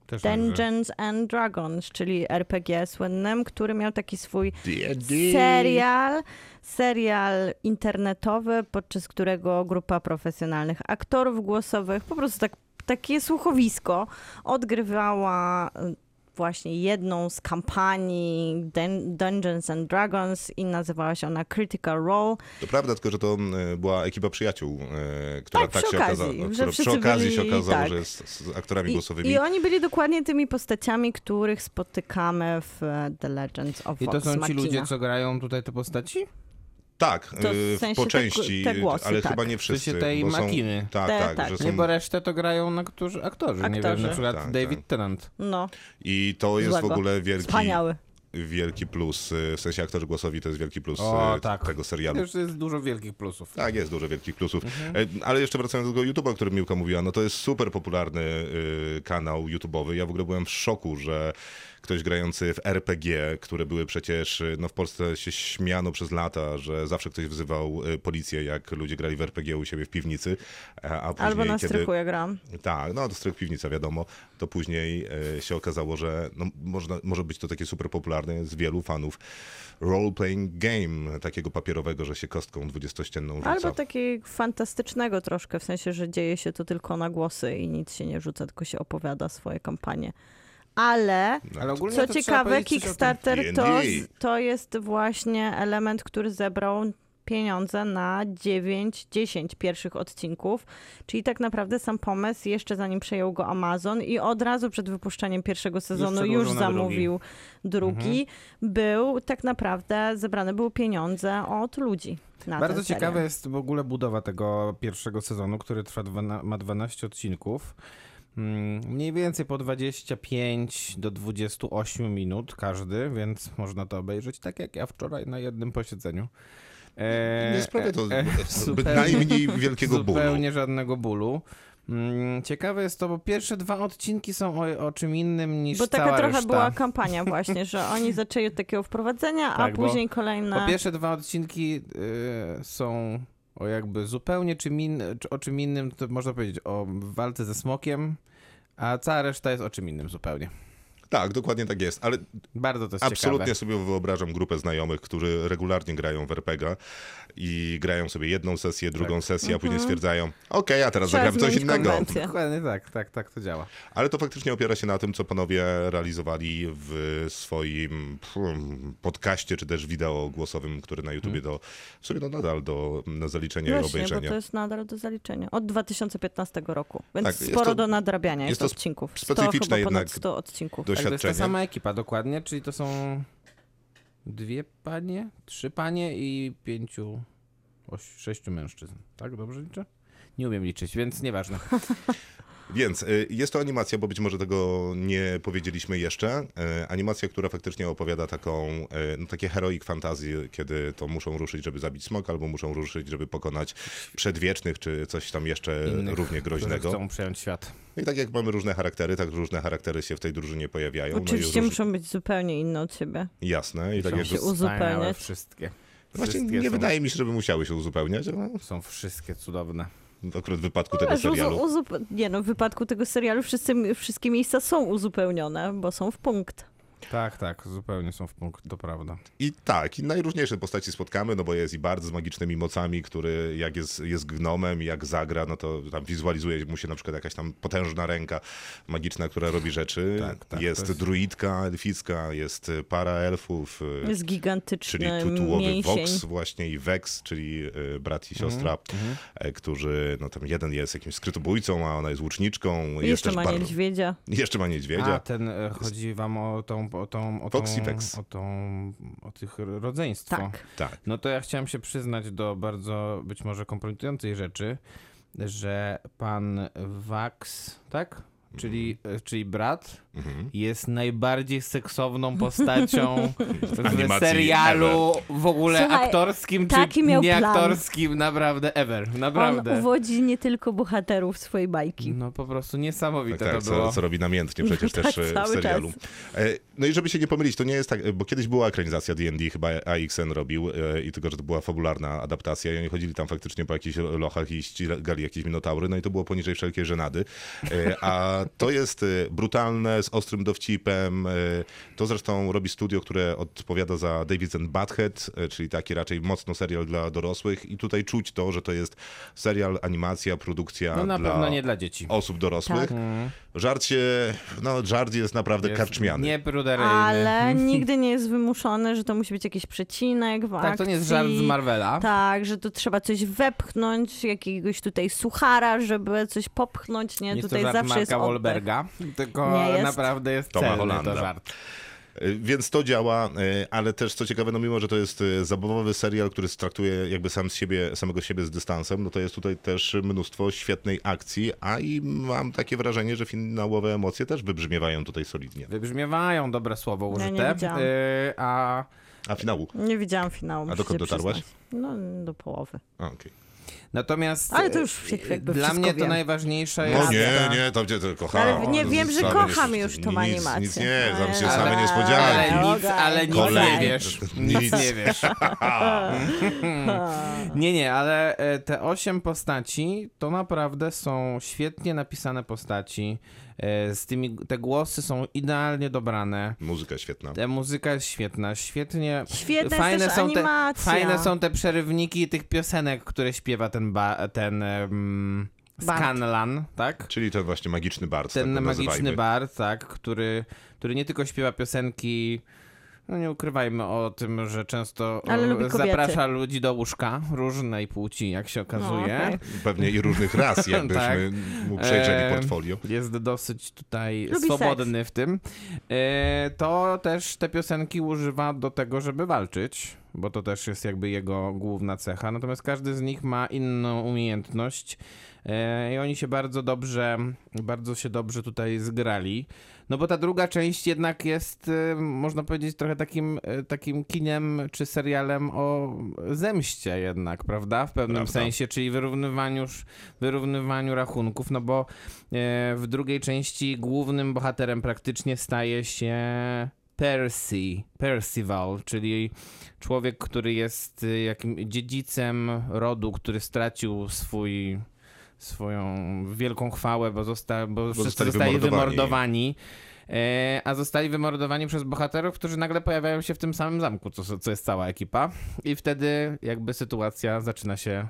[SPEAKER 5] Też dobrze.
[SPEAKER 4] Dungeons and Dragons, czyli RPG słynnym, który miał taki swój
[SPEAKER 2] D&D.
[SPEAKER 4] serial, serial internetowy, podczas którego grupa profesjonalnych aktorów głosowych, po prostu tak, takie słuchowisko, odgrywała y, właśnie jedną z kampanii Dun- Dungeons and Dragons i nazywała się ona Critical Role.
[SPEAKER 2] To prawda, tylko że to e, była ekipa przyjaciół, e, która
[SPEAKER 4] Tak,
[SPEAKER 2] tak,
[SPEAKER 4] przy
[SPEAKER 2] się
[SPEAKER 4] okazji,
[SPEAKER 2] okazała.
[SPEAKER 4] że
[SPEAKER 2] która przy
[SPEAKER 4] wszyscy
[SPEAKER 2] okazji
[SPEAKER 4] byli-
[SPEAKER 2] się okazało,
[SPEAKER 4] tak.
[SPEAKER 2] że jest z aktorami
[SPEAKER 4] I,
[SPEAKER 2] głosowymi.
[SPEAKER 4] I oni byli dokładnie tymi postaciami, których spotykamy w e, The Legends of
[SPEAKER 5] I to
[SPEAKER 4] Vox
[SPEAKER 5] są ci
[SPEAKER 4] Machina.
[SPEAKER 5] ludzie, co grają tutaj te postaci?
[SPEAKER 2] Tak,
[SPEAKER 4] To
[SPEAKER 2] e,
[SPEAKER 4] w sensie
[SPEAKER 2] po
[SPEAKER 4] te-
[SPEAKER 2] części,
[SPEAKER 4] te głosy,
[SPEAKER 2] ale
[SPEAKER 4] tak.
[SPEAKER 2] chyba nie
[SPEAKER 5] W sensie
[SPEAKER 2] wszyscy.
[SPEAKER 5] tej
[SPEAKER 2] bo są-
[SPEAKER 5] makiny.
[SPEAKER 2] Tak,
[SPEAKER 4] Te-
[SPEAKER 2] tak,
[SPEAKER 4] tak.
[SPEAKER 2] Że
[SPEAKER 5] Nie,
[SPEAKER 2] są,
[SPEAKER 5] bo resztę to grają na którzy aktorzy. Nie wiem,
[SPEAKER 4] Aktorzy.
[SPEAKER 5] na przykład
[SPEAKER 2] Tak,
[SPEAKER 5] David
[SPEAKER 2] tak.
[SPEAKER 5] Tennant.
[SPEAKER 4] No,
[SPEAKER 2] I to jest
[SPEAKER 4] Złego.
[SPEAKER 2] w ogóle wielki,
[SPEAKER 4] wspaniały.
[SPEAKER 2] wielki plus, e, w sensie aktorzy głosowi to jest wielki plus
[SPEAKER 5] O,
[SPEAKER 2] e,
[SPEAKER 5] tak.
[SPEAKER 2] tego serialu.
[SPEAKER 5] Już jest dużo wielkich plusów.
[SPEAKER 2] Tak, jest dużo wielkich plusów.
[SPEAKER 5] Mhm.
[SPEAKER 2] E, Ale jeszcze wracając do tego YouTube'a, o którym Miłka mówiła, no to jest super popularny y, kanał YouTube'owy. Ja w ogóle byłem w szoku, że ktoś grający w RPG, które były przecież, y, no w Polsce się śmiano przez lata, że zawsze ktoś wzywał y, policję, jak ludzie grali w RPG u siebie w piwnicy, a a później,
[SPEAKER 4] Albo na
[SPEAKER 2] kiedy...
[SPEAKER 4] strychu ja gram.
[SPEAKER 2] Tak, no to strych piwnica, wiadomo. To później e, się okazało, że no, można, może być to takie super popularne z wielu fanów role-playing game, takiego papierowego, że się kostką dwudziestościenną rzuca.
[SPEAKER 4] Albo takiego fantastycznego troszkę, w sensie, że dzieje się to tylko na głosy i nic się nie rzuca, tylko się opowiada swoje kampanie. Ale
[SPEAKER 5] Ale ogólnie
[SPEAKER 4] co
[SPEAKER 5] to trzeba
[SPEAKER 4] ciekawe,
[SPEAKER 5] powiedzieć coś o tym.
[SPEAKER 4] Kickstarter to,
[SPEAKER 2] D&D.
[SPEAKER 4] to jest właśnie element, który zebrał pieniądze na 9, 10 pierwszych odcinków, czyli tak naprawdę sam pomysł jeszcze zanim przejął go Amazon i od razu przed wypuszczeniem pierwszego sezonu już,
[SPEAKER 5] przedłużono drugi. Mhm.
[SPEAKER 4] zamówił drugi, był tak naprawdę zebrane były pieniądze od ludzi. Na
[SPEAKER 5] Bardzo
[SPEAKER 4] ten serial.
[SPEAKER 5] ciekawa jest w ogóle budowa tego pierwszego sezonu, który trwa dwana, ma 12 odcinków. Mm, Mniej więcej po 25 do 28 minut każdy, więc można to obejrzeć tak jak ja wczoraj na jednym posiedzeniu. Eee,
[SPEAKER 2] Nie sprawia to
[SPEAKER 5] e,
[SPEAKER 2] zbyt
[SPEAKER 5] zupełnie-
[SPEAKER 2] najmniej wielkiego bólu.
[SPEAKER 5] Zupełnie żadnego bólu. Mm, Ciekawe jest to, bo pierwsze dwa odcinki są o, o czym innym niż
[SPEAKER 4] Bo taka
[SPEAKER 5] cała
[SPEAKER 4] trochę
[SPEAKER 5] reszta.
[SPEAKER 4] była kampania właśnie, że oni zaczęli od takiego wprowadzenia,
[SPEAKER 5] Tak,
[SPEAKER 4] a
[SPEAKER 5] bo
[SPEAKER 4] później kolejne...
[SPEAKER 5] Po pierwsze dwa odcinki y, są o jakby zupełnie czym in, czy- o czym innym, to można powiedzieć o walce ze smokiem, a cała reszta jest o czym innym zupełnie.
[SPEAKER 2] Tak, dokładnie tak jest, ale
[SPEAKER 5] Bardzo to jest
[SPEAKER 2] absolutnie
[SPEAKER 5] ciekawe.
[SPEAKER 2] sobie wyobrażam grupę znajomych, którzy regularnie grają w RPG i grają sobie jedną sesję, drugą
[SPEAKER 5] Tak.
[SPEAKER 2] sesję, a
[SPEAKER 5] Mhm.
[SPEAKER 2] później stwierdzają, okej, ja
[SPEAKER 5] no,
[SPEAKER 2] teraz
[SPEAKER 4] Trzeba
[SPEAKER 2] zagram coś
[SPEAKER 4] zmienić
[SPEAKER 2] innego.
[SPEAKER 4] konwencję.
[SPEAKER 5] Dokładnie tak, tak, tak to działa.
[SPEAKER 2] Ale to faktycznie opiera się na tym, co panowie realizowali w swoim pff, podcaście, czy też wideo głosowym, które na YouTubie
[SPEAKER 5] Mhm.
[SPEAKER 2] do, w sumie no nadal do na zaliczenia i
[SPEAKER 4] Właśnie, bo
[SPEAKER 2] obejrzenia.
[SPEAKER 4] to jest nadal do zaliczenia. Od 2015 roku, więc
[SPEAKER 2] Tak, jest
[SPEAKER 4] sporo
[SPEAKER 2] to-
[SPEAKER 4] do nadrabiania jest,
[SPEAKER 2] jest to
[SPEAKER 4] odcinków.
[SPEAKER 2] specyficzne
[SPEAKER 4] 100, chyba ponad
[SPEAKER 2] jednak
[SPEAKER 4] 100 odcinków.
[SPEAKER 5] Tak, to jest ta
[SPEAKER 2] Doświadczenie.
[SPEAKER 5] sama ekipa dokładnie, czyli to są dwie panie, trzy panie i pięciu, oś, sześciu mężczyzn. Tak, dobrze liczę? Nie umiem liczyć, więc nieważne.
[SPEAKER 2] Więc y, jest to animacja, bo być może tego nie powiedzieliśmy jeszcze. Y, Animacja, która faktycznie opowiada taką, y, no, takie heroik fantazji, kiedy to muszą ruszyć, żeby zabić smoka, albo muszą ruszyć, żeby pokonać przedwiecznych, czy coś tam jeszcze
[SPEAKER 5] Innych,
[SPEAKER 2] równie
[SPEAKER 5] którzy
[SPEAKER 2] groźnego.
[SPEAKER 5] chcą przejąć świat.
[SPEAKER 2] I tak jak mamy różne charaktery, tak różne charaktery się w tej drużynie pojawiają.
[SPEAKER 4] Oczywiście
[SPEAKER 2] no i róż...
[SPEAKER 4] muszą być zupełnie inne od siebie.
[SPEAKER 2] Jasne. I tak
[SPEAKER 5] Są
[SPEAKER 2] jak...
[SPEAKER 4] się u-
[SPEAKER 5] wspaniałe
[SPEAKER 4] uzupełniać.
[SPEAKER 5] Wszystkie.
[SPEAKER 2] Właśnie
[SPEAKER 5] Wszystkie
[SPEAKER 2] nie
[SPEAKER 5] są-
[SPEAKER 2] wydaje mi się, żeby musiały się uzupełniać, ale
[SPEAKER 5] Są wszystkie cudowne.
[SPEAKER 2] akurat w wypadku tego
[SPEAKER 4] Aż
[SPEAKER 2] serialu.
[SPEAKER 4] uzu- uzup- nie no, w wypadku tego serialu wszyscy, wszystkie miejsca są uzupełnione, bo są w punkt.
[SPEAKER 5] Tak, tak, zupełnie są w punkt, to prawda.
[SPEAKER 2] I tak, i najróżniejsze postaci spotkamy, no bo jest i Bard z magicznymi mocami, który jak jest, jest gnomem i jak zagra, no to tam wizualizuje mu się na przykład jakaś tam potężna ręka magiczna, która robi rzeczy.
[SPEAKER 5] Tak, tak,
[SPEAKER 2] jest
[SPEAKER 5] to jest-
[SPEAKER 2] druidka elficka, jest para elfów, y,
[SPEAKER 4] Jest gigantyczny
[SPEAKER 2] czyli tutułowy
[SPEAKER 4] mięsień.
[SPEAKER 2] Vox właśnie i Vex, czyli y, brat i siostra, y, którzy, no tam jeden jest jakimś skrytobójcą, a ona jest łuczniczką.
[SPEAKER 4] I
[SPEAKER 2] jest
[SPEAKER 4] Jeszcze
[SPEAKER 2] też
[SPEAKER 4] ma
[SPEAKER 2] bar-
[SPEAKER 4] niedźwiedzia.
[SPEAKER 2] Jeszcze ma niedźwiedzia.
[SPEAKER 5] A ten, e, chodzi wam o tą, o tą, o tą,
[SPEAKER 2] Fox i Tex.
[SPEAKER 5] o tą, o tych rodzeństwo.
[SPEAKER 4] Tak.
[SPEAKER 2] Tak.
[SPEAKER 5] No to ja chciałem się przyznać do bardzo być może kompromitującej rzeczy, że pan Vax, tak? Czyli, e, czyli brat jest najbardziej seksowną postacią w
[SPEAKER 2] Animacji
[SPEAKER 5] serialu w ogóle
[SPEAKER 4] Słuchaj,
[SPEAKER 5] aktorskim
[SPEAKER 4] taki
[SPEAKER 5] czy
[SPEAKER 4] miał plan.
[SPEAKER 5] nieaktorskim, naprawdę ever, naprawdę.
[SPEAKER 4] On uwodzi nie tylko bohaterów swojej bajki.
[SPEAKER 5] No po prostu niesamowite
[SPEAKER 2] Tak, tak,
[SPEAKER 5] to było.
[SPEAKER 2] co, co robi namiętnie przecież
[SPEAKER 4] Tak,
[SPEAKER 2] też e, w
[SPEAKER 4] cały
[SPEAKER 2] serialu. E, No i żeby się nie pomylić, to nie jest tak, e, bo kiedyś była ekranizacja D&D, chyba AXN robił e, i tylko, że to była fabularna adaptacja i oni chodzili tam faktycznie po jakichś lochach i ścigali jakieś minotaury, no i to było poniżej wszelkiej żenady. E, A Dobra, to jest y, brutalne, z ostrym dowcipem. y, To zresztą robi studio, które odpowiada za David and Butthead, y, czyli taki raczej mocno serial dla dorosłych. I tutaj czuć to, że to jest serial, animacja, produkcja
[SPEAKER 5] No na
[SPEAKER 2] dla
[SPEAKER 5] pewno nie dla dzieci.
[SPEAKER 2] osób
[SPEAKER 4] Tak.
[SPEAKER 2] dorosłych.
[SPEAKER 4] Mhm.
[SPEAKER 2] Żart się, no żart jest naprawdę
[SPEAKER 5] Jest
[SPEAKER 2] karczmiany.
[SPEAKER 5] Nie pruderyjny.
[SPEAKER 4] Ale nigdy nie jest wymuszone, że to musi być jakiś przecinek w
[SPEAKER 5] Tak, to nie jest żart z
[SPEAKER 4] akcji.
[SPEAKER 5] Marvela.
[SPEAKER 4] Tak, że tu trzeba coś wepchnąć, jakiegoś tutaj suchara, żeby coś popchnąć, nie?
[SPEAKER 5] Nie jest to
[SPEAKER 4] tutaj
[SPEAKER 5] żart
[SPEAKER 4] zawsze jest
[SPEAKER 5] Marka
[SPEAKER 4] oddech.
[SPEAKER 5] Wolberga, tylko
[SPEAKER 4] Nie jest.
[SPEAKER 5] naprawdę jest
[SPEAKER 2] Toma
[SPEAKER 5] celny
[SPEAKER 2] Hollanda.
[SPEAKER 5] to żart.
[SPEAKER 2] Y, Więc to działa, y, ale też co ciekawe, no mimo, że to jest y, zabawowy serial, który traktuje jakby sam z siebie, samego siebie z dystansem, no to jest tutaj też mnóstwo świetnej akcji, a i mam takie wrażenie, że finałowe emocje też wybrzmiewają tutaj solidnie.
[SPEAKER 5] Wybrzmiewają dobre słowo
[SPEAKER 4] Ja nie
[SPEAKER 5] użyte.
[SPEAKER 4] widziałam.
[SPEAKER 5] y, a
[SPEAKER 2] A finału?
[SPEAKER 4] Nie widziałam finału. muszę
[SPEAKER 2] dokąd
[SPEAKER 4] się
[SPEAKER 2] dotarłaś?
[SPEAKER 4] przyznać. No, do połowy.
[SPEAKER 2] A, okej.
[SPEAKER 5] natomiast
[SPEAKER 4] Ale to już się
[SPEAKER 5] y,
[SPEAKER 4] jakby
[SPEAKER 5] dla
[SPEAKER 4] wszystko
[SPEAKER 5] mnie to
[SPEAKER 4] wiem.
[SPEAKER 5] najważniejsze
[SPEAKER 2] No
[SPEAKER 5] jest.
[SPEAKER 2] nie, nie, tam cię to kocham.
[SPEAKER 4] tak. Ale nie, wiem, że
[SPEAKER 2] Same
[SPEAKER 4] kocham
[SPEAKER 2] nie-
[SPEAKER 4] już tą
[SPEAKER 2] nic,
[SPEAKER 4] animację.
[SPEAKER 2] Nic nie, tam się
[SPEAKER 4] Ale-
[SPEAKER 2] same
[SPEAKER 5] Ale
[SPEAKER 2] niespodzianki.
[SPEAKER 5] nic, ale nic nie
[SPEAKER 2] Kolejny.
[SPEAKER 5] wiesz.
[SPEAKER 4] No
[SPEAKER 2] Nic.
[SPEAKER 5] Nic nie wiesz. nie, nie, ale e, te osiem postaci to naprawdę są świetnie napisane postaci. E, Z tymi, te głosy są idealnie dobrane.
[SPEAKER 2] Muzyka świetna.
[SPEAKER 5] Ta muzyka jest świetna, świetnie.
[SPEAKER 4] Świetna
[SPEAKER 5] fajne
[SPEAKER 4] jest też
[SPEAKER 5] są te,
[SPEAKER 4] animacja. No,
[SPEAKER 5] Fajne są te przerywniki tych piosenek, które śpiewa ten, ba, ten um,
[SPEAKER 4] Bard.
[SPEAKER 5] Scanlan, tak?
[SPEAKER 2] Czyli ten właśnie magiczny bard.
[SPEAKER 5] Ten
[SPEAKER 2] tak go
[SPEAKER 5] magiczny
[SPEAKER 2] nazywajmy.
[SPEAKER 5] bar, tak, który, który nie tylko śpiewa piosenki, no nie ukrywajmy o tym, że często
[SPEAKER 4] Ale
[SPEAKER 5] e,
[SPEAKER 4] lubi kobiety.
[SPEAKER 5] zaprasza ludzi do łóżka różnej płci, jak się okazuje.
[SPEAKER 4] No, okej.
[SPEAKER 2] Pewnie i różnych ras, jakbyśmy
[SPEAKER 5] Tak.
[SPEAKER 2] mu przejrzeli
[SPEAKER 5] E,
[SPEAKER 2] portfolio.
[SPEAKER 5] Jest dosyć tutaj
[SPEAKER 4] Lubi
[SPEAKER 5] swobodny w tym. E, To też te piosenki używa do tego, żeby walczyć, bo to też jest jakby jego główna cecha. Natomiast każdy z nich ma inną umiejętność e, i oni się bardzo dobrze, bardzo się dobrze tutaj zgrali. No bo ta druga część jednak jest, e, można powiedzieć, trochę takim, e, takim kinem czy serialem o zemście jednak, prawda? W pewnym
[SPEAKER 2] Prawda.
[SPEAKER 5] sensie, czyli wyrównywaniu, sz- wyrównywaniu rachunków, no bo e, w drugiej części głównym bohaterem praktycznie staje się Percy, Percival, czyli człowiek, który jest e, jakim dziedzicem rodu, który stracił swój swoją wielką chwałę, bo, zosta, bo, wszyscy
[SPEAKER 2] zostali
[SPEAKER 5] zostali
[SPEAKER 2] wymordowani.
[SPEAKER 5] wymordowani. E, a zostali wymordowani przez bohaterów, którzy nagle pojawiają się w tym samym zamku, co, co jest cała ekipa. I wtedy jakby sytuacja zaczyna się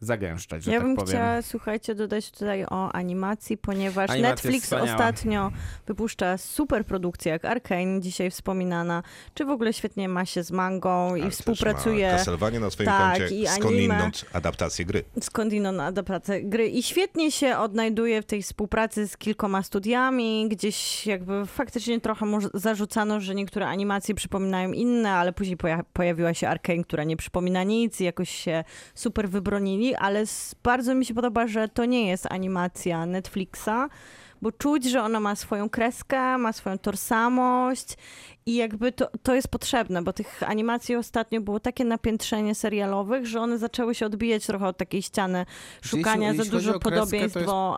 [SPEAKER 5] zagęszczać, że
[SPEAKER 4] Ja
[SPEAKER 5] tak
[SPEAKER 4] bym
[SPEAKER 5] powiem.
[SPEAKER 4] chciała, słuchajcie, dodać tutaj o animacji, ponieważ
[SPEAKER 5] Animacja jest
[SPEAKER 4] Netflix
[SPEAKER 5] wspaniała.
[SPEAKER 4] ostatnio wypuszcza super produkcje jak Arkane, dzisiaj wspominana, czy w ogóle świetnie ma się z mangą i
[SPEAKER 2] Ale też
[SPEAKER 4] współpracuje.
[SPEAKER 2] Ma Castlevania na swoim
[SPEAKER 4] Tak, i
[SPEAKER 2] koncie,
[SPEAKER 4] anime.
[SPEAKER 2] skądinąd adaptację gry.
[SPEAKER 4] skądinąd adaptację gry i świetnie się odnajduje w tej współpracy z kilkoma studiami, gdzieś jakby faktycznie trochę mu zarzucano, że niektóre animacje przypominają inne, ale później poja- pojawiła się Arkane, która nie przypomina nic i jakoś się super wybronili, ale s- bardzo mi się podoba, że to nie jest animacja Netflixa, bo czuć, że ona ma swoją kreskę, ma swoją tożsamość i jakby to, to jest potrzebne, bo tych animacji ostatnio było takie napiętrzenie serialowych, że one zaczęły się odbijać trochę od takiej ściany
[SPEAKER 5] Jeśli-
[SPEAKER 4] szukania
[SPEAKER 5] jeśli
[SPEAKER 4] za
[SPEAKER 5] chodzi
[SPEAKER 4] dużo
[SPEAKER 5] o kreskę, to jest-
[SPEAKER 4] podobieństw do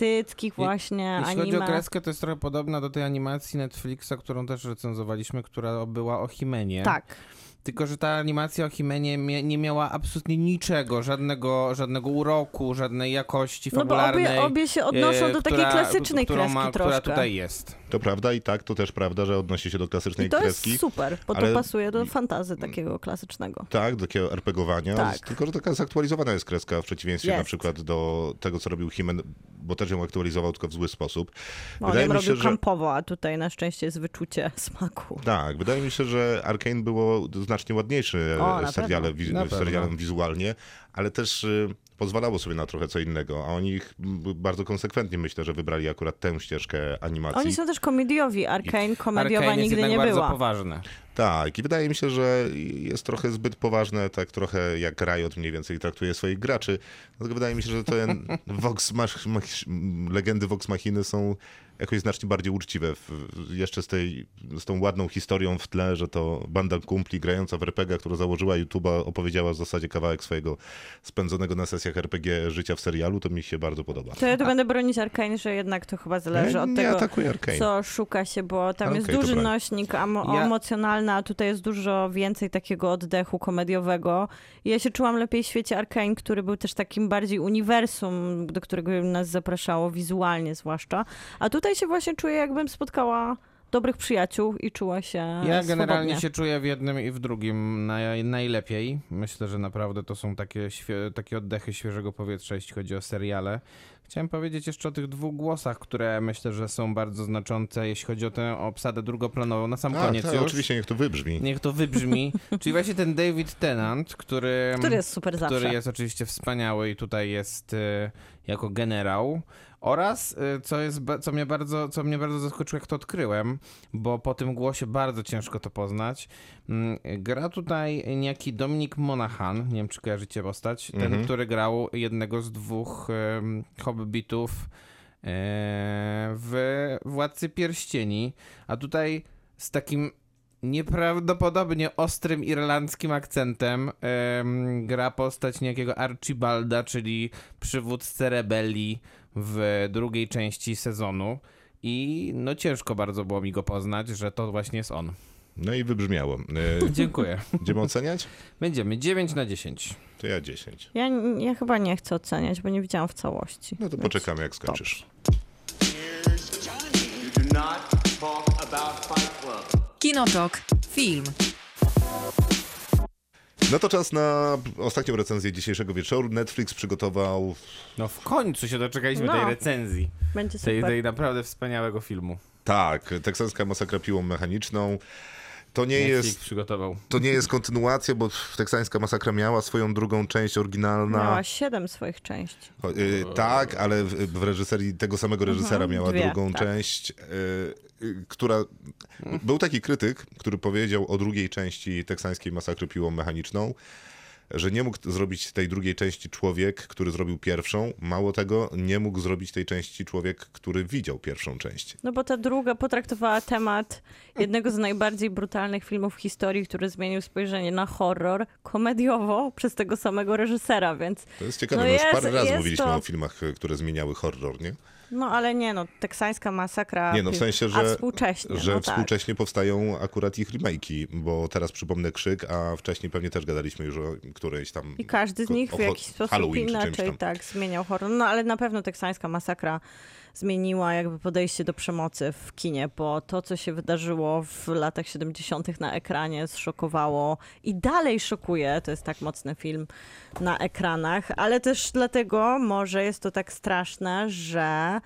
[SPEAKER 4] azjatyckich właśnie
[SPEAKER 5] Jeśli chodzi o
[SPEAKER 4] anime.
[SPEAKER 5] kreskę, to jest trochę podobna do tej animacji Netflixa, którą też recenzowaliśmy, która była o Himenie.
[SPEAKER 4] Tak.
[SPEAKER 5] Tylko, że ta animacja o Himenie mie- nie miała absolutnie niczego, żadnego, żadnego uroku, żadnej jakości
[SPEAKER 4] No bo
[SPEAKER 5] fabularnej.
[SPEAKER 4] obie, obie się odnoszą
[SPEAKER 5] e,
[SPEAKER 4] do takiej
[SPEAKER 5] która-
[SPEAKER 4] klasycznej
[SPEAKER 5] którą
[SPEAKER 4] kreski
[SPEAKER 5] ma,
[SPEAKER 4] troszkę.
[SPEAKER 5] Która tutaj jest.
[SPEAKER 2] To prawda i tak, to też prawda, że odnosi się do klasycznej
[SPEAKER 4] I to
[SPEAKER 2] kreski.
[SPEAKER 4] jest super, bo
[SPEAKER 2] ale-
[SPEAKER 4] to pasuje do fantazy takiego klasycznego.
[SPEAKER 2] Tak, do takiego RPGowania,
[SPEAKER 4] Tak.
[SPEAKER 2] tylko że taka zaktualizowana jest kreska w przeciwieństwie na
[SPEAKER 4] Jest.
[SPEAKER 2] przykład do tego, co robił Himen, bo też ją aktualizował, tylko w zły sposób.
[SPEAKER 4] Bo on ją No, robił kampowo, a tutaj na szczęście jest wyczucie smaku.
[SPEAKER 2] Tak, wydaje mi się, że Arkane było znacznie ładniejsze e,
[SPEAKER 4] O, na
[SPEAKER 2] seriale, wi-
[SPEAKER 5] Na pewno.
[SPEAKER 2] serialem wizualnie, ale też y, pozwalało sobie na trochę co innego, a oni ich m, bardzo konsekwentnie myślę, że wybrali akurat tę ścieżkę animacji.
[SPEAKER 4] Oni są też komediowi, Arkane komediowa
[SPEAKER 5] Arkane jest
[SPEAKER 4] nigdy
[SPEAKER 5] jednak
[SPEAKER 4] nie
[SPEAKER 5] bardzo
[SPEAKER 4] była.
[SPEAKER 5] poważne.
[SPEAKER 2] Tak, i wydaje mi się, że jest trochę zbyt poważne, tak trochę jak Riot mniej więcej traktuje swoich graczy. Dlatego wydaje mi się, że ten Vox mach, mach, legendy Vox Machiny są jakoś znacznie bardziej uczciwe. W, jeszcze z, tej, z tą ładną historią w tle, że to banda kumpli grająca w RPG, która założyła YouTube'a, opowiedziała w zasadzie kawałek swojego spędzonego na sesjach RPG życia w serialu, to mi się bardzo podoba.
[SPEAKER 4] To ja tu będę bronić Arkane, że jednak to chyba zależy
[SPEAKER 2] Ja
[SPEAKER 4] od
[SPEAKER 2] E, nie
[SPEAKER 4] tego,
[SPEAKER 2] atakuję Arkane.
[SPEAKER 4] co szuka się, bo tam
[SPEAKER 2] Okej,
[SPEAKER 4] jest
[SPEAKER 2] to
[SPEAKER 4] duży
[SPEAKER 2] broń.
[SPEAKER 4] nośnik amo-
[SPEAKER 5] Ja-
[SPEAKER 4] brutalna, a tutaj jest dużo więcej takiego oddechu komediowego. I Ja się czułam lepiej w świecie Arkane, który był też takim bardziej uniwersum, do którego nas zapraszało wizualnie zwłaszcza. A tutaj się właśnie czuję, jakbym spotkała dobrych przyjaciół i czuła się
[SPEAKER 5] Ja
[SPEAKER 4] swobodnie.
[SPEAKER 5] generalnie się czuję w jednym i w drugim naj, najlepiej. Myślę, że naprawdę to są takie, świe, takie oddechy świeżego powietrza, jeśli chodzi o seriale. Chciałem powiedzieć jeszcze o tych dwóch głosach, które myślę, że są bardzo znaczące, jeśli chodzi o tę obsadę drugoplanową. Na sam
[SPEAKER 2] A,
[SPEAKER 5] koniec
[SPEAKER 2] tak,
[SPEAKER 5] już.
[SPEAKER 2] oczywiście niech to wybrzmi.
[SPEAKER 5] Niech to wybrzmi. Czyli właśnie ten David Tennant, który...
[SPEAKER 4] Który jest super zawsze.
[SPEAKER 5] który jest oczywiście wspaniały i tutaj jest e, jako generał. Oraz, e, co, jest, ba- co, mnie bardzo, co mnie bardzo zaskoczyło, jak to odkryłem, bo po tym głosie bardzo ciężko to poznać. Mm, Gra tutaj niejaki Dominik Monaghan, nie wiem czy kojarzycie postać, ten,
[SPEAKER 2] Mhm.
[SPEAKER 5] który grał jednego z dwóch em, hobbitów e, w Władcy Pierścieni, a tutaj z takim nieprawdopodobnie ostrym irlandzkim akcentem em, gra postać niejakiego Archibalda, czyli przywódcę rebelii w drugiej części sezonu. I no ciężko bardzo było mi go poznać, że to właśnie jest on.
[SPEAKER 2] No i wybrzmiało. E,
[SPEAKER 5] Dziękuję.
[SPEAKER 2] Będziemy oceniać?
[SPEAKER 5] Będziemy 9 na 10.
[SPEAKER 2] To ja 10.
[SPEAKER 4] Ja, ja chyba nie chcę oceniać, bo nie widziałam w całości.
[SPEAKER 2] No to poczekamy, jak skończysz.
[SPEAKER 3] You do not talk about Fight Club.
[SPEAKER 1] Kinotok. Film.
[SPEAKER 2] No to czas na ostatnią recenzję dzisiejszego wieczoru. Netflix przygotował
[SPEAKER 5] No w końcu się doczekaliśmy
[SPEAKER 4] No.
[SPEAKER 5] tej recenzji.
[SPEAKER 4] Będzie super.
[SPEAKER 5] Tej, tej naprawdę wspaniałego filmu.
[SPEAKER 2] Tak, teksaska masakra piłą mechaniczną. To nie
[SPEAKER 5] Netflix
[SPEAKER 2] jest.
[SPEAKER 5] przygotował.
[SPEAKER 2] To nie jest kontynuacja, bo teksańska masakra miała swoją drugą część oryginalna.
[SPEAKER 4] Miała siedem swoich części.
[SPEAKER 2] Cho- y, tak, ale w, w reżyserii tego samego reżysera
[SPEAKER 4] Mhm,
[SPEAKER 2] miała
[SPEAKER 4] dwie,
[SPEAKER 2] drugą
[SPEAKER 4] tak.
[SPEAKER 2] część, y, y, która. Był taki krytyk, który powiedział o drugiej części teksańskiej masakry piłą mechaniczną, że nie mógł zrobić tej drugiej części człowiek, który zrobił pierwszą. Mało tego, nie mógł zrobić tej części człowiek, który widział pierwszą część.
[SPEAKER 4] No bo ta druga potraktowała temat jednego z najbardziej brutalnych filmów w historii, który zmienił spojrzenie na horror komediowo przez tego samego reżysera, więc
[SPEAKER 2] To jest ciekawe,
[SPEAKER 4] No
[SPEAKER 2] no już
[SPEAKER 4] jest-
[SPEAKER 2] parę razy
[SPEAKER 4] jest
[SPEAKER 2] mówiliśmy
[SPEAKER 4] to-
[SPEAKER 2] o filmach, y, które zmieniały horror, nie?
[SPEAKER 4] no ale nie no, teksańska masakra.
[SPEAKER 2] Nie, no w sensie,
[SPEAKER 4] A
[SPEAKER 2] że,
[SPEAKER 4] współcześnie,
[SPEAKER 2] że
[SPEAKER 4] no tak.
[SPEAKER 2] współcześnie powstają akurat ich remake'i, bo teraz przypomnę Krzyk, a wcześniej pewnie też gadaliśmy już o którejś tam...
[SPEAKER 4] I każdy z
[SPEAKER 2] ko-
[SPEAKER 4] nich
[SPEAKER 2] o
[SPEAKER 4] w
[SPEAKER 2] ho-
[SPEAKER 4] jakiś sposób
[SPEAKER 2] Halloween czy czymś
[SPEAKER 4] inaczej
[SPEAKER 2] tam.
[SPEAKER 4] tak zmieniał horror. No ale na pewno teksańska masakra zmieniła jakby podejście do przemocy w kinie, bo to, co się wydarzyło w latach 70. na ekranie, zszokowało i dalej szokuje. To jest tak mocny film na ekranach, ale też dlatego może jest to tak straszne, że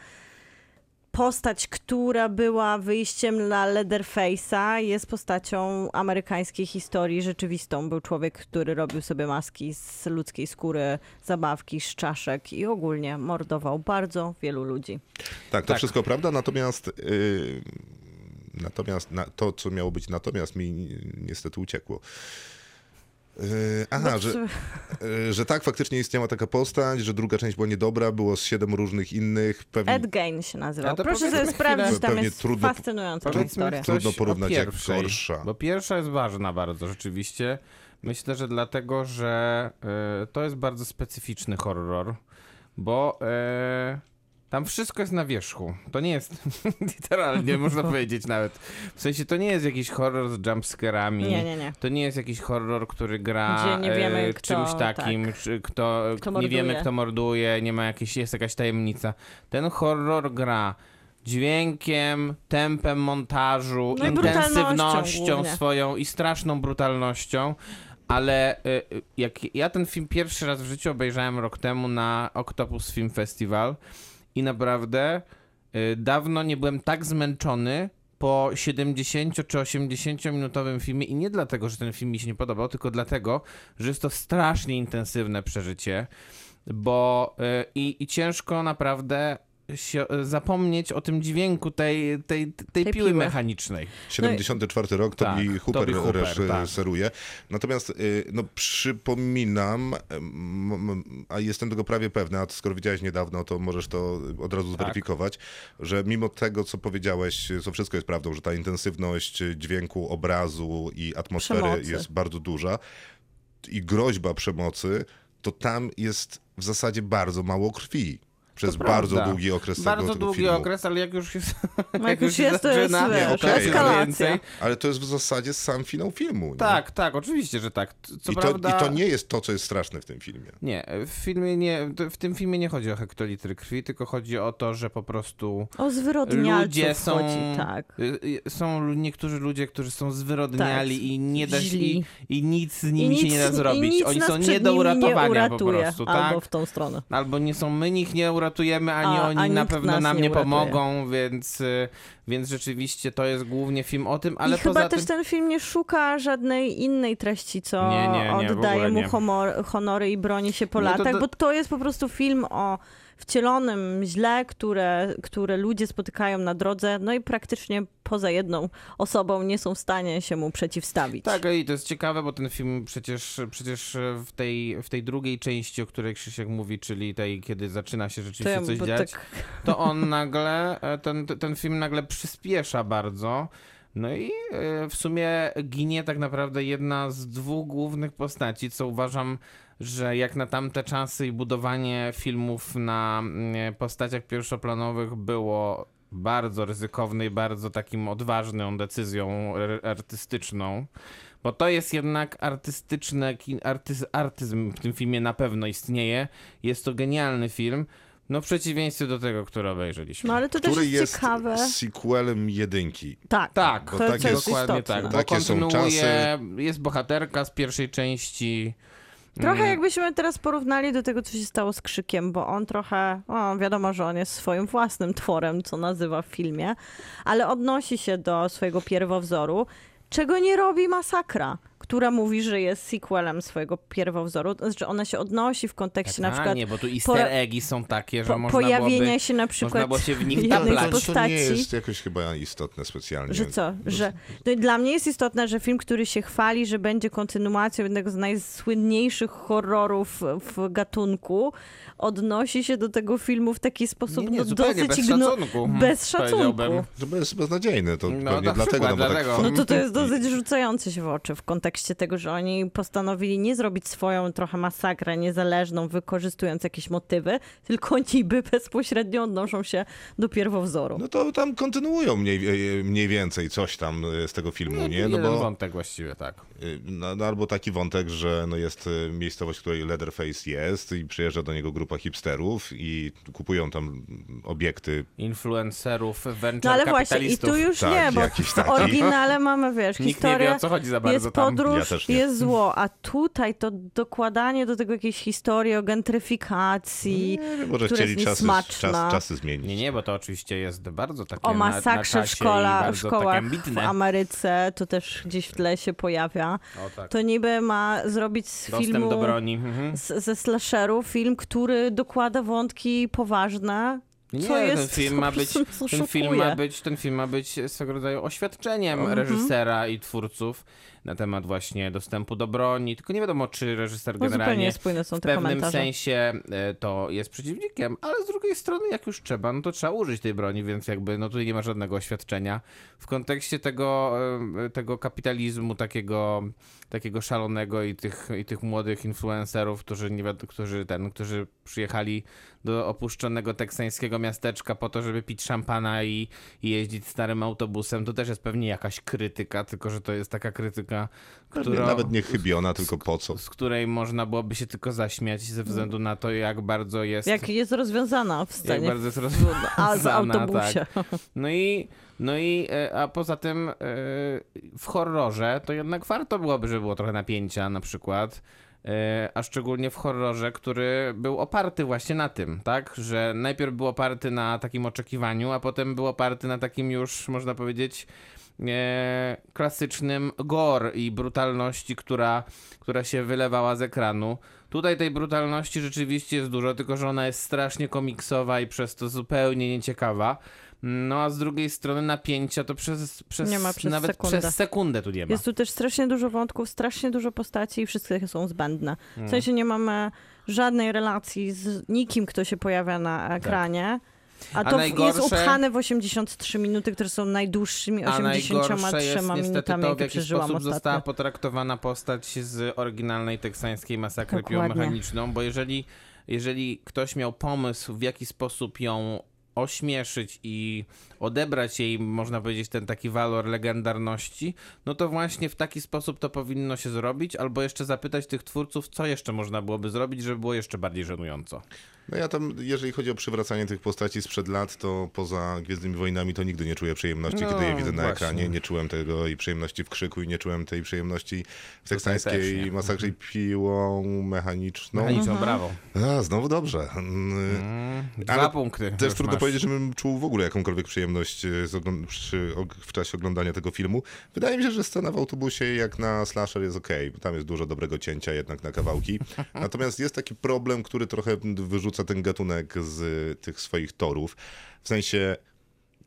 [SPEAKER 4] postać, która była wyjściem dla Leatherface'a, jest postacią amerykańskiej historii rzeczywistą. Był człowiek, który robił sobie maski z ludzkiej skóry, zabawki z czaszek i ogólnie mordował bardzo wielu ludzi.
[SPEAKER 2] Tak, to
[SPEAKER 5] Tak.
[SPEAKER 2] wszystko prawda, natomiast... Yy... Natomiast na, to, co miało być natomiast, mi ni- niestety uciekło. Yy, aha, że, yy, że tak, faktycznie istniała taka postać, że druga część była niedobra, było z siedem różnych innych. Pewnie...
[SPEAKER 4] Ed Gein się
[SPEAKER 5] A
[SPEAKER 4] nazywał.
[SPEAKER 5] to
[SPEAKER 4] Proszę
[SPEAKER 5] powiedzmy
[SPEAKER 4] sobie sprawdzić,
[SPEAKER 5] chwilę.
[SPEAKER 4] tam
[SPEAKER 2] Pewnie
[SPEAKER 4] jest
[SPEAKER 2] trudno-
[SPEAKER 4] fascynująca
[SPEAKER 5] Powiedzmy
[SPEAKER 4] historia.
[SPEAKER 5] coś
[SPEAKER 2] Trudno porównać,
[SPEAKER 5] o
[SPEAKER 2] jak
[SPEAKER 5] pierwszej,
[SPEAKER 2] gorsza.
[SPEAKER 5] Bo pierwsza jest ważna bardzo rzeczywiście. Myślę, że dlatego, że y, to jest bardzo specyficzny horror, bo y, tam wszystko jest na wierzchu. To nie jest literalnie, można powiedzieć nawet. W sensie to nie jest jakiś horror z jumpscarami.
[SPEAKER 4] Nie, nie, nie.
[SPEAKER 5] To nie jest jakiś horror, który gra
[SPEAKER 4] Gdzie nie wiemy,
[SPEAKER 5] e,
[SPEAKER 4] kto- tak.
[SPEAKER 5] czymś takim, czy kto,
[SPEAKER 4] Kto
[SPEAKER 5] nie wiemy
[SPEAKER 4] morduje.
[SPEAKER 5] kto morduje, nie ma jakiejś, jest jakaś tajemnica. Ten horror gra dźwiękiem, tempem montażu,
[SPEAKER 4] No i brutalnością
[SPEAKER 5] intensywnością
[SPEAKER 4] głównie.
[SPEAKER 5] swoją i straszną brutalnością. Ale e, jak ja ten film pierwszy raz w życiu obejrzałem rok temu na Octopus Film Festival i naprawdę y, dawno nie byłem tak zmęczony po 70 czy 80 minutowym filmie i nie dlatego, że ten film mi się nie podobał, tylko dlatego, że jest to strasznie intensywne przeżycie, bo y, i, i ciężko naprawdę się, y, zapomnieć o tym dźwięku tej, tej, tej,
[SPEAKER 4] Tej
[SPEAKER 5] piły
[SPEAKER 4] piły.
[SPEAKER 5] mechanicznej.
[SPEAKER 2] 74 rok,
[SPEAKER 5] No Tak,
[SPEAKER 2] Tobi Hooper,
[SPEAKER 5] Toby Hooper, tak.
[SPEAKER 2] reżyseruje. Natomiast y, no, przypominam, em, m- a jestem tego prawie pewny, a ty skoro widziałeś niedawno, to możesz to od razu
[SPEAKER 5] Tak.
[SPEAKER 2] zweryfikować, że mimo tego, co powiedziałeś, co wszystko jest prawdą, że ta intensywność dźwięku, obrazu i atmosfery
[SPEAKER 4] Przemocy.
[SPEAKER 2] jest bardzo duża i groźba przemocy, to tam jest w zasadzie bardzo mało krwi. przez
[SPEAKER 5] To
[SPEAKER 2] bardzo
[SPEAKER 5] prawda.
[SPEAKER 2] długi okres
[SPEAKER 5] Bardzo
[SPEAKER 2] tego, tego
[SPEAKER 5] długi
[SPEAKER 2] filmu.
[SPEAKER 5] okres, ale jak już jest.
[SPEAKER 4] No jak już jest, to jest,
[SPEAKER 5] zaczyna,
[SPEAKER 4] wiesz,
[SPEAKER 2] Nie, okej,
[SPEAKER 5] jest
[SPEAKER 2] eskalacja.
[SPEAKER 5] więcej.
[SPEAKER 2] Ale to jest w zasadzie sam finał filmu. nie?
[SPEAKER 5] Tak, tak, oczywiście, że tak. C- Co
[SPEAKER 2] I to,
[SPEAKER 5] prawda...
[SPEAKER 2] I to nie jest to, co jest straszne w tym filmie.
[SPEAKER 5] Nie, w filmie nie, t- w tym filmie nie chodzi o hektolitry krwi, tylko chodzi o to, że po prostu
[SPEAKER 4] O zwyrodnialców
[SPEAKER 5] ludzie są,
[SPEAKER 4] chodzi, tak.
[SPEAKER 5] y, y, są lu- niektórzy ludzie, którzy są zwyrodniali
[SPEAKER 4] Tak,
[SPEAKER 5] i nie da się,
[SPEAKER 4] źli.
[SPEAKER 5] i, i nic z nimi
[SPEAKER 4] I
[SPEAKER 5] się nie da
[SPEAKER 4] nic- i
[SPEAKER 5] zrobić.
[SPEAKER 4] nic
[SPEAKER 5] Oni
[SPEAKER 4] nas
[SPEAKER 5] są
[SPEAKER 4] przed
[SPEAKER 5] nie do
[SPEAKER 4] nimi
[SPEAKER 5] uratowania
[SPEAKER 4] nie uratuje,
[SPEAKER 5] po prostu, tak?
[SPEAKER 4] Albo w tą stronę.
[SPEAKER 5] Albo nie są, my ich nie uratujemy, ani
[SPEAKER 4] A-
[SPEAKER 5] oni
[SPEAKER 4] a
[SPEAKER 5] na
[SPEAKER 4] nikt
[SPEAKER 5] pewno
[SPEAKER 4] nas
[SPEAKER 5] nam nie,
[SPEAKER 4] nie uratuje.
[SPEAKER 5] pomogą, więc, y, więc rzeczywiście to jest głównie film o tym, ale
[SPEAKER 4] I
[SPEAKER 5] poza
[SPEAKER 4] chyba
[SPEAKER 5] tym...
[SPEAKER 4] też ten film nie szuka żadnej innej treści, co
[SPEAKER 5] Nie, nie, nie, w ogóle
[SPEAKER 4] oddaje mu
[SPEAKER 5] nie.
[SPEAKER 4] homor, honory i broni się po
[SPEAKER 5] Nie, to-
[SPEAKER 4] latach,
[SPEAKER 5] to-
[SPEAKER 4] bo to jest po prostu film o wcielonym źle, które, które ludzie spotykają na drodze, no i praktycznie poza jedną osobą nie są w stanie się mu przeciwstawić.
[SPEAKER 5] Tak, i to jest ciekawe, bo ten film przecież, przecież w, tej, w tej drugiej części, o której Krzysiek mówi, czyli tej, kiedy zaczyna się
[SPEAKER 4] to
[SPEAKER 5] rzeczywiście
[SPEAKER 4] ja,
[SPEAKER 5] coś
[SPEAKER 4] bo
[SPEAKER 5] dziać,
[SPEAKER 4] tak
[SPEAKER 5] to on nagle, e, ten, ten film nagle przyspiesza bardzo. No i e, w sumie ginie tak naprawdę jedna z dwóch głównych postaci, co uważam, że jak na tamte czasy i budowanie filmów na mm, postaciach pierwszoplanowych było bardzo ryzykowne i bardzo takim odważną decyzją r- artystyczną. Bo to jest jednak artystyczne, ki- artyz, artyzm w tym filmie na pewno istnieje. Jest to genialny film. No w przeciwieństwie do tego, który obejrzeliśmy.
[SPEAKER 4] No ale to też
[SPEAKER 2] Który
[SPEAKER 4] jest,
[SPEAKER 2] jest
[SPEAKER 4] ciekawe.
[SPEAKER 2] sequelem jedynki.
[SPEAKER 4] Tak.
[SPEAKER 5] Tak,
[SPEAKER 2] Bo
[SPEAKER 4] to
[SPEAKER 2] tak
[SPEAKER 4] co
[SPEAKER 2] jest-
[SPEAKER 4] jest
[SPEAKER 5] dokładnie
[SPEAKER 4] istotne.
[SPEAKER 5] tak. Bo
[SPEAKER 2] Takie są
[SPEAKER 5] kontynuuje, jest bohaterka z pierwszej części. Mm.
[SPEAKER 4] Trochę jakbyśmy teraz porównali do tego, co się stało z Krzykiem, bo on trochę, o, wiadomo, że on jest swoim własnym tworem, co nazywa w filmie, ale odnosi się do swojego pierwowzoru, czego nie robi Masakra, która mówi, że jest sequelem swojego pierwowzoru. To znaczy, ona się odnosi w kontekście na
[SPEAKER 5] A
[SPEAKER 4] przykład
[SPEAKER 5] nie, bo tu easter
[SPEAKER 4] po-
[SPEAKER 5] eggi są takie, że
[SPEAKER 4] po,
[SPEAKER 5] można
[SPEAKER 4] pojawienia
[SPEAKER 5] byłoby...
[SPEAKER 4] się na przykład
[SPEAKER 5] było się w nich
[SPEAKER 4] jednej z
[SPEAKER 5] taplać. To-
[SPEAKER 2] Tak, To, to
[SPEAKER 4] postaci.
[SPEAKER 2] nie jest jakoś chyba istotne specjalnie.
[SPEAKER 4] Że co? Że no i dla mnie jest istotne, że film, który się chwali, że będzie kontynuacją jednego z najsłynniejszych horrorów w gatunku, odnosi się do tego filmu w taki sposób
[SPEAKER 5] Nie, nie,
[SPEAKER 4] no,
[SPEAKER 5] zupełnie
[SPEAKER 4] dosyć
[SPEAKER 5] bez
[SPEAKER 4] igno-
[SPEAKER 5] szacunku, hmm,
[SPEAKER 4] bez
[SPEAKER 5] powiedziałbym.
[SPEAKER 4] szacunku.
[SPEAKER 2] To jest beznadziejne, to
[SPEAKER 5] No, na
[SPEAKER 2] pewnie
[SPEAKER 5] przykład
[SPEAKER 2] dlatego. no, bo
[SPEAKER 5] dlatego.
[SPEAKER 2] Tak
[SPEAKER 4] No
[SPEAKER 2] fajnie.
[SPEAKER 4] to to jest dosyć rzucające się w oczy w kontekście tego, że oni postanowili nie zrobić swoją trochę masakrę niezależną, wykorzystując jakieś motywy, tylko niby bezpośrednio odnoszą się do pierwowzoru.
[SPEAKER 2] No to tam kontynuują mniej, e, mniej więcej coś tam e, z tego filmu, nie? No
[SPEAKER 5] Jeden
[SPEAKER 2] bo
[SPEAKER 5] wątek właściwie, tak.
[SPEAKER 2] e, no, no, albo taki wątek, że no jest e, miejscowość, w której Leatherface jest i przyjeżdża do niego grupa hipsterów i kupują tam obiekty.
[SPEAKER 5] Influencerów, venture
[SPEAKER 4] No ale właśnie, i
[SPEAKER 5] kapitalistów.
[SPEAKER 4] tu już
[SPEAKER 2] Tak,
[SPEAKER 4] nie, bo
[SPEAKER 2] jakiś taki.
[SPEAKER 4] w oryginale mamy, wiesz,
[SPEAKER 5] Nikt nie
[SPEAKER 4] historia,
[SPEAKER 5] wie, o co chodzi za bardzo
[SPEAKER 4] jest
[SPEAKER 5] tam.
[SPEAKER 2] Ja
[SPEAKER 4] podróż,
[SPEAKER 2] też nie.
[SPEAKER 4] jest zło, a tutaj to dokładanie do tego jakiejś historii o gentryfikacji,
[SPEAKER 2] Nie wiem, może
[SPEAKER 4] która
[SPEAKER 2] chcieli
[SPEAKER 4] jest
[SPEAKER 2] czasy,
[SPEAKER 4] niesmaczna.
[SPEAKER 2] czas, czasy zmienić.
[SPEAKER 5] Nie, nie, bo to oczywiście jest bardzo takie
[SPEAKER 4] o
[SPEAKER 5] na- na
[SPEAKER 4] masakrze w,
[SPEAKER 5] czasie i
[SPEAKER 4] szkola, w
[SPEAKER 5] bardzo takie
[SPEAKER 4] szkołach w
[SPEAKER 5] ambitne.
[SPEAKER 4] Ameryce, to też gdzieś w tle się pojawia.
[SPEAKER 5] O tak.
[SPEAKER 4] To niby ma zrobić z
[SPEAKER 5] Dostęp
[SPEAKER 4] filmu,
[SPEAKER 5] do broni. Mhm.
[SPEAKER 4] z, ze slasheru, film, który dokłada wątki poważne, No,
[SPEAKER 5] Nie,
[SPEAKER 4] co jest
[SPEAKER 5] ten film ma
[SPEAKER 4] po
[SPEAKER 5] być,
[SPEAKER 4] prostu, co
[SPEAKER 5] ten film
[SPEAKER 4] szokuje.
[SPEAKER 5] ma być, ten film ma być swego rodzaju oświadczeniem
[SPEAKER 4] Mhm.
[SPEAKER 5] reżysera i twórców na temat właśnie dostępu do broni. Tylko nie wiadomo, czy reżyser
[SPEAKER 4] No zupełnie
[SPEAKER 5] generalnie
[SPEAKER 4] niespójne są
[SPEAKER 5] w
[SPEAKER 4] te
[SPEAKER 5] pewnym
[SPEAKER 4] komentarze.
[SPEAKER 5] sensie e, to jest przeciwnikiem, ale z drugiej strony, jak już trzeba, no to trzeba użyć tej broni, więc jakby no tutaj nie ma żadnego oświadczenia. W kontekście tego, e, tego kapitalizmu takiego, takiego szalonego i tych, i tych młodych influencerów, którzy nie wiad- którzy ten, którzy przyjechali do opuszczonego teksańskiego miasteczka po to, żeby pić szampana i, i jeździć starym autobusem, to też jest pewnie jakaś krytyka, tylko że to jest taka krytyka,
[SPEAKER 2] Pewnie
[SPEAKER 5] która
[SPEAKER 2] Nawet nie chybiona, tylko po co.
[SPEAKER 5] z której można byłoby się tylko zaśmiać ze względu na to, jak bardzo jest.
[SPEAKER 4] jak jest rozwiązana w
[SPEAKER 5] jak
[SPEAKER 4] scenie,
[SPEAKER 5] bardzo jest rozwiązana,
[SPEAKER 4] a z
[SPEAKER 5] tak.
[SPEAKER 4] autobusie.
[SPEAKER 5] No i, no i, e, a poza tym e, w horrorze to jednak warto byłoby, żeby było trochę napięcia na przykład. E, A szczególnie w horrorze, który był oparty właśnie na tym, tak? Że najpierw był oparty na takim oczekiwaniu, a potem był oparty na takim już, można powiedzieć, e, klasycznym gore i brutalności, która, która się wylewała z ekranu. Tutaj tej brutalności rzeczywiście jest dużo, tylko że ona jest strasznie komiksowa i przez to zupełnie nieciekawa. No a z drugiej strony napięcia to przez, przez,
[SPEAKER 4] Nie ma przez
[SPEAKER 5] nawet
[SPEAKER 4] sekundę.
[SPEAKER 5] przez sekundę tu nie ma.
[SPEAKER 4] Jest tu też strasznie dużo wątków, strasznie dużo postaci i wszystkie są zbędne.
[SPEAKER 5] Mm.
[SPEAKER 4] W sensie nie mamy żadnej relacji z nikim, kto się pojawia na ekranie. A
[SPEAKER 5] Tak. A
[SPEAKER 4] to w-
[SPEAKER 5] najgorsze-
[SPEAKER 4] jest upchane w 83 minuty, które są najdłuższymi
[SPEAKER 5] A
[SPEAKER 4] 83
[SPEAKER 5] najgorsze jest niestety
[SPEAKER 4] minutami,
[SPEAKER 5] to, w
[SPEAKER 4] jakie
[SPEAKER 5] jaki
[SPEAKER 4] przeżyłam
[SPEAKER 5] sposób została
[SPEAKER 4] ostatnio.
[SPEAKER 5] potraktowana postać z oryginalnej teksańskiej masakry
[SPEAKER 4] Dokładnie.
[SPEAKER 5] biomechaniczną, bo jeżeli jeżeli ktoś miał pomysł, w jaki sposób ją ośmieszyć i odebrać jej, można powiedzieć, ten taki walor legendarności, no to właśnie w taki sposób to powinno się zrobić, albo jeszcze zapytać tych twórców, co jeszcze można byłoby zrobić, żeby było jeszcze bardziej żenująco.
[SPEAKER 2] No ja tam, jeżeli chodzi o przywracanie tych postaci sprzed lat, to poza Gwiezdnymi Wojnami to nigdy nie czuję przyjemności,
[SPEAKER 5] No,
[SPEAKER 2] kiedy je widzę na
[SPEAKER 5] właśnie.
[SPEAKER 2] ekranie. Nie czułem tego i przyjemności w krzyku i nie czułem tej przyjemności w
[SPEAKER 5] też nie.
[SPEAKER 2] teksańskiej masakrze piłą mechaniczną.
[SPEAKER 5] Mechaniczną,
[SPEAKER 4] Mhm.
[SPEAKER 5] brawo.
[SPEAKER 2] A, znowu dobrze. Mm,
[SPEAKER 5] Dwa
[SPEAKER 2] Ale
[SPEAKER 5] punkty.
[SPEAKER 2] Też
[SPEAKER 5] już
[SPEAKER 2] trudno
[SPEAKER 5] masz.
[SPEAKER 2] powiedzieć, żebym czuł w ogóle jakąkolwiek przyjemność e, z oglą- przy, og- w czasie oglądania tego filmu. Wydaje mi się, że scena w autobusie jak na slasher jest okej, bo tam jest dużo dobrego cięcia jednak na kawałki. Natomiast jest taki problem, który trochę wyrzuca ten gatunek z e, tych swoich torów. W sensie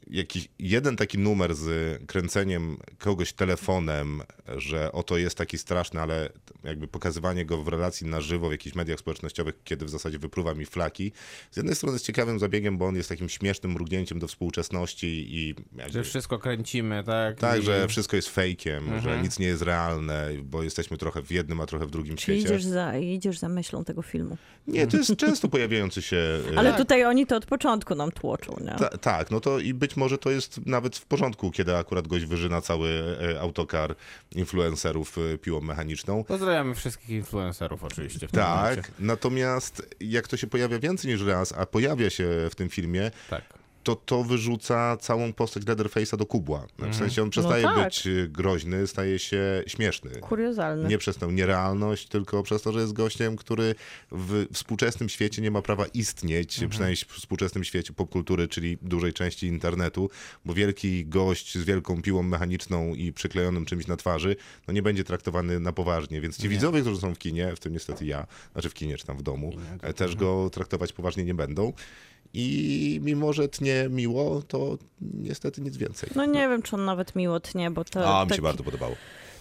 [SPEAKER 2] jakiś jeden taki numer z kręceniem kogoś telefonem, że oto jest taki straszny, ale jakby pokazywanie go w relacji na żywo w jakichś mediach społecznościowych, kiedy w zasadzie wypruwa mi flaki. Z jednej strony jest ciekawym zabiegiem, bo on jest takim śmiesznym mrugnięciem do współczesności i jakby-
[SPEAKER 5] Że wszystko kręcimy, tak?
[SPEAKER 2] tak,
[SPEAKER 5] I-
[SPEAKER 2] że wszystko jest fejkiem,
[SPEAKER 5] Mhm.
[SPEAKER 2] że nic nie jest realne, bo jesteśmy trochę w jednym, a trochę w drugim
[SPEAKER 4] Czyli
[SPEAKER 2] świecie.
[SPEAKER 4] idziesz za, idziesz za myślą tego filmu.
[SPEAKER 2] Nie, to jest często pojawiający się... e,
[SPEAKER 4] Ale tutaj oni to od początku nam tłoczą, nie?
[SPEAKER 2] Ta, tak, no to i być może to jest nawet w porządku, kiedy akurat gość wyżyna cały e, autokar influencerów e, piłą mechaniczną.
[SPEAKER 5] Pozdrawiamy wszystkich influencerów oczywiście. W tym momencie.
[SPEAKER 2] Tak, natomiast jak to się pojawia więcej niż raz, a pojawia się w tym filmie,
[SPEAKER 5] Tak.
[SPEAKER 2] to to wyrzuca całą postać Leatherface'a do kubła. W sensie on przestaje
[SPEAKER 4] tak.
[SPEAKER 2] być e, groźny, staje się śmieszny.
[SPEAKER 4] Kuriozalne.
[SPEAKER 2] Nie przez tę nierealność, tylko przez to, że jest gościem, który w współczesnym świecie nie ma prawa istnieć,
[SPEAKER 4] Mhm.
[SPEAKER 2] przynajmniej w współczesnym świecie popkultury, czyli dużej części internetu, bo wielki gość z wielką piłą mechaniczną i przyklejonym czymś na twarzy, no nie będzie traktowany na poważnie, więc ci widzowie, którzy są w kinie, w tym niestety ja, znaczy w kinie czy tam w domu, e, też go traktować poważnie nie będą. I mimo, że tnie miło, to niestety nic więcej.
[SPEAKER 4] No nie tak wiem, czy on nawet miło tnie, bo to,
[SPEAKER 2] A, mi
[SPEAKER 4] taki,
[SPEAKER 2] się bardzo podobało.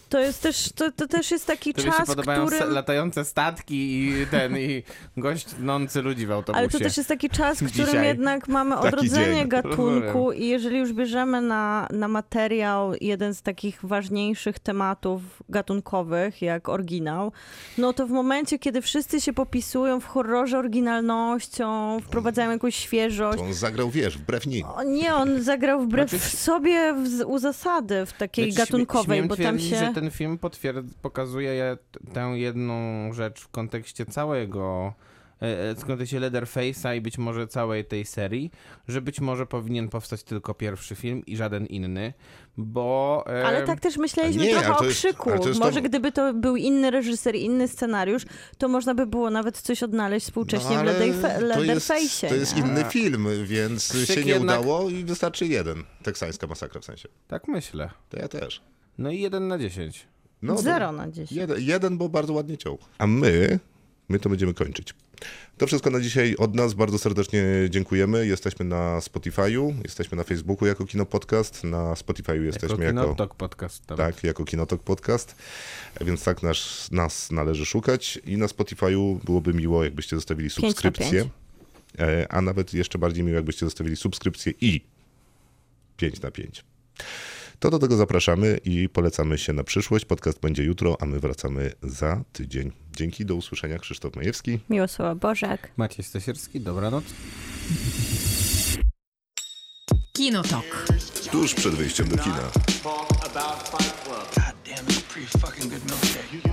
[SPEAKER 4] to jest też, to, to też jest taki
[SPEAKER 5] Tobie się
[SPEAKER 4] czas,
[SPEAKER 5] podobają se-
[SPEAKER 4] którym...
[SPEAKER 5] latające statki i ten, i gość tnący ludzi w autobusie.
[SPEAKER 4] Ale to też jest taki czas, w którym
[SPEAKER 5] Dzisiaj.
[SPEAKER 4] jednak mamy
[SPEAKER 2] Taki
[SPEAKER 4] odrodzenie
[SPEAKER 2] dzień.
[SPEAKER 4] gatunku
[SPEAKER 5] Rozumiem.
[SPEAKER 4] i jeżeli już bierzemy na, na materiał jeden z takich ważniejszych tematów gatunkowych, jak oryginał, no to w momencie, kiedy wszyscy się popisują w horrorze oryginalnością, wprowadzają jakąś świeżość,
[SPEAKER 2] To on zagrał, wiesz, wbrew nim.
[SPEAKER 4] o nie, on zagrał wbrew
[SPEAKER 5] Znaczy-
[SPEAKER 4] sobie w, z- u zasady w takiej
[SPEAKER 5] Znaczy, śmie-
[SPEAKER 4] gatunkowej,
[SPEAKER 5] śmiem
[SPEAKER 4] bo tam
[SPEAKER 5] twierdzić,
[SPEAKER 4] się...
[SPEAKER 5] że ten film potwierd- pokazuje ja t- tę jedną rzecz w kontekście całego e, e, w kontekście Leatherface'a i być może całej tej serii, że być może powinien powstać tylko pierwszy film i żaden inny, bo... e,
[SPEAKER 4] Ale tak też myśleliśmy
[SPEAKER 2] nie,
[SPEAKER 4] trochę
[SPEAKER 2] ale
[SPEAKER 4] o
[SPEAKER 2] to jest-
[SPEAKER 4] krzyku.
[SPEAKER 2] ale to jest to-
[SPEAKER 4] Może gdyby to był inny reżyser, inny scenariusz, to można by było nawet coś odnaleźć współcześnie
[SPEAKER 2] No,
[SPEAKER 4] w
[SPEAKER 2] ale
[SPEAKER 4] Leatherfa-
[SPEAKER 2] to jest-
[SPEAKER 4] Leatherface'ie.
[SPEAKER 2] To jest
[SPEAKER 4] nie?
[SPEAKER 2] inny film, więc
[SPEAKER 5] Tak. Krzyk
[SPEAKER 2] się nie
[SPEAKER 5] jednak-
[SPEAKER 2] udało i wystarczy jeden. Teksańska masakra w sensie.
[SPEAKER 5] Tak myślę.
[SPEAKER 2] To ja też.
[SPEAKER 5] No i jeden na 10.
[SPEAKER 2] No, to-
[SPEAKER 4] Zero na 10.
[SPEAKER 2] Jeden, jeden, bo bardzo ładnie ciął. A my, my to będziemy kończyć. To wszystko na dzisiaj od nas. Bardzo serdecznie dziękujemy. Jesteśmy na Spotify'u, jesteśmy na Facebooku jako Kino Podcast, na Spotify'u jesteśmy jako...
[SPEAKER 5] Jako... Tok podcast. Tam.
[SPEAKER 2] Tak, jako Kinotok Podcast, więc tak nas, nas należy szukać i na Spotify'u byłoby miło, jakbyście zostawili
[SPEAKER 4] na
[SPEAKER 2] subskrypcję, E, a nawet jeszcze bardziej miło, jakbyście zostawili subskrypcję i 5 na 5. To do tego zapraszamy i polecamy się na przyszłość. Podcast będzie jutro, a my wracamy za tydzień. Dzięki, do usłyszenia. Krzysztof Majewski.
[SPEAKER 4] Miłosława Bożek.
[SPEAKER 5] Maciej Stasierski, dobranoc.
[SPEAKER 1] Kinotok.
[SPEAKER 2] Tuż przed wyjściem do kina.
[SPEAKER 3] Talk about Fight Club.
[SPEAKER 6] God damn, it's a pretty fucking good milkshake.